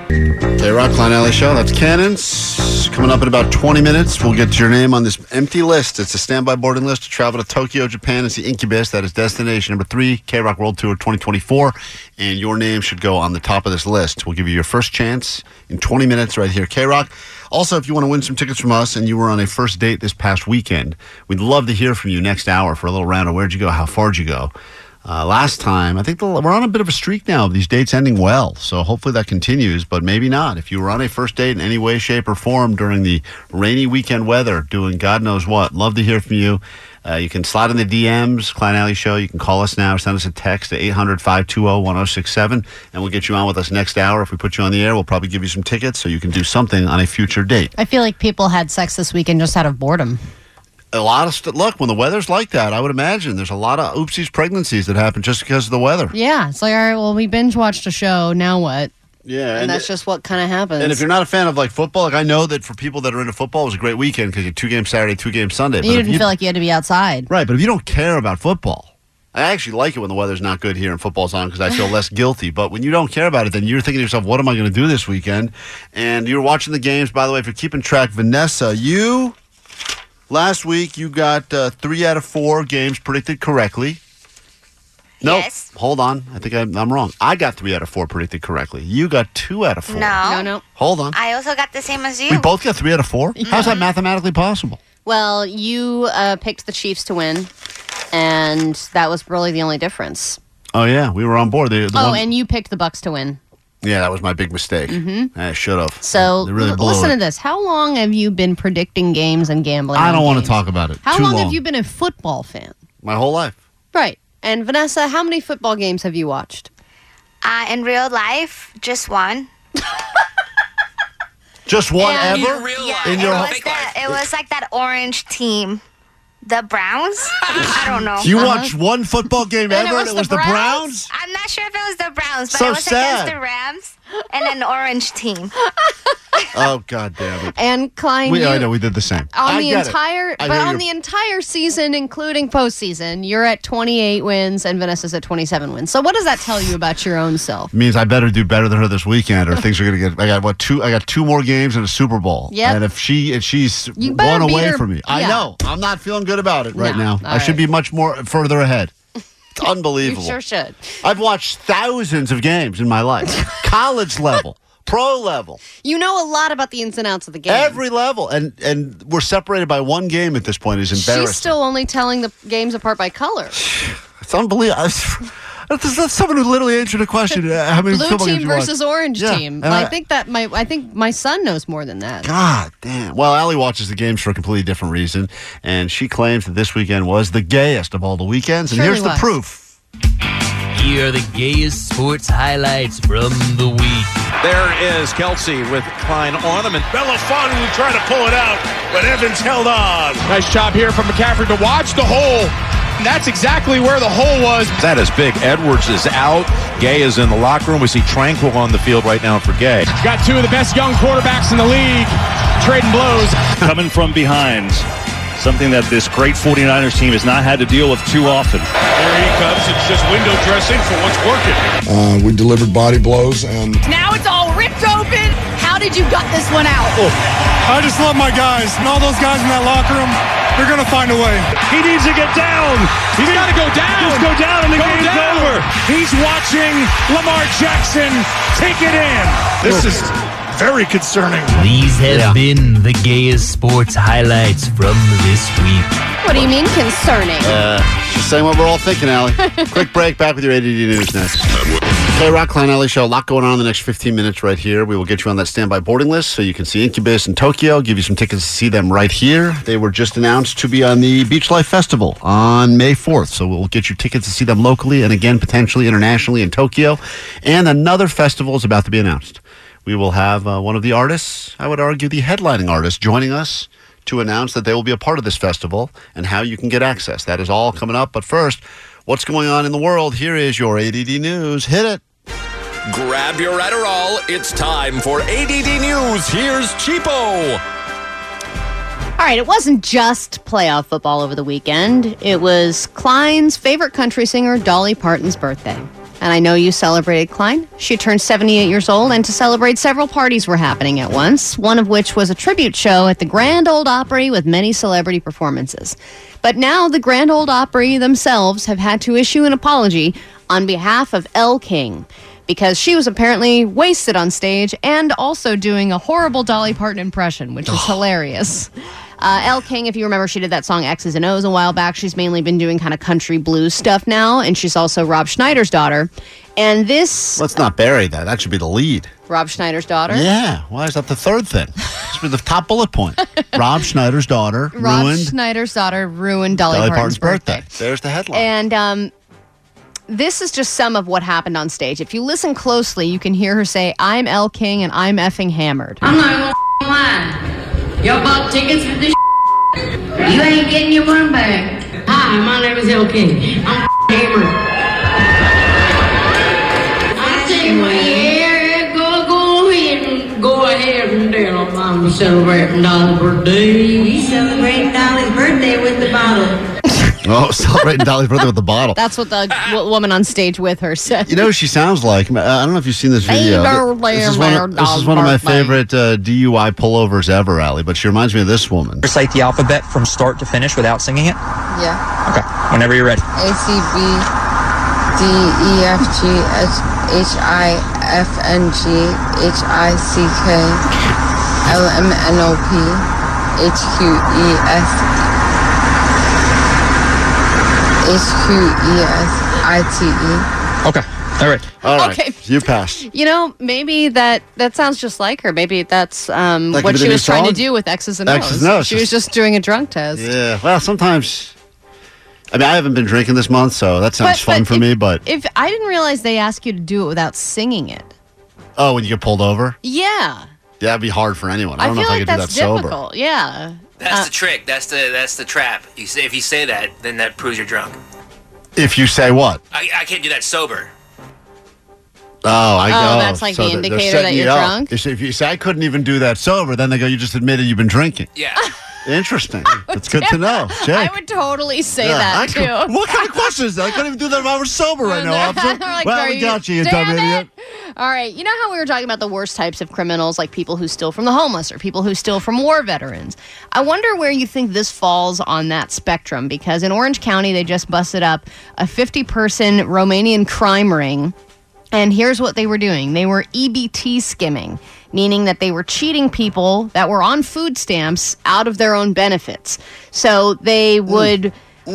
K Rock, Klein Alley Show. That's Cannons. Coming up in about 20 minutes, we'll get your name on this empty list. It's a standby boarding list to travel to Tokyo, Japan. It's the Incubus. That is destination number three, K Rock World Tour 2024. And your name should go on the top of this list. We'll give you your first chance in 20 minutes right here, K Rock. Also, if you want to win some tickets from us and you were on a first date this past weekend, we'd love to hear from you next hour for a little round of where'd you go, how far'd you go. Uh, last time, I think the, we're on a bit of a streak now of these dates ending well. So hopefully that continues, but maybe not. If you were on a first date in any way, shape, or form during the rainy weekend weather, doing God knows what, love to hear from you. Uh, you can slide in the DMs, Klein Alley Show. You can call us now, send us a text at 800 520 1067, and we'll get you on with us next hour. If we put you on the air, we'll probably give you some tickets so you can do something on a future date.
I feel like people had sex this weekend just out of boredom.
a lot of st- look when the weather's like that. I would imagine there's a lot of oopsies pregnancies that happen just because of the weather.
Yeah, it's like, all right, well, we binge watched a show. Now what?
Yeah,
And that's
just
what kind of happens.
And if you're not a fan of like football, like I know that for people that are into football, it was a great weekend because you had two games Saturday, two games Sunday.
you
if
didn't feel like you had to be outside.
right, but if you don't care about football, I actually like it when the weather's not good here and football's on because I feel less guilty. But when you don't care about it, then you're thinking to yourself, "What am I going to do this weekend?" And you're watching the games. By the way, if you're keeping track, Vanessa, you last week you got uh, three out of four games predicted correctly. No, hold on. I think I'm, I'm wrong. I got three out of four predicted correctly. You got two out of four.
No. No, no.
Hold on.
I also got the same as you.
We both got three out of four. How's that mathematically possible?
Well, you uh, picked the Chiefs to win, and that was really the only difference.
Oh yeah, we were on board. The, the
Oh,
one-
and you picked the Bucks to win.
yeah, that was my big mistake.
Mhm.
I should have.
So
They really
l-
blew
listen
it.
to this. How long have you been predicting games and gambling?
I
on
don't want to
games?
talk about it.
How
Too
long, have you been a football fan?
My whole life.
Right. And Vanessa, how many football games have you watched?
Uh, in real life, just one.
Just one
And-
ever
Yeah,
in
it,
your
was
whole-
that, it was like that orange team. The Browns? I don't know.
You
Uh-huh.
watched one football game
And
ever, and it was the Browns.
I'm not sure if it was the Browns, but
So
it was
sad.
against the Rams and an orange team.
oh god damn it!
And Klein,
We,
you-
I know we did the same.
on
I
the
get it.
entire,
I
but
hear
on
you.
the entire season, including postseason, you're at 28 wins, and Vanessa's at 27 wins. So, what does that tell you about your own self?
means I better do better than her this weekend, or things are gonna get. I got what two? I got two more games and a Super Bowl.
Yep.
And if she if she's
You
one
better beat
away
her-
from me, I
yeah.
know I'm not feeling good about it right now.
No.
I
All
should be much more further ahead. It's unbelievable.
You sure should.
I've watched thousands of games in my life, college level, pro level,
You know a lot about the ins and outs of the game.
every level, and and we're separated by one game at this point. Is embarrassing.
She's still only telling the games apart by color.
it's unbelievable. That's, that's someone who literally answered a question. uh, How many
Blue
football games
team
you watch?
versus orange
Yeah,
team.
and
I think that my I think my son knows more than that.
God damn. Well, Allie watches the games for a completely different reason, and she claims that this weekend was the gayest of all the weekends. And
Surely
here's the
was.
proof.
Here are the gayest sports highlights from the week.
There is Kelsey with Klein on him, and Belafonte will try to pull it out, but Evans held on. Nice job here from McCaffrey to watch the hole. That's exactly where the hole was. That is big. Edwards is out. Gay is in the locker room. We see Tranquil on the field right now for Gay.
Got two of the best young quarterbacks in the league trading blows. Coming from behind. Something that this great 49ers team has not had to deal with too often.
There he comes. It's just window dressing for what's working.
Uh, we delivered body blows and
Now it's all ripped open. How did you gut this one out?
Oh, I just love my guys and all those guys in that locker room. They're going to find a way. He needs to get down. He's got to go down. Just go down and the game's over. He's watching Lamar Jackson take it in.
This is very concerning.
These have been the gayest sports highlights from this week.
What do you mean concerning?
Uh, just saying what we're all thinking, Allie. Quick break. Back with your ADD news next. K Rock Klein Alley Show. A lot going on in the next 15 minutes right here. We will get you on that standby boarding list so you can see Incubus in Tokyo. Give you some tickets to see them right here. They were just announced to be on the Beach Life Festival on May 4th. So we'll get you tickets to see them locally and again potentially internationally in Tokyo. And another festival is about to be announced. We will have uh, one of the artists, I would argue the headlining artist, joining us to announce that they will be a part of this festival and how you can get access. That is all coming up. But first, what's going on in the world? Here is your ADD news. Hit it.
Grab your Adderall. It's time for ADD News. Here's Cheapo.
All right, it wasn't just playoff football over the weekend. It was Klein's favorite country singer, Dolly Parton's birthday. And I know you celebrated Klein. She turned 78 years old, and to celebrate, several parties were happening at once, one of which was a tribute show at the Grand Old Opry with many celebrity performances. But now the Grand Old Opry themselves have had to issue an apology on behalf of Elle King because she was apparently wasted on stage and also doing a horrible Dolly Parton impression, which is hilarious. Uh, Elle King, if you remember, she did that song X's and O's a while back. She's mainly been doing kind of country blues stuff now, and she's also Rob Schneider's daughter. And this
Let's not bury that. That should be the lead.
Rob Schneider's daughter,
Yeah. Why is that the third thing? Should be the top bullet point. Rob Schneider's daughter
Rob
ruined
Schneider's daughter ruined Dolly,
Dolly
Parton's
Parton's
birthday.
birthday. There's the headline.
And um, this is just some of what happened on stage. If you listen closely, you can hear her say, I'm L King and I'm effing hammered.
I'm not even gonna lie. Y'all bought tickets for this You ain't getting your money back. Hi, my name is L. King. I'm hammered. I say, well, yeah, go, go ahead and go ahead and tell 'em I'm celebrating Dolly's birthday. We celebrate Dolly's birthday with the bottle.
oh, celebrating Dolly's birthday with the bottle.
That's what the w- woman on stage with her said.
You know, who she sounds like. I don't know if you've seen this video. This is one of, this is one of my favorite uh, DUI pullovers ever, Allie. But she reminds me of this woman.
Recite the alphabet from start to finish without singing it?
Yeah.
Okay, whenever you're ready.
A C B D E F G H H I F N G H I C K L M N O P H Q E S H Q E S I T E.
Okay. All right. All right.
Okay.
You passed.
You know, maybe that that sounds just like her. Maybe that's um,
That could
what
be the
she
new
was trying to
song?
do with X's and
X's
O's.
and O's,
She was
just-
just doing a drunk test.
Yeah. Well, sometimes. I mean, I haven't been drinking this month, so that sounds
But-
fun
but
for me. But
If I didn't realize they ask you to do it without singing it.
oh, when you get pulled over,
Yeah.
yeah, that'd be hard for anyone. I
I,
don't
feel
know if
like
I could
that's
do that sober.
difficult. Yeah.
That's
Uh,
the trick. That's the that's the trap. You say, if you say that, then that proves you're drunk.
If you say what?
I, I can't do that sober.
Oh, I
Oh,
go.
that's like the
they're- they're
indicator
setting
that
you
you're
up.
drunk?
If if you say I couldn't even do that sober, then they go, "You just admitted you've been drinking."
Yeah.
Interesting. It's good to know,
I
Jake.
would totally say
Yeah,
that
I could-
too.
What kind of question is that? I couldn't even do that if I were sober right now, officer.
They're like,
well,
"Are
we
you-
got you, you dumb
damn
idiot.
All right. You know how we were talking about the worst types of criminals, like people who steal from the homeless or people who steal from war veterans? I wonder where you think this falls on that spectrum because in Orange County, they just busted up a 50 person Romanian crime ring. And here's what they were doing they were EBT skimming, meaning that they were cheating people that were on food stamps out of their own benefits. So they would.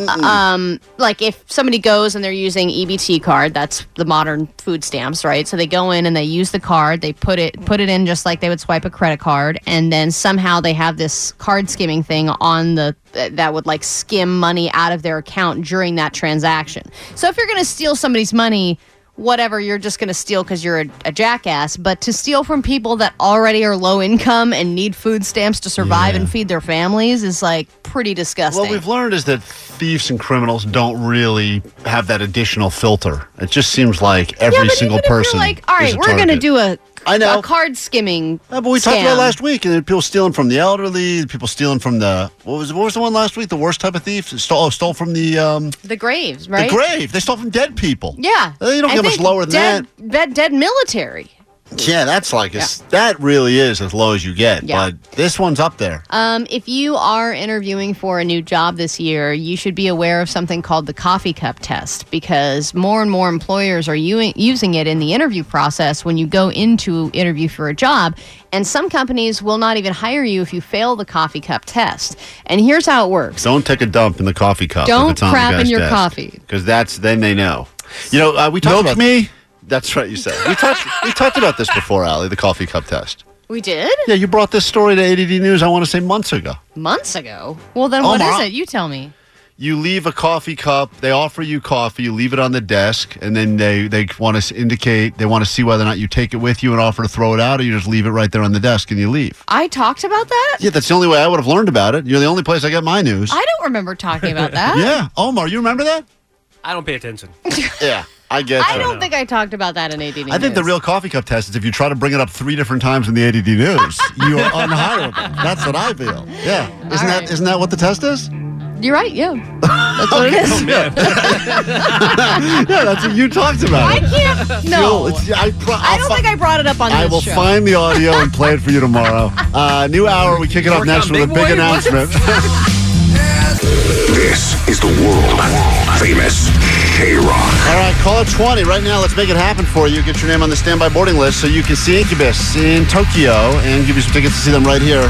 Um, like if somebody goes and they're using EBT card, that's the modern food stamps, right? So they go in and they use the card, they put it put it in just like they would swipe a credit card, and then somehow they have this card skimming thing on the that would like skim money out of their account during that transaction. So if you're gonna steal somebody's money, whatever you're just going to steal because you're a, a jackass but to steal from people that already are low income and need food stamps to survive and feed their families is like pretty disgusting
What we've learned is that thieves and criminals don't really have that additional filter. It just seems like every
yeah, but
single
even
person.
if we're like all
is
right
a
we're going to
target.
do a,
I know.
a card skimming
Yeah, but we talked about
scam.
last week, and people stealing from the elderly, people stealing from the what was what was the one last week? The worst type of thief stole oh, stole from the um
the graves right
the grave. They stole from dead people.
yeah
They don't
I
get much
think
lower than
dead, that dead military
Yeah, that's like it's, that really is as low as you get.
Yeah.
But this one's up there.
Um, if you are interviewing for a new job this year, you should be aware of something called the coffee cup test because more and more employers are u- using it in the interview process when you go into interview for a job. And some companies will not even hire you if you fail the coffee cup test. And here's how it works.
Don't take a dump in the coffee cup.
Don't crap in your coffee.
because that's then they know. You know, uh, we talked
Milk
about me. That's right, you said we talked. we talked about this before, Allie. The coffee cup test.
We did
Yeah, you brought this story to ADD News. I want to say months ago.
months ago. Well, then
Oh,
what is
my-
it? You tell me.
You leave a coffee cup. They offer you coffee. You leave it on the desk, and then they they want to indicate they want to see whether or not you take it with you and offer to throw it out, or you just leave it right there on the desk and you leave.
I talked about that?
Yeah, that's the only way I would have learned about it. You're the only place I got my news.
I don't remember talking about that.
yeah, Omar, you remember that?
I don't pay attention.
Yeah.
I get
I
you.
don't think I talked about that in ADD.
I think the
News.
real coffee cup test is if you try to bring it up three different times in the ADD news, you are unhireable. That's what I feel. Yeah, isn't that isn't that what the test is? Oh,
You're right. Yeah, that's what it is.
yeah, that's what you talked about.
I can't.
You'll-
No,
it's- I, pro-
I don't think I brought it up on
I
this
will
show.
find the audio and play it for you tomorrow. Uh, new hour. We kick it off
Work
next
on
with a
Big
big
Boy?
announcement.
This is the world famous K Rock.
All right, call 20 right now. Let's make it happen for you. Get your name on the standby boarding list so you can see Incubus in Tokyo and give you some tickets to see them right here.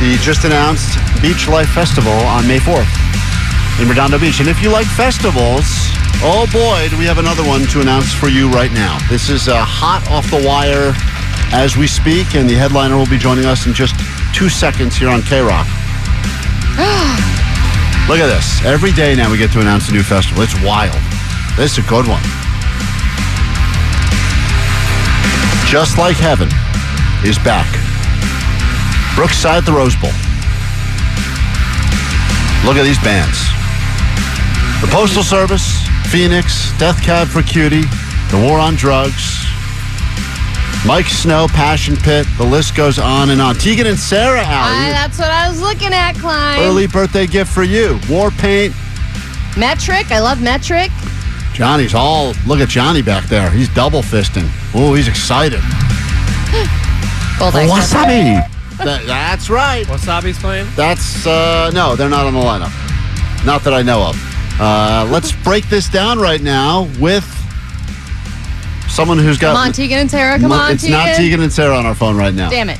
The just announced Beach Life Festival on May 4th in Redondo Beach. And if you like festivals, oh boy, do we have another one to announce for you right now. This is uh, hot off the wire as we speak, and the headliner will be joining us in just two seconds here on K Rock. Look at this. Every day now we get to announce a new festival. It's wild. This is a good one. Just Like Heaven is back. Brookside at the Rose Bowl. Look at these bands. The Postal Service, Phoenix, Death Cab for Cutie, The War on Drugs, Mike Snow, Passion Pit, the list goes on and on. Tegan and Sarah out.
I, that's what I was looking at, Klein.
Early birthday gift for you. War paint.
metric. I love metric.
Johnny's all look at Johnny back there. He's double fisting. Oh, he's excited.
Both eyes
Wasabi. That- that's right.
Wasabi's playing.
That's uh, no, they're not on the lineup. Not that I know of. Uh, let's break this down right now with someone who's got.
Come on, Tegan and Tara. Come
Mo-
on,
it's not Tegan and Sarah on our phone right now.
Damn it.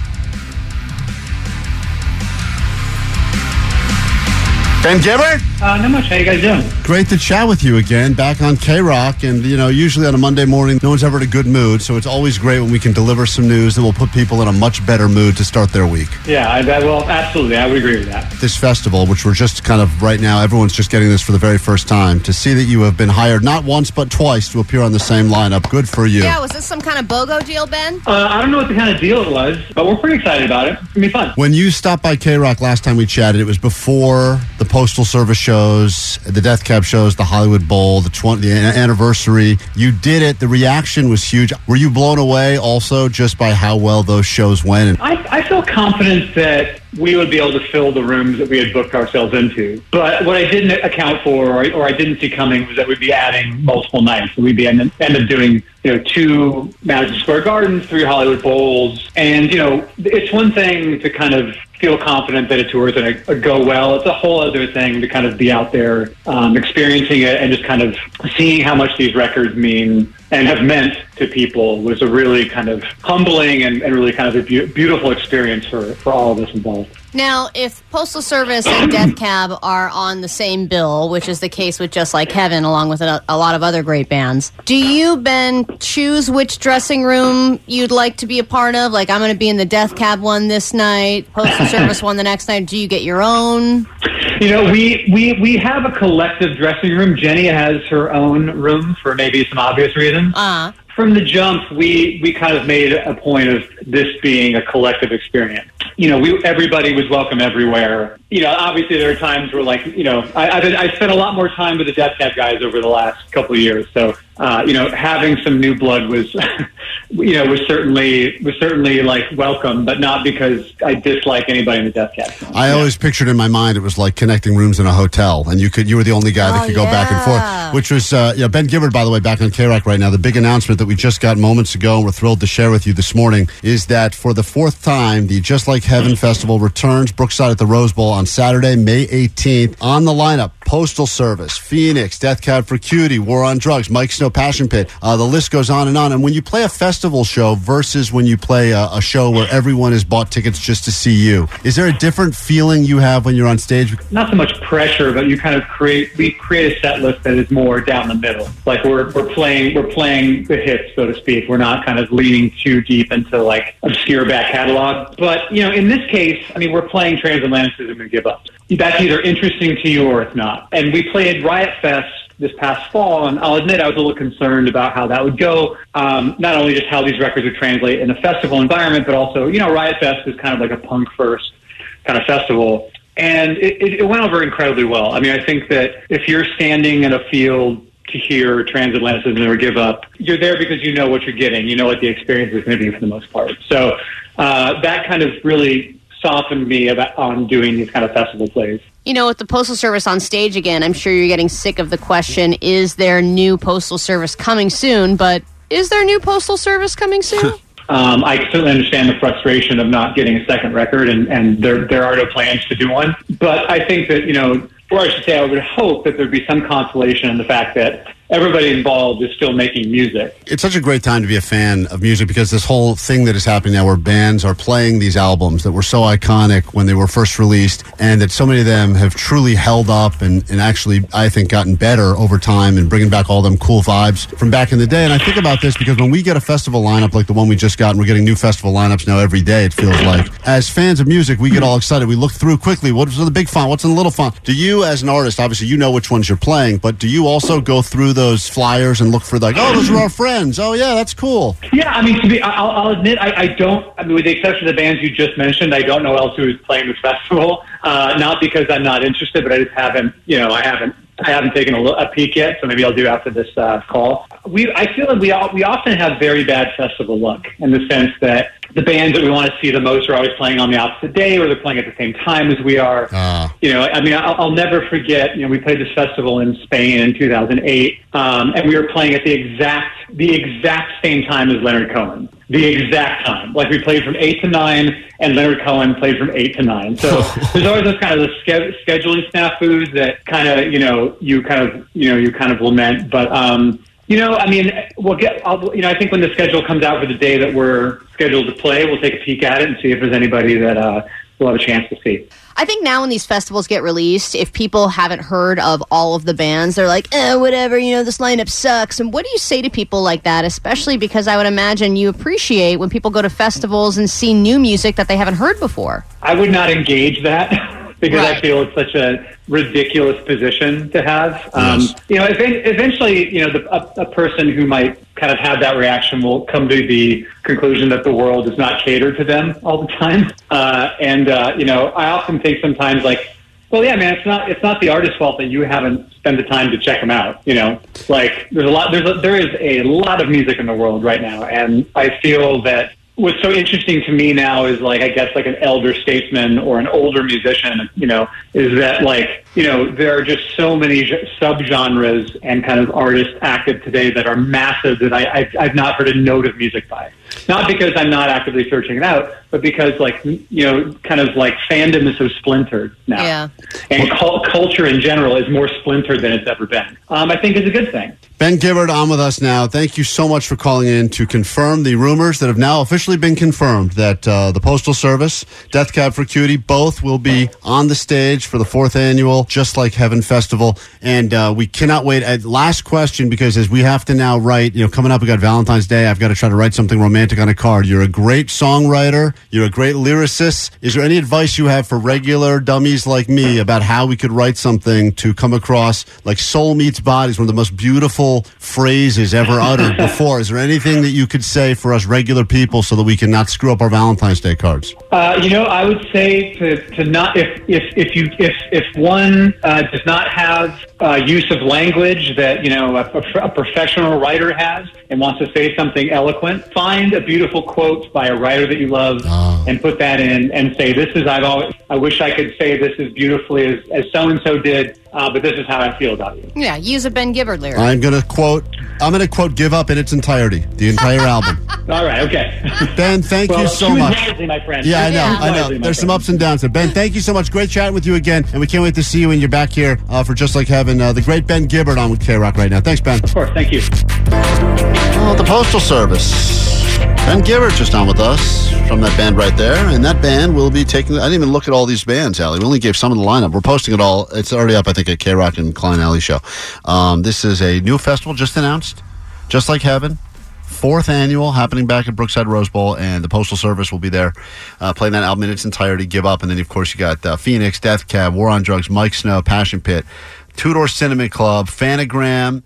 Ben Gibbard?
Uh, not much. How you guys doing?
Great to chat with you again, back on K Rock. And, you know, usually on a Monday morning, no one's ever in a good mood. So it's always great when we can deliver some news that will put people in a much better mood to start their week.
Yeah, I, I well, absolutely. I would agree with that.
This festival, which we're just kind of right now, everyone's just getting this for the very first time, to see that you have been hired not once but twice to appear on the same lineup. Good for you.
Yeah, was this some kind of BOGO deal, Ben?
Uh, I don't know what the kind of deal it was, but we're pretty excited about it. It's gonna be fun.
When you stopped by K Rock last time we chatted, it was before the Postal Service shows, the Death Cab shows, the Hollywood Bowl, the 20, the an- anniversary. You did it. The reaction was huge. Were you blown away also just by how well those shows went? And
I, I feel confident that we would be able to fill the rooms that we had booked ourselves into. But what I didn't account for, or, or I didn't see coming, was that we'd be adding multiple nights. So we'd be end, end up doing you know two Madison Square Gardens, three Hollywood Bowls, and you know it's one thing to kind of feel confident that a tour is going to go well. It's a whole other thing to kind of be out there um, experiencing it and just kind of seeing how much these records mean and have meant to people was a really kind of humbling and, and really kind of a beau- beautiful experience for, for all of us involved.
Now, if Postal Service and Death Cab are on the same bill, which is the case with Just Like Heaven, along with a, a lot of other great bands, do you, Ben, choose which dressing room you'd like to be a part of? Like, I'm going to be in the Death Cab one this night, Postal Service one the next night. Do you get your own?
You know, we, we, we have a collective dressing room. Jenny has her own room for maybe some obvious reasons.
Uh,
From the jump, we, we kind of made a point of this being a collective experience. You know, we everybody was welcome everywhere. You know, obviously there are times where, like, you know, I, I've been, I spent a lot more time with the Death Cab guys over the last couple of years. So, uh, you know, having some new blood was, you know, was certainly was certainly like welcome, but not because I dislike anybody in the Death Cab.
I always pictured in my mind it was like connecting rooms in a hotel, and you could you were the only guy that
Oh,
could go back and
yeah.
forth. Which was uh, yeah, Ben Gibbard, by the way, back on K Rock right now. The big announcement that we just got moments ago, and we're thrilled to share with you this morning, is that for the fourth time, the Just Like
Mm.
Heaven Festival returns Brookside at the Rose Bowl on Saturday, May 18th. On the lineup, Postal Service, Phoenix, Death Cab for Cutie, War on Drugs, Mike Snow, Passion Pit. Uh, the list goes on and on. And when you play a festival show versus when you play a, a show where everyone has bought tickets just to see you, is there a different feeling you have when you're on stage?
not so much pressure, but you kind of create we create a set list that is more down the middle. Like we're we're playing we're playing the hits, so to speak. We're not kind of leaning too deep into like obscure back catalog. But you know, in this case, I mean, we're playing Transatlanticism and Give Up. That's either interesting to you or it's not. And we played Riot Fest this past fall, and I'll admit I was a little concerned about how that would go. Um, not only just how these records would translate in a festival environment, but also you know, Riot Fest is kind of like a punk first kind of festival. And it, it, it went over incredibly well. I mean, I think that if you're standing in a field to hear transatlanticism or give up. You're there because you know what you're getting. You know what the experience is going to be for the most part. So uh, that kind of really softened me about, on doing these kind of festival plays.
You know, with the Postal Service on stage again, I'm sure you're getting sick of the question is there new Postal Service coming soon? But is there new Postal Service coming soon?
Um, I certainly understand the frustration of not getting a second record, and, and there, there are no plans to do one. But I think that, you know, or I should say, I would hope that there'd be some consolation in the fact that everybody involved is still making music.
It's such a great time to be a fan of music because this whole thing that is happening now where bands are playing these albums that were so iconic when they were first released and that so many of them have truly held up and, and actually, I think, gotten better over time and bringing back all them cool vibes from back in the day. And I think about this because when we get a festival lineup like the one we just got, and we're getting new festival lineups now every day, it feels like, as fans of music, we get all excited. We look through quickly what's in the big font, what's in the little font. Do you, as an artist, obviously, you know which ones you're playing, but do you also go through those flyers and look for, like, oh, those are our friends. Oh, yeah, that's cool.
Yeah, I mean, to be, I- I'll, I'll admit, I, I don't. I mean, with the exception of the bands you just mentioned, I don't know else who is playing the festival. Uh, not because I'm not interested, but I just haven't. You know, I haven't. I haven't taken a, lo- a peek yet, so maybe I'll do after this uh, call. We, I feel that we all, we often have very bad festival luck in the sense that the bands that we want to see the most are always playing on the opposite day, or they're playing at the same time as we are. You know, I mean, I'll, I'll never forget. You know, we played this festival in Spain in 2008, um, and we were playing at the exact the exact same time as Leonard Cohen. The exact time, like we played from eight to nine, and Leonard Cohen played from eight to nine. So there's always those kind of the ske- scheduling snafus that kind of you know you kind of you know you kind of lament, but. um you know, I mean, we'll get. I'll, you know, I think when the schedule comes out for the day that we're scheduled to play, we'll take a peek at it and see if there's anybody that uh, we'll have a chance to see.
I think now when these festivals get released, if people haven't heard of all of the bands, they're like, eh, whatever, you know, this lineup sucks. And what do you say to people like that, especially because I would imagine you appreciate when people go to festivals and see new music that they haven't heard before?
I would not engage that because I feel it's such a ridiculous position to have. Um, You know, ev- eventually, you know, the, a, a person who might kind of have that reaction will come to the conclusion that the world does not cater to them all the time. Uh, and uh, you know, I often think sometimes like, well, yeah, man, it's not it's not the artist's fault that you haven't spent the time to check them out. You know, like there's a lot there's a, there is a lot of music in the world right now, and I feel that what's so interesting to me now is like I guess like an elder statesman or an older musician, you know, is that like you know there are just so many ge- subgenres and kind of artists active today that are massive that I I've, I've not heard a note of music by. Not because I'm not actively searching it out, but because like m- you know, kind of like fandom is so splintered now,
Yeah.
and cul- culture in general is more splintered than it's ever been. Um, I think is a good thing.
Ben Gibbard on with us now. Thank you so much for calling in to confirm the rumors that have now officially been confirmed that uh, the Postal Service, Death Cab for Cutie, both will be on the stage for the fourth annual Just Like Heaven Festival. And uh, we cannot wait. Uh, last question, because as we have to now write, you know, coming up, we got Valentine's Day. I've got to try to write something romantic on a card. You're a great songwriter. You're a great lyricist. Is there any advice you have for regular dummies like me about how we could write something to come across like soul meets body is one of the most beautiful phrases ever uttered before. Is there anything that you could say for us regular people so that we can not screw up our Valentine's Day cards?
Uh, you know, I would say to, to not if if if you if if one uh, does not have uh, use of language that you know a, a, a professional writer has and wants to say something eloquent, find a beautiful quote by a writer that you love and put that in and say, "This is I've always I wish I could say this as beautifully as as so and so did, uh, but this is how I feel about you."
Yeah, use a Ben Gibbard lyric.
I'm going to quote, I'm going to quote Give Up in its entirety, the entire album.
All right, okay.
Ben, thank
Well,
you so
choose
much.
wisely, my friend.
Yeah, I know.
Choose
I know.
wisely, my
There's some
friend.
ups and downs. there. Ben, thank you so much. Great chatting with you again. And we can't wait to see you when you're back here uh, for Just Like Heaven. Uh, the great Ben Gibbard on with K Rock right now. Thanks, Ben. Of
course. Thank you.
Well, the Postal Service. Ben Gibbard just on with us from that band right there. And that band will be taking. I didn't even look at all these bands, Allie. We only gave some of the lineup. We're posting it all. It's already up, I think, at K Rock and Klein Alley Show. Um, this is a new festival just announced, Just Like Heaven. Fourth annual happening back at Brookside Rose Bowl, and the Postal Service will be there uh, playing that album in its entirety. Give up, and then of course you got uh, Phoenix, Death Cab, War on Drugs, Mike Snow, Passion Pit, Two Door Cinnamon Club, Fanagram,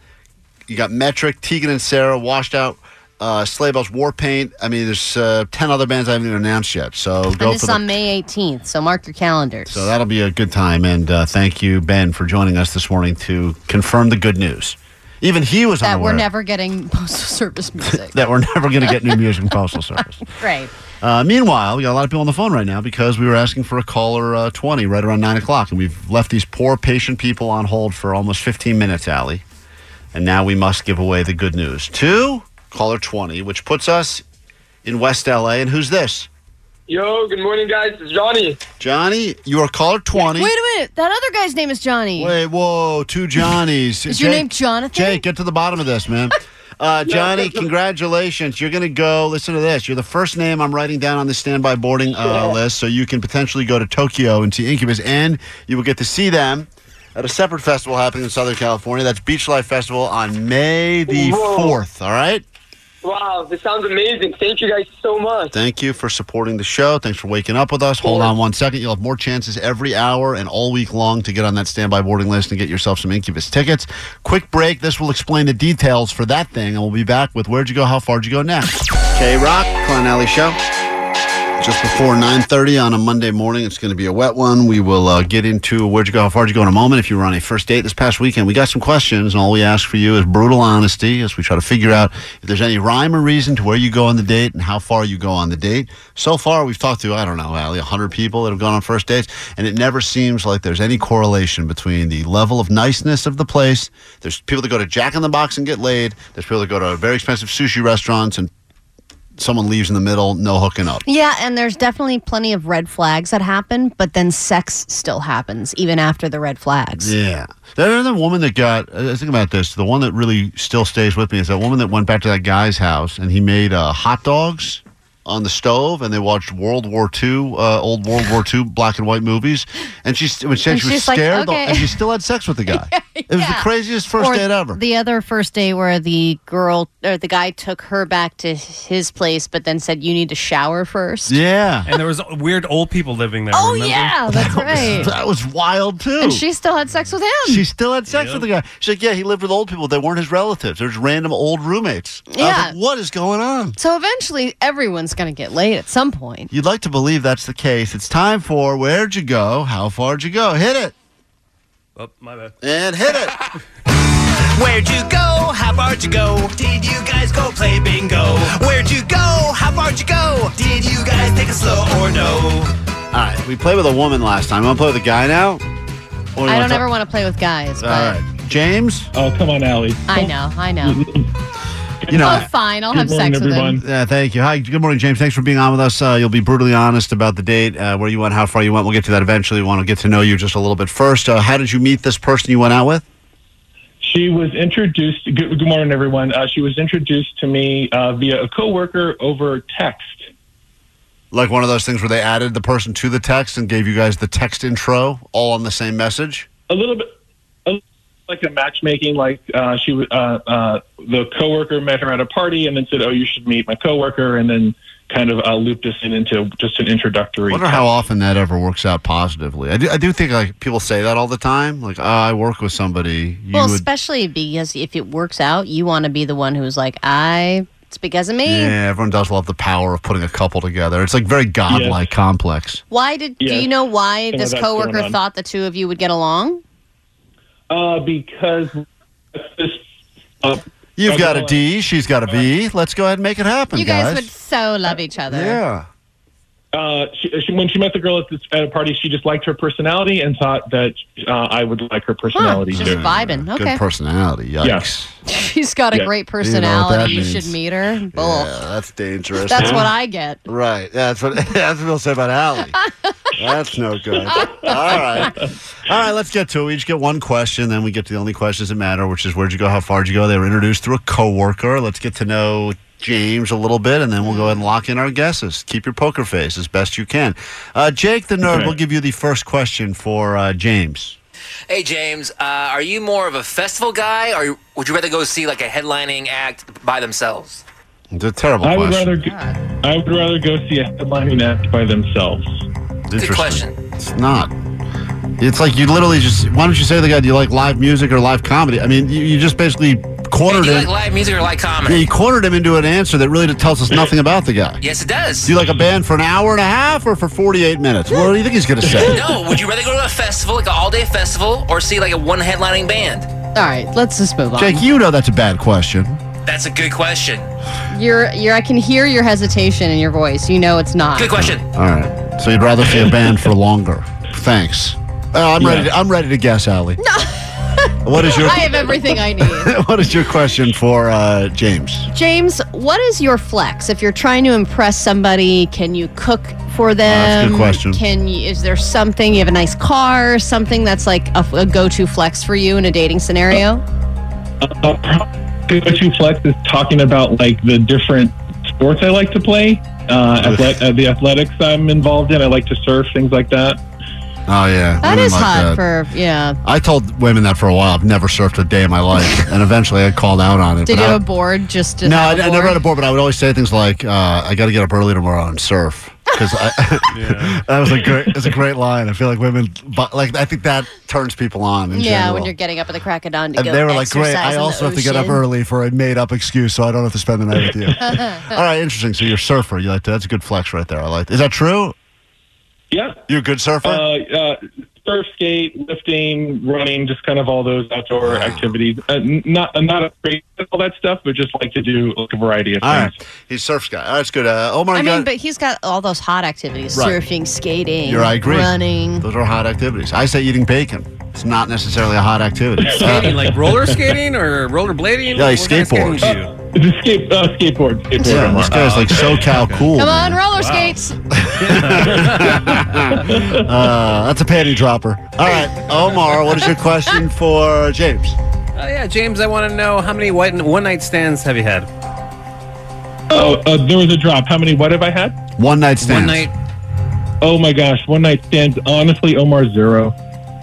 you got Metric, Tegan and Sarah, Washed Out, uh, Sleigh Bells, War Paint. I mean, there's uh, 10 other bands I haven't even announced yet. So
And
go
this
for
is
the
on May 18th, so mark your calendars.
so that'll be a good time. And uh, thank you, Ben, for joining us this morning to confirm the good news. Even he was
that
unaware
we're never getting postal service music.
that we're never going to get new music from Postal Service.
right.
Uh, meanwhile, we got a lot of people on the phone right now because we were asking for a caller uh, 20 right around 9 o'clock, and we've left these poor patient people on hold for almost 15 minutes, Allie. And now we must give away the good news to caller 20, which puts us in West LA. And who's this?
Yo, good morning, guys. It's Johnny.
Johnny, you are caller 20.
Wait a minute. That other guy's name is Johnny.
Wait, whoa, two Johnnies.
Is your name Jonathan?
Jake, get to the bottom of this, man. Uh,
Yeah,
Johnny,
that's a-
congratulations. You're going to go, listen to this. You're the first name I'm writing down on the standby boarding uh, list, so you can potentially go to Tokyo and see Incubus, and you will get to see them at a separate festival happening in Southern California. That's Beach Life Festival on May the
Whoa.
4th, all right?
Wow, this sounds amazing. Thank you guys so much.
Thank you for supporting the show. Thanks for waking up with us. Hold on one second. You'll have more chances every hour and all week long to get on that standby boarding list and get yourself some Incubus tickets. Quick break. This will explain the details for that thing, and we'll be back with Where'd You Go, How Far'd You Go next. K Rock, Klein Alley Show. Just before 9.30 on a Monday morning, it's going to be a wet one. We will uh, get into Where'd You Go, How Far'd You Go in a moment. If you were on a first date this past weekend, we got some questions, and all we ask for you is brutal honesty as we try to figure out if there's any rhyme or reason to where you go on the date and how far you go on the date. So far, we've talked to, I don't know, Allie, 100 people that have gone on first dates, and it never seems like there's any correlation between the level of niceness of the place. There's people that go to Jack in the Box and get laid, there's people that go to very expensive sushi restaurants, and someone leaves in the middle, no hooking up.
Yeah, and there's definitely plenty of red flags that happen, but then sex still happens even after the red flags.
Yeah. That other woman that got, I I think about this, the one that really still stays with me is that woman that went back to that guy's house and he made uh, hot dogs on the stove and they watched World War II, uh, old World War II black and white movies. And she, st- when she,
And
she was
she's like,
scared the-
"Okay."
and she still had sex with the guy. It was the craziest first
Or
date ever.
The other first day where the girl or the guy took her back to his place, but then said, "You need to shower first.
Yeah.
And there was weird old people living there.
Oh
remember?
yeah, that's right.
That was wild too.
and she still had sex with him.
She still had sex with the guy. She's like, yeah, he lived with old people that weren't his relatives. There's random old roommates. I was like,
Yeah.
what is going on?
So eventually, everyone's going to get laid at some point.
You'd like to believe that's the case. It's time for Where'd You Go? How Far'd You Go? Hit it.
Oh, my bad.
And hit it.
Where'd you go? How far'd you go? Did you guys go play bingo? Where'd you go? How far'd you go? Did you guys take it slow or no?
All right, we played with a woman last time. Want to play with a guy now? Or you
I
wanna
don't
talk-
ever want to play with guys, but
All right, James. Oh, come on, Allie.
I know, I know.
You know,
oh, fine, I'll have sex with him.
Yeah, thank you. Hi, good morning, James. Thanks for being on with us. Uh, you'll be brutally honest about the date, uh, where you went, how far you went. We'll get to that eventually. We want to get to know you just a little bit first. Uh, how did you meet this person you went out with?
She was introduced. Good, good morning, everyone. Uh, she was introduced to me uh, via a coworker over text.
Like one of those things where they added the person to the text and gave you guys the text intro, all on the same message.
A little bit, a, like a matchmaking. Like uh, she, w- uh, uh, the coworker met her at a party and then said, "Oh, you should meet my coworker," and then kind of uh, looped us in into just an introductory.
wonder how often that ever works out positively. I do, I do think like people say that all the time. Like, oh, I work with somebody. You
well,
would-
especially because if it works out, you want to be the one who's like, I. It's because of me.
Yeah, everyone does love the power of putting a couple together. It's like very godlike complex.
Why did? Do
Yeah.
you know why
Some of
this
that's going
coworker
on.
thought the two of you would get along?
Uh, because
You've got a D, she's got a V. Let's go ahead and make it happen,
you
guys.
guys, would so love each other.
Yeah.
Uh, she, she, when she met the girl at, this, at a party, she just liked her personality and thought that uh, I would like her personality
just
too.
vibing. Okay.
Good personality. Yikes.
She's got a
Yeah.
great
You know what that
personality. You,
means.
should meet her. Bull.
Yeah, that's dangerous.
That's what I get.
Right. That's what that's what they'll say about Allie. that's no good. All right. All right, let's get to it. We each get one question, then we get to the only questions that matter, which is where'd you go, how far'd you go? They were introduced through a coworker. Let's get to know James a little bit, and then we'll go ahead and lock in our guesses. Keep your poker face as best you can. Uh, Jake the nerd,
Okay.
we'll give you the first question for uh, James.
Hey, James, uh, are you more of a festival guy, or would you rather go see like a headlining act by themselves?
It's a terrible
I would
question.
rather go, I would rather go see a headlining act by themselves.
Good
question.
It's not. It's like you literally just. Why don't you say to the guy, do you like live music or live comedy? I mean, you, you just basically cornered
Do you
him.
like live music or like
Yeah,
comedy?
you cornered him into an answer that really tells us nothing about the guy.
Yes, it does.
Do you like a band for an hour and a half or for 48 minutes? What do you think he's going to say?
no, would you rather go to a festival, like an all-day festival, or see like a one headlining band?
All right, let's just move on.
Jake, you know that's a bad question.
That's a good question.
You're, you're. I can hear your hesitation in your voice. You know it's not.
Good question.
All right. So you'd rather see a band for longer? Thanks. Uh, I'm ready. To, I'm ready to guess, Allie. What is your
I have everything I need.
What is your question for uh, James?
James, what is your flex? If you're trying to impress somebody, can you cook for them?
a good question.
Can you, is there something you have a nice car, something that's like a, a go-to flex for you in a dating scenario?
Oh,
Go to Flex is talking about like the different sports I like to play, uh, athle- uh, the athletics I'm involved in. I like to surf, things like that.
Oh yeah,
That
women
is
like
hot
that.
for yeah.
I told women that for a while. I've never surfed a day in my life, and eventually I called out on it.
Did
but
you
I-
have a board just to
no, I,
have a
I never
board?
had a board, but I would always say things like, uh, "I got to get up early tomorrow and surf." Because that was a great, it's a great line. I feel like women, but like I think that turns people on. In
yeah,
general.
when you're getting up at the crack of dawn to
and
go
they were like, "Great!
exercise
I
in the
also have to get up
ocean."
early for a made-up excuse, so I don't have to spend the night with you." All right, interesting. So you're a surfer. You like to, that's a good flex right there. I like. Is that true?
Yeah.
You're a good surfer.
Uh, uh, surf, skate, lifting, running, just kind of all those outdoor activities. Uh, n- not I'm not a great at all that stuff, but just like to do like a variety of
All
things.
right, he's a surf guy. That's good. Uh, Omar,
I
you
mean,
got-
but he's got all those hot activities:
Right.
surfing, skating,
you're, I agree.
running.
Those are hot activities. I say eating bacon. It's not necessarily a hot activity.
Skating,
Uh,
like roller skating or rollerblading?
Yeah, like
What kind of skating
skateboards.
do you do?
Just skate, uh, skateboard, skateboard.
Yeah, this guy's like SoCal cool.
Come
man.
on, roller skates.
Uh, that's a panty dropper. All right, Omar, what is your question for James?
Oh yeah, James, I want to know how many white one night stands have you had?
Oh, uh, there was a drop. How many? What have I had?
One night
stands. night.
Oh my gosh, one night stands. Honestly, Omar zero.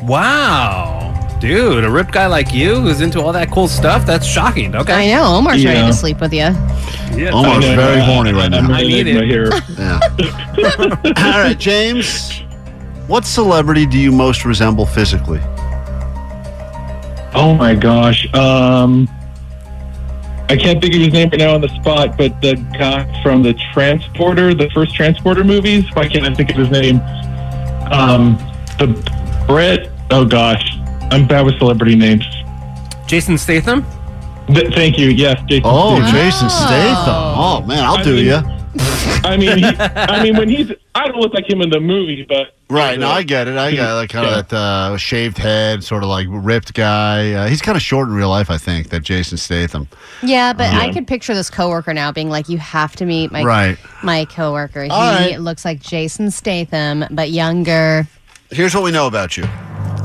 Wow, dude, a ripped guy like you who's into all that cool stuff. That's shocking. Okay,
I know Omar's ready
Yeah.
to sleep with you.
Yeah,
Omar's
I know.
very horny right now.
I need it.
Yeah. All right, James. What celebrity do you most resemble physically?
Oh my gosh. Um, I can't think of his name right now on the spot, but the guy from the Transporter, the first Transporter movies. Why can't I think of his name? Um, the Brett. Oh gosh, I'm bad with celebrity names.
Jason Statham.
Th- thank you. Yes, Jason.
Oh,
Statham.
Jason Statham. Oh man, I'll
I
do
mean-
ya.
I mean, he, I mean when he's. I don't look like him in the movie, but
Right, no, I get it. I got like kind of that uh, shaved head, sort of like ripped guy. Uh, he's kind of short in real life, I think. That Jason Statham.
Yeah, but I
Yeah.
could picture this coworker now being like, "You have to meet my
Right.
my coworker. He
All right.
looks like Jason Statham, but younger."
Here's what we know about you.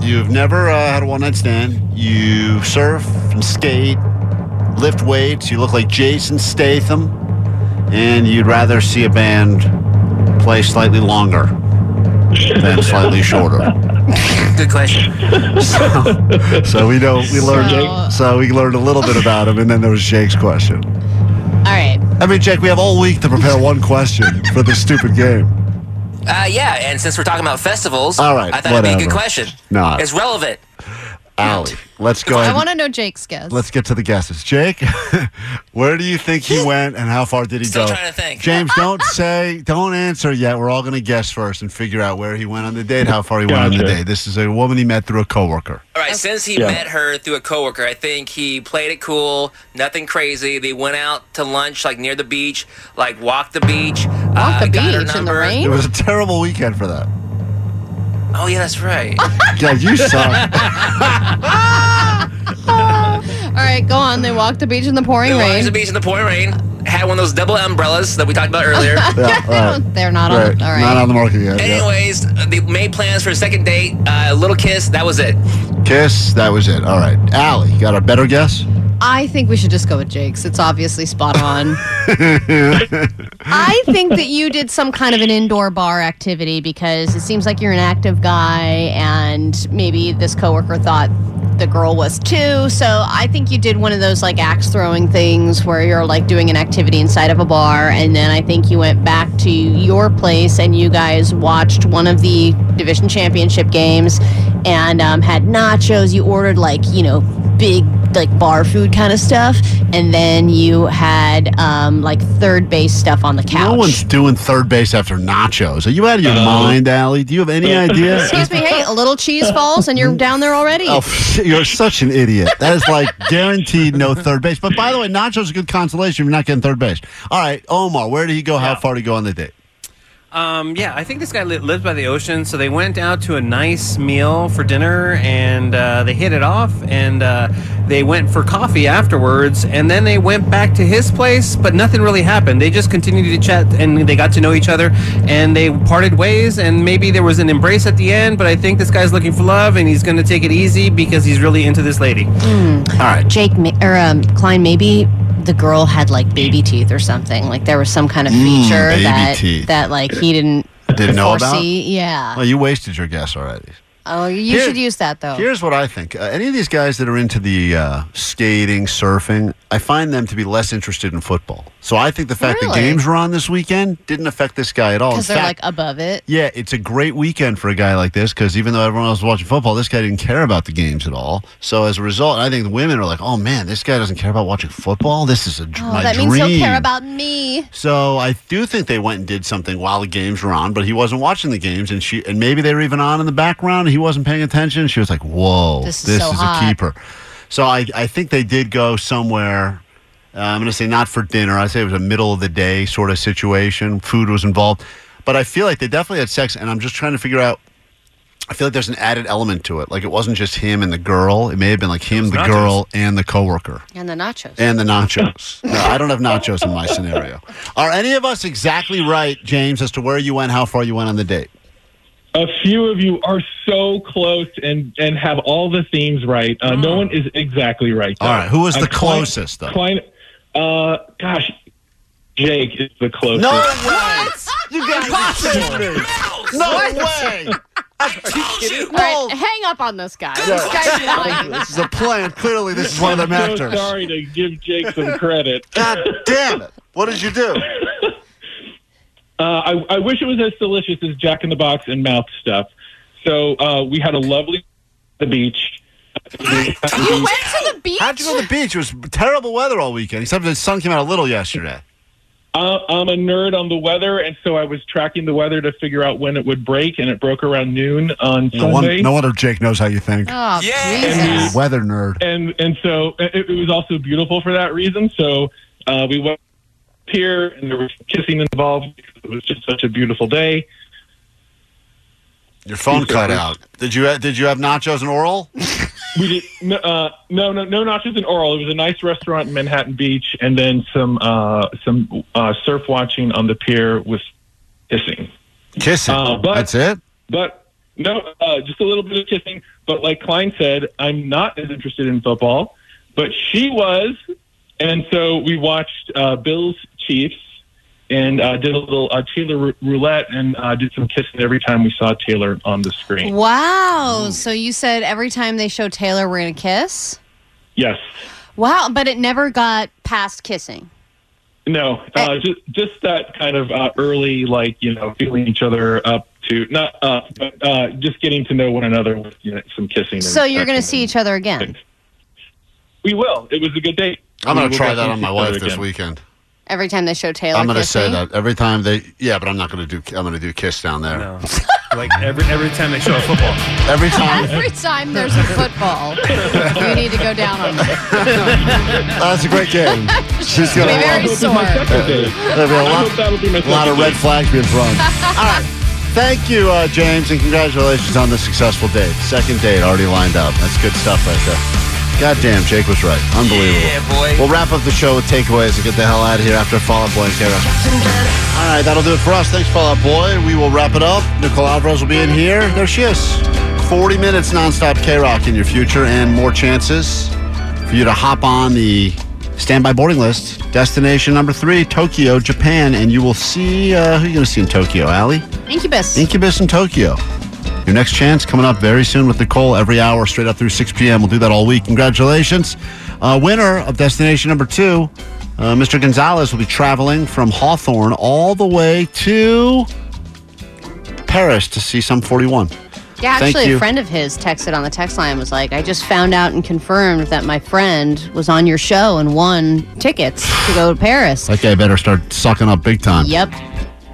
You've never uh, had a one night stand. You surf and skate, lift weights. You look like Jason Statham, and you'd rather see a band play slightly longer than slightly shorter.
Good question.
So, so we know we learned. So,
So-
we learned a little bit about him, and then there was Jake's question.
All right,
I mean, Jake, we have all week to prepare one question for this stupid game.
Uh, yeah, and since we're talking about festivals,
All right,
I thought it'd be a good
whatever.
question.
Not.
it's relevant.
Allie, let's go
I
ahead.
want to know Jake's guess.
Let's get to the guesses. Jake, where do you think he went and how far did he
Still
go?
trying to think.
James, don't say, don't answer yet. We're all going to guess first and figure out where he went on the date, how far he went on the
Gotcha.
date. This is a woman he met through a coworker.
All right, since he
Yeah.
met her through a coworker, I think he played it cool, nothing crazy. They went out to lunch like near the beach, like walked the beach. Walked
the
Ah, got her
beach in the
number.
rain?
It was a terrible weekend for that.
Oh yeah, that's right.
Yeah, you suck.
All right, go on. They walked the beach in the
they
pouring
walked
rain.
the beach in the pouring rain. Had one of those double umbrellas that we talked about earlier.
Yeah, right.
They're not on.
Right.
The, all right.
Not on the market yet. yeah.
Anyways, they made plans for a second date, uh, a little kiss. That was it.
Kiss, that was it. All right. Allie, you got a better guess?
I think we should just go with Jake's. It's obviously spot on. I think that you did some kind of an indoor bar activity because it seems like you're an active guy, and maybe this coworker thought the girl was too. So I think you did one of those like axe throwing things where you're like doing an activity inside of a bar, and then I think you went back to your place and you guys watched one of the division championship games and um, had nachos. You ordered like you know big like bar food kind of stuff, and then you had um, like third base stuff on the couch.
No one's doing third base after nachos. Are you out of your mind, Allie? Do you have any
uh,
idea?
Excuse me, hey, a little cheese falls, and you're down there already.
Oh, you're such an idiot. That is like guaranteed no third base. But by the way, Nacho's a good consolation if you're not getting third base. All right, Omar, where did he go? How far did he go on the date?
Um, yeah, I think this guy li- lives by the ocean, so they went out to a nice meal for dinner, and uh, they hit it off, and uh, they went for coffee afterwards, and then they went back to his place, but nothing really happened. They just continued to chat, and they got to know each other, and they parted ways, and maybe there was an embrace at the end, but I think this guy's looking for love, and he's going to take it easy because he's really into this lady.
All
right.
Hmm. Jake ma- or um, Klein, maybe the girl had like baby teeth or something. Like there was some kind of
Mm,
feature
baby
that
teeth.
that like he didn't
Didn't know about?
foresee. Yeah.
Well, you wasted your guess already.
Oh, you
Here-
should use that though.
Here's what I think. Uh, any of these guys that are into the uh, skating, surfing, I find them to be less interested in football. So I think the fact that
Really?
games were on this weekend didn't affect this guy at all. In
because they're
fact,
like above it.
Yeah, it's a great weekend for a guy like this because even though everyone else was watching football, this guy didn't care about the games at all. So as a result, I think the women are like, "Oh man, this guy doesn't care about watching football. This is a dr-
Oh,
my
that
dream."
means he'll care about me.
so I do think they went and did something while the games were on, but he wasn't watching the games, and she and maybe they were even on in the background. And he wasn't paying attention. She was like, "Whoa,
This is
this,
so
is
hot."
a keeper." So I I think they did go somewhere uh, I'm going to say not for dinner. I say it was a middle of the day sort of situation. Food was involved, but I feel like they definitely had sex, and I'm just trying to figure out. I feel like there's an added element to it. Like it wasn't just him and the girl. It may have been like him, the
nachos.
girl, and the coworker,
And the nachos.
and the nachos. no, I don't have nachos in my scenario. Are any of us exactly right, James, as to where you went, how far you went on the date?
A few of you are so close and and have all the themes right. Uh, No one is exactly right.
All right, who was
Uh,
the
Klein-
closest, though?
Klein, uh, gosh, Jake is the closest.
No way!
Oh,
You guys are kidding me. No way!
All right, hang up on this guy. This guy's lying.
this is a plan. Clearly, this is one of them
I'm so
actors.
sorry to give Jake some credit.
God damn it! What did you do?
Uh, I, I wish it was as delicious as Jack in the Box and mouth stuff. So uh, we had a lovely the beach.
You went to the beach.
How'd you go to the beach? It was terrible weather all weekend, except the sun came out a little yesterday.
Uh, I'm a nerd on the weather, and so I was tracking the weather to figure out when it would break, and it broke around noon on
No,
Sunday.
one, no wonder Jake knows how you think.
Oh,
Jesus.
Weather nerd.
and and so it, it was also beautiful for that reason. So uh, we went here, and there was kissing involved. because It was just such a beautiful day.
Your phone cut out. Did you did you have nachos and oral?
We did no, uh, no, no, no notches and oral. It was a nice restaurant in Manhattan Beach, and then some uh, some uh, surf watching on the pier with kissing.
Kissing.
Uh, but-
That's it.
But no, uh, just a little bit of kissing. But like Klein said, I'm not as interested in football, but she was, and so we watched uh, Bills Chiefs and uh, did a little uh, Taylor rou- roulette and uh, did some kissing every time we saw Taylor on the screen.
Mm.
Wow. So you said every time they show Taylor, we're gonna kiss.
Yes.
Wow, but it never got past kissing.
No,
Eh.
uh, just just that kind of uh, early, like you know, feeling each other up to not, uh, but uh, just getting to know one another with you know, some kissing. and
So you're
touching.
gonna see each other again
We will. It was a good date.
I'm
We
going
will
to try that
definitely
on my
see each other
wife this
again.
weekend.
every time they show Taylor.
I'm going to say
kissing?
that every time they. Yeah, but I'm not going to do. I'm going to do kiss down there.
Like every every time they show a football.
Every time.
Every time there's a football, you need to go down on me.
That's a great game. She's going
Be very
to
sore.
There'll be a lot, a lot of red flags being thrown. All right. Thank you, uh, James, and congratulations on the successful date. Second date already lined up. That's good stuff right there. Goddamn, Jake was right. Unbelievable.
Yeah, boy.
We'll wrap up the show with takeaways and get the hell out of here after Fall Out Boy and KRS. All right, that'll do it for us. Thanks, Fall Out Boy. We will wrap it up. Nicole Alvarez will be in here. There she is. 40 minutes nonstop K Rock in your future and more chances for you to hop on the standby boarding list. Destination number three, Tokyo, Japan. And you will see uh, who you going to see in Tokyo, Allie?
Incubus.
Incubus in Tokyo. Your next chance coming up very soon with Nicole every hour straight up through 6 p.m. We'll do that all week. Congratulations. Uh, winner of destination number two, uh, Mr. Gonzalez, will be traveling from Hawthorne all the way to Paris to see some 41.
Yeah,
Thank
actually,
you.
a friend of his texted on the text line and was like, I just found out and confirmed that my friend was on your show and won tickets to go to Paris.
That guy better start sucking up big time.
Yep.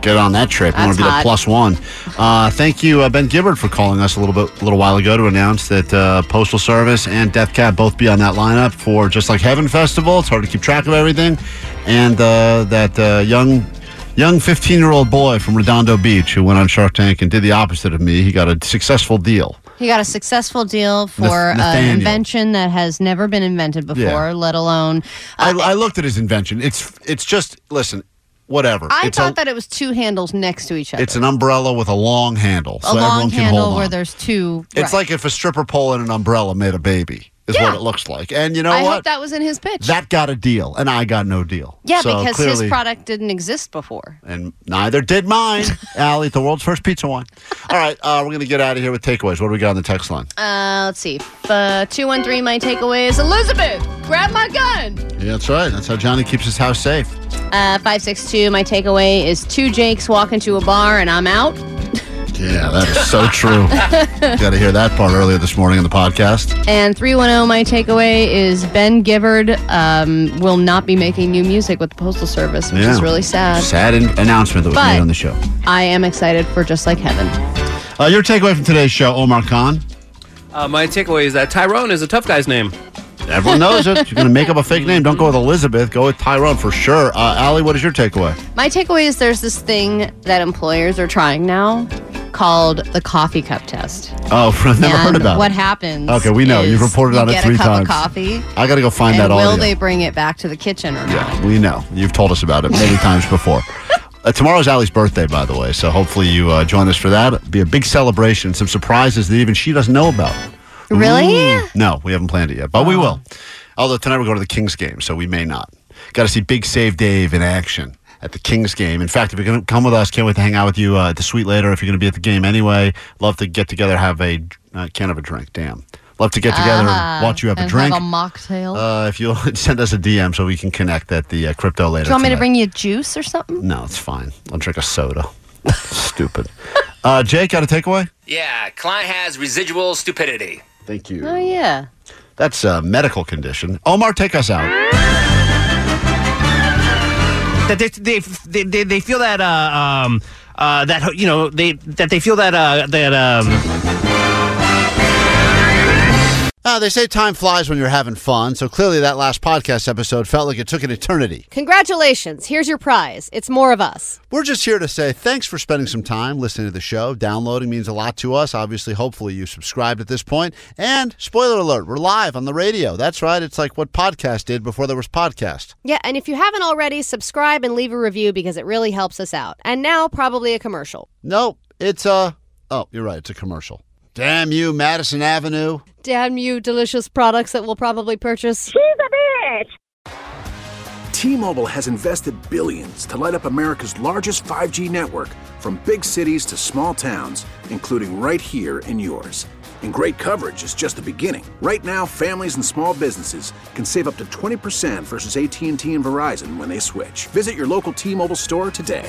Get on that trip. I want
That's
to be the
hot.
plus one. Uh, thank you, uh, Ben Gibbard, for calling us a little bit, a little while ago to announce that uh, Postal Service and Death Cab both be on that lineup for Just Like Heaven Festival. It's hard to keep track of everything, and uh, that uh, young. Young 15 year old boy from Redondo Beach who went on Shark Tank and did the opposite of me. He got a successful deal.
He got a successful deal for
Nath-
an
Nathaniel.
invention that has never been invented before,
Yeah.
let alone. uh,
I, I looked at his invention. It's it's just, listen, whatever.
I
it's a-
thought that it was two handles next to each other.
It's an umbrella with a long handle, so
a long
everyone can
handle
hold
where
on.
there's two.
It's like if a stripper pole and an umbrella made a baby, is
Yeah.
what it looks like. And you know
I hope
what?
that was in his pitch.
that got a deal, and I got no deal.
yeah,
So
because
clearly,
his product didn't exist before.
and neither did mine. Allie, the world's first pizza wine. All right, uh, we're gonna get out of here with takeaways. What do we got on the text line?
Uh, let's see. Uh, 213, my takeaway is Elizabeth, grab my gun.
Yeah, that's right. That's how Johnny keeps his house safe.
Uh, 562, my takeaway is two Jakes walk into a bar and I'm out.
Yeah, that is so true. got to hear that part earlier this morning in the podcast.
And 310, my takeaway is Ben Gibbard um, will not be making new music with the Postal Service, which is
Yeah.
really sad.
Sad an- announcement that was
But-
made on the show.
I am excited for Just Like Heaven.
Uh, your takeaway from today's show, Omar Khan.
Uh, my takeaway is that Tyrone is a tough guy's name.
Everyone knows it. You're going to make up a fake name. Don't go with Elizabeth. Go with Tyrone for sure. Uh, Allie, what is your takeaway?
My takeaway is there's this thing that employers are trying now called the coffee cup test.
Oh, I've never heard
And
about
what
it.
happens?
Okay, we know.
is
You've reported
you
on it
get
three
a cup
times.
Of coffee.
I got to go find
and
that
will
audio.
they bring it back to the kitchen or not?
We know. You've told us about it many times before. Uh, tomorrow's Allie's birthday, by the way, so hopefully you uh, join us for that. It'll be a big celebration, some surprises that even she doesn't know about.
Really?
Ooh. No, we haven't planned it yet, but we will. Although tonight we're going to the Kings game, so we may not. Got to see Big Save Dave in action at the Kings game. In fact, if you're going to come with us, can't wait to hang out with you uh, at the suite later. If you're going to be at the game anyway, love to get together, have a uh, can of a drink. Damn. Love to get together and watch you have
Ah,
a
and
drink.
Have a mocktail.
Uh, if you'll send us a DM so we can connect at the uh, crypto later.
Do you want me to
tonight.
bring you juice or something?
No, it's fine. I'll drink a soda. Stupid. Uh, Jake, got a takeaway?
Yeah, Klein has residual stupidity.
Thank you.
Oh yeah.
That's a medical condition. Omar, take us out.
that they they they, they, they feel that uh, um uh that you know they that they feel that uh that um
Uh, they say time flies when you're having fun, so clearly that last podcast episode felt like it took an eternity.
Congratulations. Here's your prize. It's more of us.
We're just here to say thanks for spending some time listening to the show. Downloading means a lot to us. Obviously, hopefully, you subscribed at this point. And spoiler alert, we're live on the radio. That's right. It's like what podcast did before there was podcast.
Yeah, and if you haven't already, subscribe and leave a review because it really helps us out. And now, probably a commercial.
Nope. It's a. Oh, you're right. It's a commercial. Damn you, Madison Avenue.
Damn you, delicious products that we'll probably purchase. She's a bitch.
T-Mobile has invested billions to light up America's largest 5G network from big cities to small towns, including right here in yours. And great coverage is just the beginning. Right now, families and small businesses can save up to 20% versus AT&T and Verizon when they switch. Visit your local T-Mobile store today.